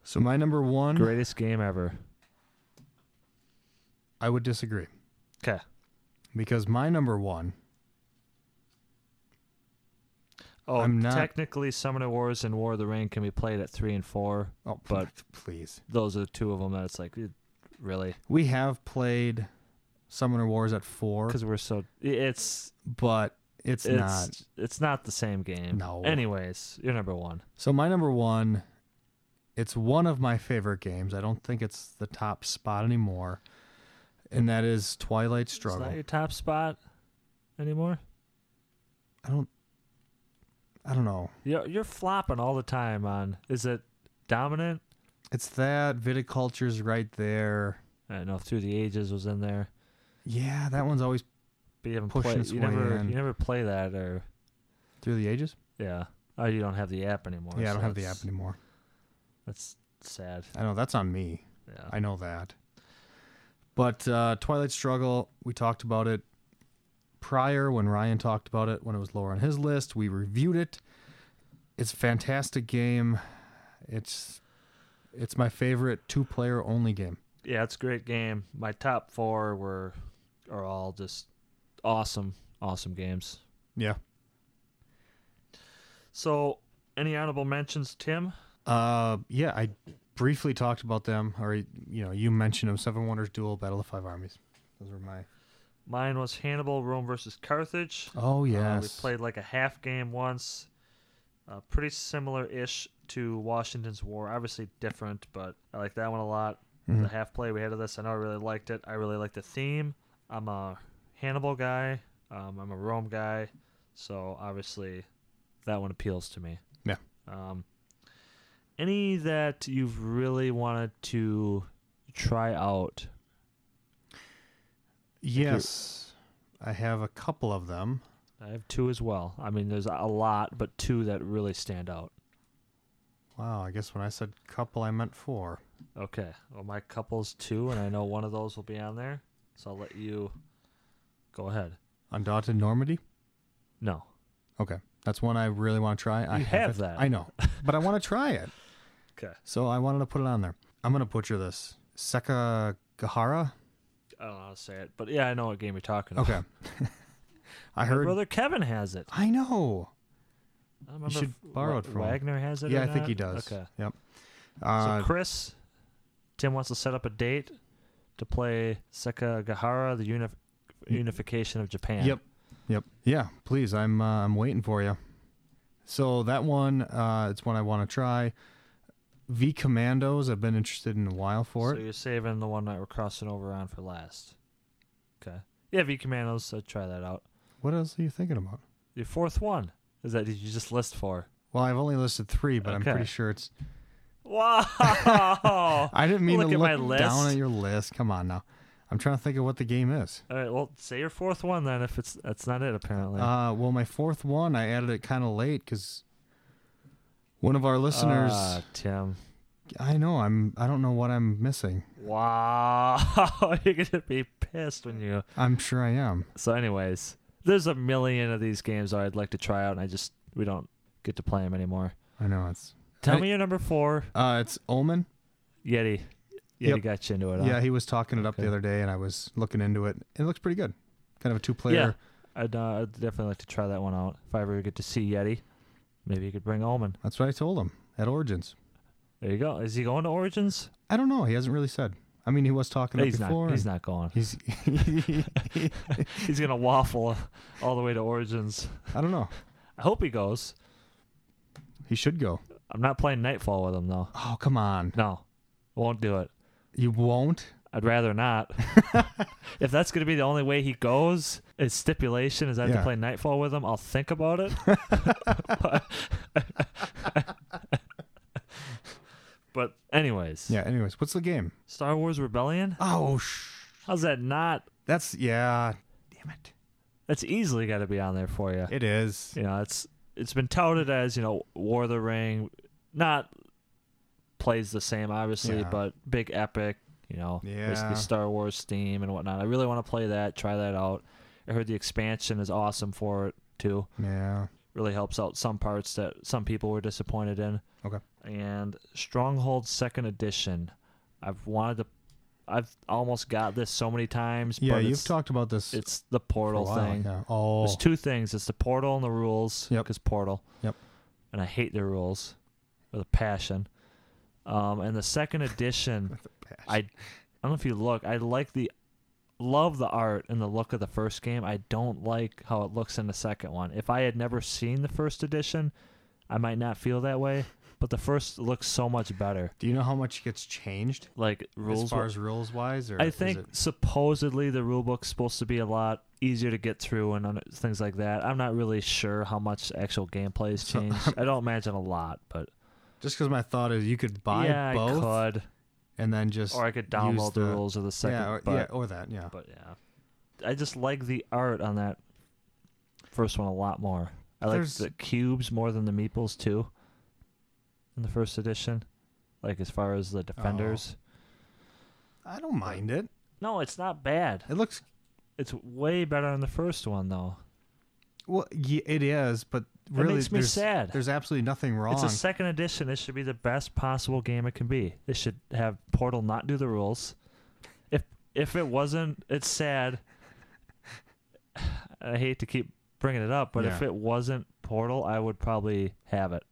Speaker 1: So my number one,
Speaker 2: Greatest game ever.
Speaker 1: I would disagree
Speaker 2: Okay.
Speaker 1: because my number one,
Speaker 2: Oh,
Speaker 1: I'm not-
Speaker 2: technically, Summoner Wars and War of the Ring can be played at three and four.
Speaker 1: oh,
Speaker 2: But-
Speaker 1: please.
Speaker 2: Those are the two of them that it's like, eh, really,
Speaker 1: We have played Summoner Wars at four,
Speaker 2: because we're so it's
Speaker 1: but it's,
Speaker 2: it's
Speaker 1: not.
Speaker 2: it's, not the same game.
Speaker 1: No.
Speaker 2: Anyways, you're number one.
Speaker 1: So my number one, it's one of my favorite games. I don't think it's the top spot anymore, and that is Twilight Struggle.
Speaker 2: It's not your top spot anymore.
Speaker 1: I don't. I don't know.
Speaker 2: You're, you're flopping all the time on. Is it Dominant.
Speaker 1: It's that viticulture's right there.
Speaker 2: I don't know Through the Ages was in there.
Speaker 1: Yeah, that one's always
Speaker 2: But you haven't
Speaker 1: Pushing
Speaker 2: played.
Speaker 1: its
Speaker 2: You
Speaker 1: way
Speaker 2: never.
Speaker 1: in.
Speaker 2: You never play that or
Speaker 1: through the ages.
Speaker 2: yeah. Oh, you don't have the app anymore.
Speaker 1: yeah, I
Speaker 2: so
Speaker 1: don't have the
Speaker 2: that's-
Speaker 1: app anymore.
Speaker 2: That's sad.
Speaker 1: I know that's on me.
Speaker 2: Yeah.
Speaker 1: I know that. But uh, Twilight Struggle, we talked about it prior when Ryan talked about it when it was lower on his list. We reviewed it. It's a fantastic game. It's it's my favorite two player only game.
Speaker 2: yeah, it's a great game. My top four were are all just awesome, awesome games.
Speaker 1: Yeah.
Speaker 2: So, any honorable mentions, Tim?
Speaker 1: Uh, yeah, I briefly talked about them, or you know, you mentioned them. Seven Wonders Duel, Battle of Five Armies. Those were my.
Speaker 2: Mine was Hannibal, Rome versus Carthage.
Speaker 1: Oh
Speaker 2: Uh, we
Speaker 1: yes.
Speaker 2: played like a half game once. Uh, pretty similar ish to Washington's War. Obviously different, but I like that one a lot.
Speaker 1: Mm-hmm.
Speaker 2: The half play we had of this, I know I really liked it. I really like the theme. I'm a Hannibal guy, um, I'm a Rome guy, so obviously that one appeals to me.
Speaker 1: Yeah.
Speaker 2: Um, any that you've really wanted to try out?
Speaker 1: Yes, I have a couple of them.
Speaker 2: I have two as well. I mean, there's a lot, but two that really stand out.
Speaker 1: Wow, I guess when I said couple, I meant four.
Speaker 2: Okay. Well, my couple's two, and I know one of those will be on there, so I'll let you go ahead.
Speaker 1: Undaunted Normandy.
Speaker 2: No.
Speaker 1: Okay, that's one I really want to try. I
Speaker 2: You have
Speaker 1: it.
Speaker 2: that.
Speaker 1: I know, but I want to try it.
Speaker 2: Okay.
Speaker 1: So I wanted to put it on there. I'm gonna butcher this. Sekigahara.
Speaker 2: I don't know how to say it, but yeah, I know what game you're talking about.
Speaker 1: Okay. Oh, I
Speaker 2: My
Speaker 1: heard.
Speaker 2: brother Kevin has it.
Speaker 1: I know.
Speaker 2: I don't remember
Speaker 1: should
Speaker 2: if
Speaker 1: borrow
Speaker 2: Wa-
Speaker 1: it from him.
Speaker 2: Wagner has it.
Speaker 1: Yeah,
Speaker 2: or
Speaker 1: I think he
Speaker 2: not.
Speaker 1: does.
Speaker 2: Okay.
Speaker 1: Yep. Uh,
Speaker 2: so Chris, Tim wants to set up a date to play Sekigahara, the unif- unification of Japan.
Speaker 1: Yep. Yep. Yeah. Please, I'm uh, I'm waiting for you. So that one, uh, it's one I want to try. V Commandos, I've been interested in a while for
Speaker 2: so
Speaker 1: it.
Speaker 2: you're saving the one that we're crossing over on for last. Okay. Yeah, V Commandos. So try that out.
Speaker 1: What else are you thinking about?
Speaker 2: Your fourth one is that you just list for.
Speaker 1: Well, I've only listed three, but I'm
Speaker 2: Okay.
Speaker 1: pretty sure it's.
Speaker 2: Wow.
Speaker 1: I didn't mean
Speaker 2: Look
Speaker 1: to
Speaker 2: at
Speaker 1: look
Speaker 2: my
Speaker 1: down
Speaker 2: list.
Speaker 1: at your list. Come on now, I'm trying to think of what the game is.
Speaker 2: All right. Well, say your fourth one then. If it's that's not it, apparently.
Speaker 1: Uh, well, my fourth one, I added it kind of late because one of our listeners.
Speaker 2: Ah, Tim.
Speaker 1: I know I'm. I don't know what I'm missing.
Speaker 2: Wow. You're gonna be pissed when you.
Speaker 1: I'm sure I am.
Speaker 2: So, anyways, there's a million of these games that I'd like to try out, and I just we don't get to play them anymore.
Speaker 1: I know it's.
Speaker 2: Tell
Speaker 1: I-
Speaker 2: me your number four,
Speaker 1: Uh, it's Omen.
Speaker 2: Yeti. Yeti
Speaker 1: Yep.
Speaker 2: got you into it. huh?
Speaker 1: Yeah, he was talking it up the
Speaker 2: Okay.
Speaker 1: other day, and I was looking into it. It looks pretty good. Kind of a two-player.
Speaker 2: Yeah. I'd, uh, I'd definitely like to try that one out if I ever get to see Yeti. Maybe you could bring Omen.
Speaker 1: That's what I told him at Origins.
Speaker 2: There you go. Is he going to Origins?
Speaker 1: I don't know. He hasn't really said. I mean, he was talking
Speaker 2: he's
Speaker 1: up before.
Speaker 2: not. He's not going.
Speaker 1: He's.
Speaker 2: He's gonna waffle all the way to Origins.
Speaker 1: I don't know.
Speaker 2: I hope he goes.
Speaker 1: He should go.
Speaker 2: I'm not playing Nightfall with him though.
Speaker 1: Oh come on!
Speaker 2: No, won't do it.
Speaker 1: You won't.
Speaker 2: I'd rather not. if that's gonna be the only way he goes, his stipulation is I have
Speaker 1: Yeah.
Speaker 2: to play Nightfall with him. I'll think about it. but anyways,
Speaker 1: Yeah. Anyways, what's the game?
Speaker 2: Star Wars Rebellion.
Speaker 1: Oh, sh-
Speaker 2: How's that not?
Speaker 1: that's yeah. Damn it!
Speaker 2: That's easily got to be on there for you.
Speaker 1: It is.
Speaker 2: you know it's it's been touted as you know war of the ring not plays the same obviously
Speaker 1: Yeah.
Speaker 2: but big epic you know
Speaker 1: Yeah.
Speaker 2: basically star wars theme and whatnot i really want to play that try that out i heard the expansion is awesome for it too
Speaker 1: Yeah.
Speaker 2: really helps out some parts that some people were disappointed in
Speaker 1: Okay.
Speaker 2: and stronghold second edition i've wanted to i've almost got this so many times
Speaker 1: Yeah.
Speaker 2: but
Speaker 1: You've
Speaker 2: it's,
Speaker 1: talked about this
Speaker 2: it's the
Speaker 1: for a
Speaker 2: portal
Speaker 1: while.
Speaker 2: thing
Speaker 1: Yeah. Oh.
Speaker 2: there's two things. It's the portal and the rules.
Speaker 1: Yep.
Speaker 2: Because portal.
Speaker 1: Yep.
Speaker 2: And I hate the rules with a passion. Um, and the second edition, I, I don't know if you look. I like the, love the art and the look of the first game. I don't like how it looks in the second one. If I had never seen the first edition, I might not feel that way. But the first looks so much better.
Speaker 1: Do you know how much gets changed
Speaker 2: Like rules.
Speaker 1: as far
Speaker 2: were-
Speaker 1: as rules wise? Or
Speaker 2: I
Speaker 1: is
Speaker 2: think
Speaker 1: it-
Speaker 2: supposedly the rule book's supposed to be a lot easier to get through and on- things like that. I'm not really sure how much actual gameplay has changed. I don't imagine a lot, but
Speaker 1: Just because my thought is you could buy
Speaker 2: yeah,
Speaker 1: both
Speaker 2: I could,
Speaker 1: and then just
Speaker 2: or I could
Speaker 1: use
Speaker 2: download the,
Speaker 1: the-
Speaker 2: rules of the second.
Speaker 1: yeah, or,
Speaker 2: but,
Speaker 1: yeah, or that, yeah.
Speaker 2: but yeah, I just like the art on that first one a lot more. I like
Speaker 1: There's-
Speaker 2: the cubes more than the meeples too. In the first edition, like as far as the
Speaker 1: Oh.
Speaker 2: defenders,
Speaker 1: I don't mind it.
Speaker 2: no, it's not bad.
Speaker 1: It looks
Speaker 2: It's way better than the first one though.
Speaker 1: well, yeah, it is, but
Speaker 2: That
Speaker 1: really,
Speaker 2: makes me
Speaker 1: there's,
Speaker 2: sad.
Speaker 1: There's absolutely nothing wrong.
Speaker 2: It's a second edition. This should be the best possible game it can be. They should have Portal not do the rules. If if it wasn't, it's sad. I hate to keep bringing it up, but if
Speaker 1: Yeah.
Speaker 2: it wasn't Portal, I would probably have it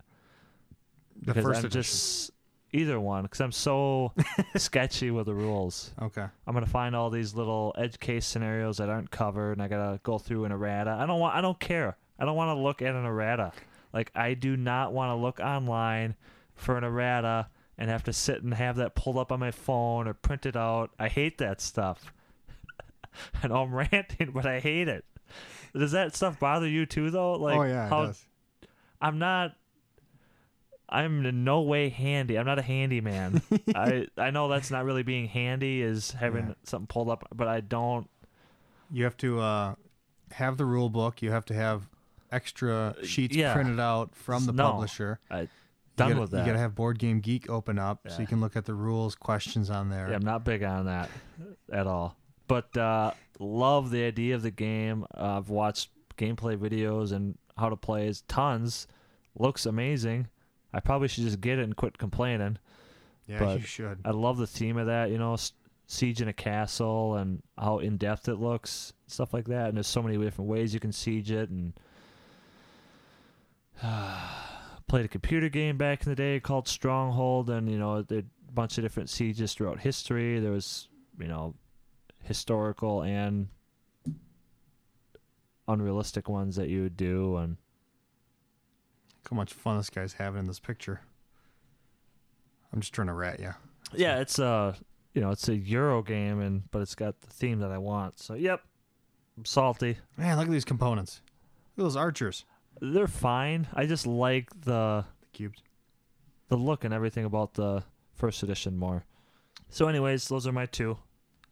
Speaker 1: the
Speaker 2: because
Speaker 1: first
Speaker 2: I'm
Speaker 1: edition.
Speaker 2: just either one because I'm so sketchy with the rules.
Speaker 1: okay.
Speaker 2: I'm gonna find all these little edge case scenarios that aren't covered, and I gotta go through an errata. I don't want. I don't care. I don't want to look at an errata. Like I do not want to look online for an errata and have to sit and have that pulled up on my phone or print it out. I hate that stuff. I know I'm ranting, but I hate it. Does that stuff bother you too, though? Like,
Speaker 1: oh yeah,
Speaker 2: how
Speaker 1: it does.
Speaker 2: I'm not. I'm in no way handy. I'm not a handyman. I I know that's not really being handy is having
Speaker 1: Yeah.
Speaker 2: something pulled up, but I don't.
Speaker 1: You have to uh, have the rule book. You have to have extra sheets
Speaker 2: Uh, yeah.
Speaker 1: printed out from the
Speaker 2: No.
Speaker 1: publisher.
Speaker 2: I
Speaker 1: You
Speaker 2: done
Speaker 1: gotta-
Speaker 2: with
Speaker 1: You gotta
Speaker 2: that.
Speaker 1: have Board Game Geek open up so
Speaker 2: Yeah.
Speaker 1: you can look at the rules, questions on there.
Speaker 2: Yeah, I'm not big on that at all. But uh, love the idea of the game. Uh, I've watched gameplay videos and how to play is tons. Looks amazing. I probably should just get it and quit complaining.
Speaker 1: Yeah,
Speaker 2: but-
Speaker 1: you should.
Speaker 2: I love the theme of that, you know, s- siege in a castle and how in depth it looks, stuff like that. And there's so many different ways you can siege it. And played a computer game back in the day called Stronghold, and you know, there a bunch of different sieges throughout history. There was, you know, historical and unrealistic ones that you would do, and
Speaker 1: Look how much fun this guy's having in this picture. I'm just trying to rat you.
Speaker 2: Yeah, it's uh, a you know it's a Euro game, and but it's got the theme that I want. So yep, I'm salty.
Speaker 1: Man, look at these components. Look at those archers.
Speaker 2: They're fine. I just like
Speaker 1: The
Speaker 2: the
Speaker 1: cubes.
Speaker 2: the look and everything about the first edition more. So, anyways, those are my two.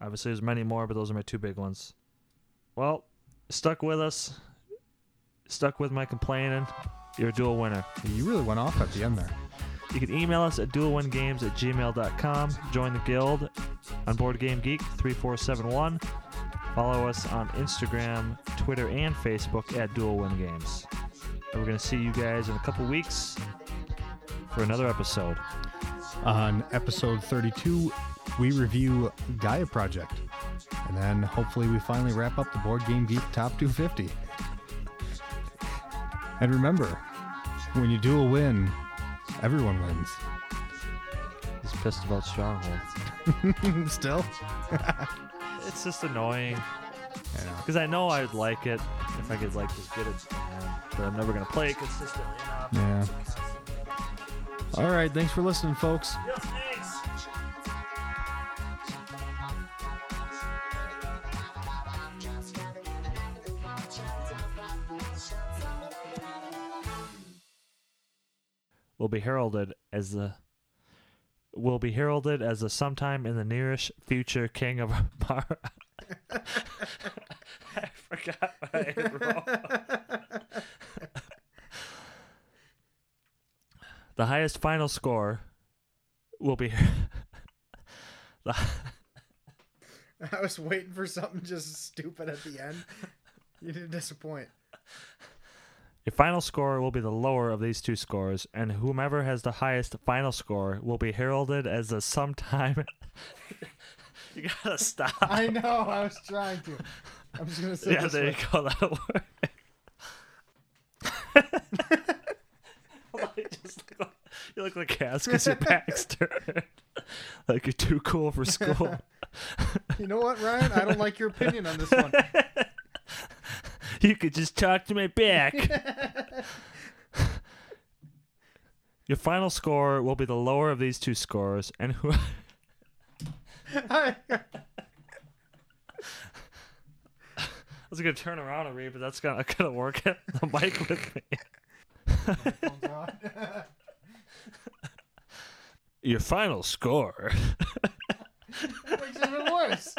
Speaker 2: Obviously, there's many more, but those are my two big ones. Well, stuck with us, stuck with my complaining. You're a dual winner.
Speaker 1: You really went off at the end there.
Speaker 2: You can email us at dualwingames at gmail.com. Join the guild on Board Game Geek 3471. Follow us on Instagram, Twitter, and Facebook at Dual Win Games. And we're going to see you guys in a couple weeks for another episode.
Speaker 1: On episode 32, we review Gaia Project. And then hopefully we finally wrap up the Board Game Geek Top 250. And remember, when you do a win, everyone wins.
Speaker 2: He's pissed about Stronghold.
Speaker 1: Still?
Speaker 2: It's just annoying
Speaker 1: I know.
Speaker 2: because I know I'd like it if I could like just get it, but I'm never going to play it consistently enough.
Speaker 1: Yeah. All right. Thanks for listening, folks.
Speaker 2: Yeah, thanks. Will be heralded as the will be heralded as the sometime in the nearest future king of Mar. I forgot what I wrote. The highest final score will be
Speaker 1: I was waiting for something just stupid at the end. You didn't disappoint.
Speaker 2: The final score will be the lower of these two scores, and whomever has the highest final score will be heralded as the sometime. you gotta stop.
Speaker 1: I know. I was trying to. I'm just gonna say
Speaker 2: yeah, there you go. That'll work. Well, you just look like- you look like ass because your back's turned. like you're too cool for school.
Speaker 1: You know what, Ryan? I don't like your opinion on this one.
Speaker 2: you could just talk to my back. Your final score will be the lower of these two scores, and who.
Speaker 1: I,
Speaker 2: I was gonna turn around and read, but that's gonna gonna work at the mic with me.
Speaker 1: oh God.
Speaker 3: your final score.
Speaker 2: Makes it even worse.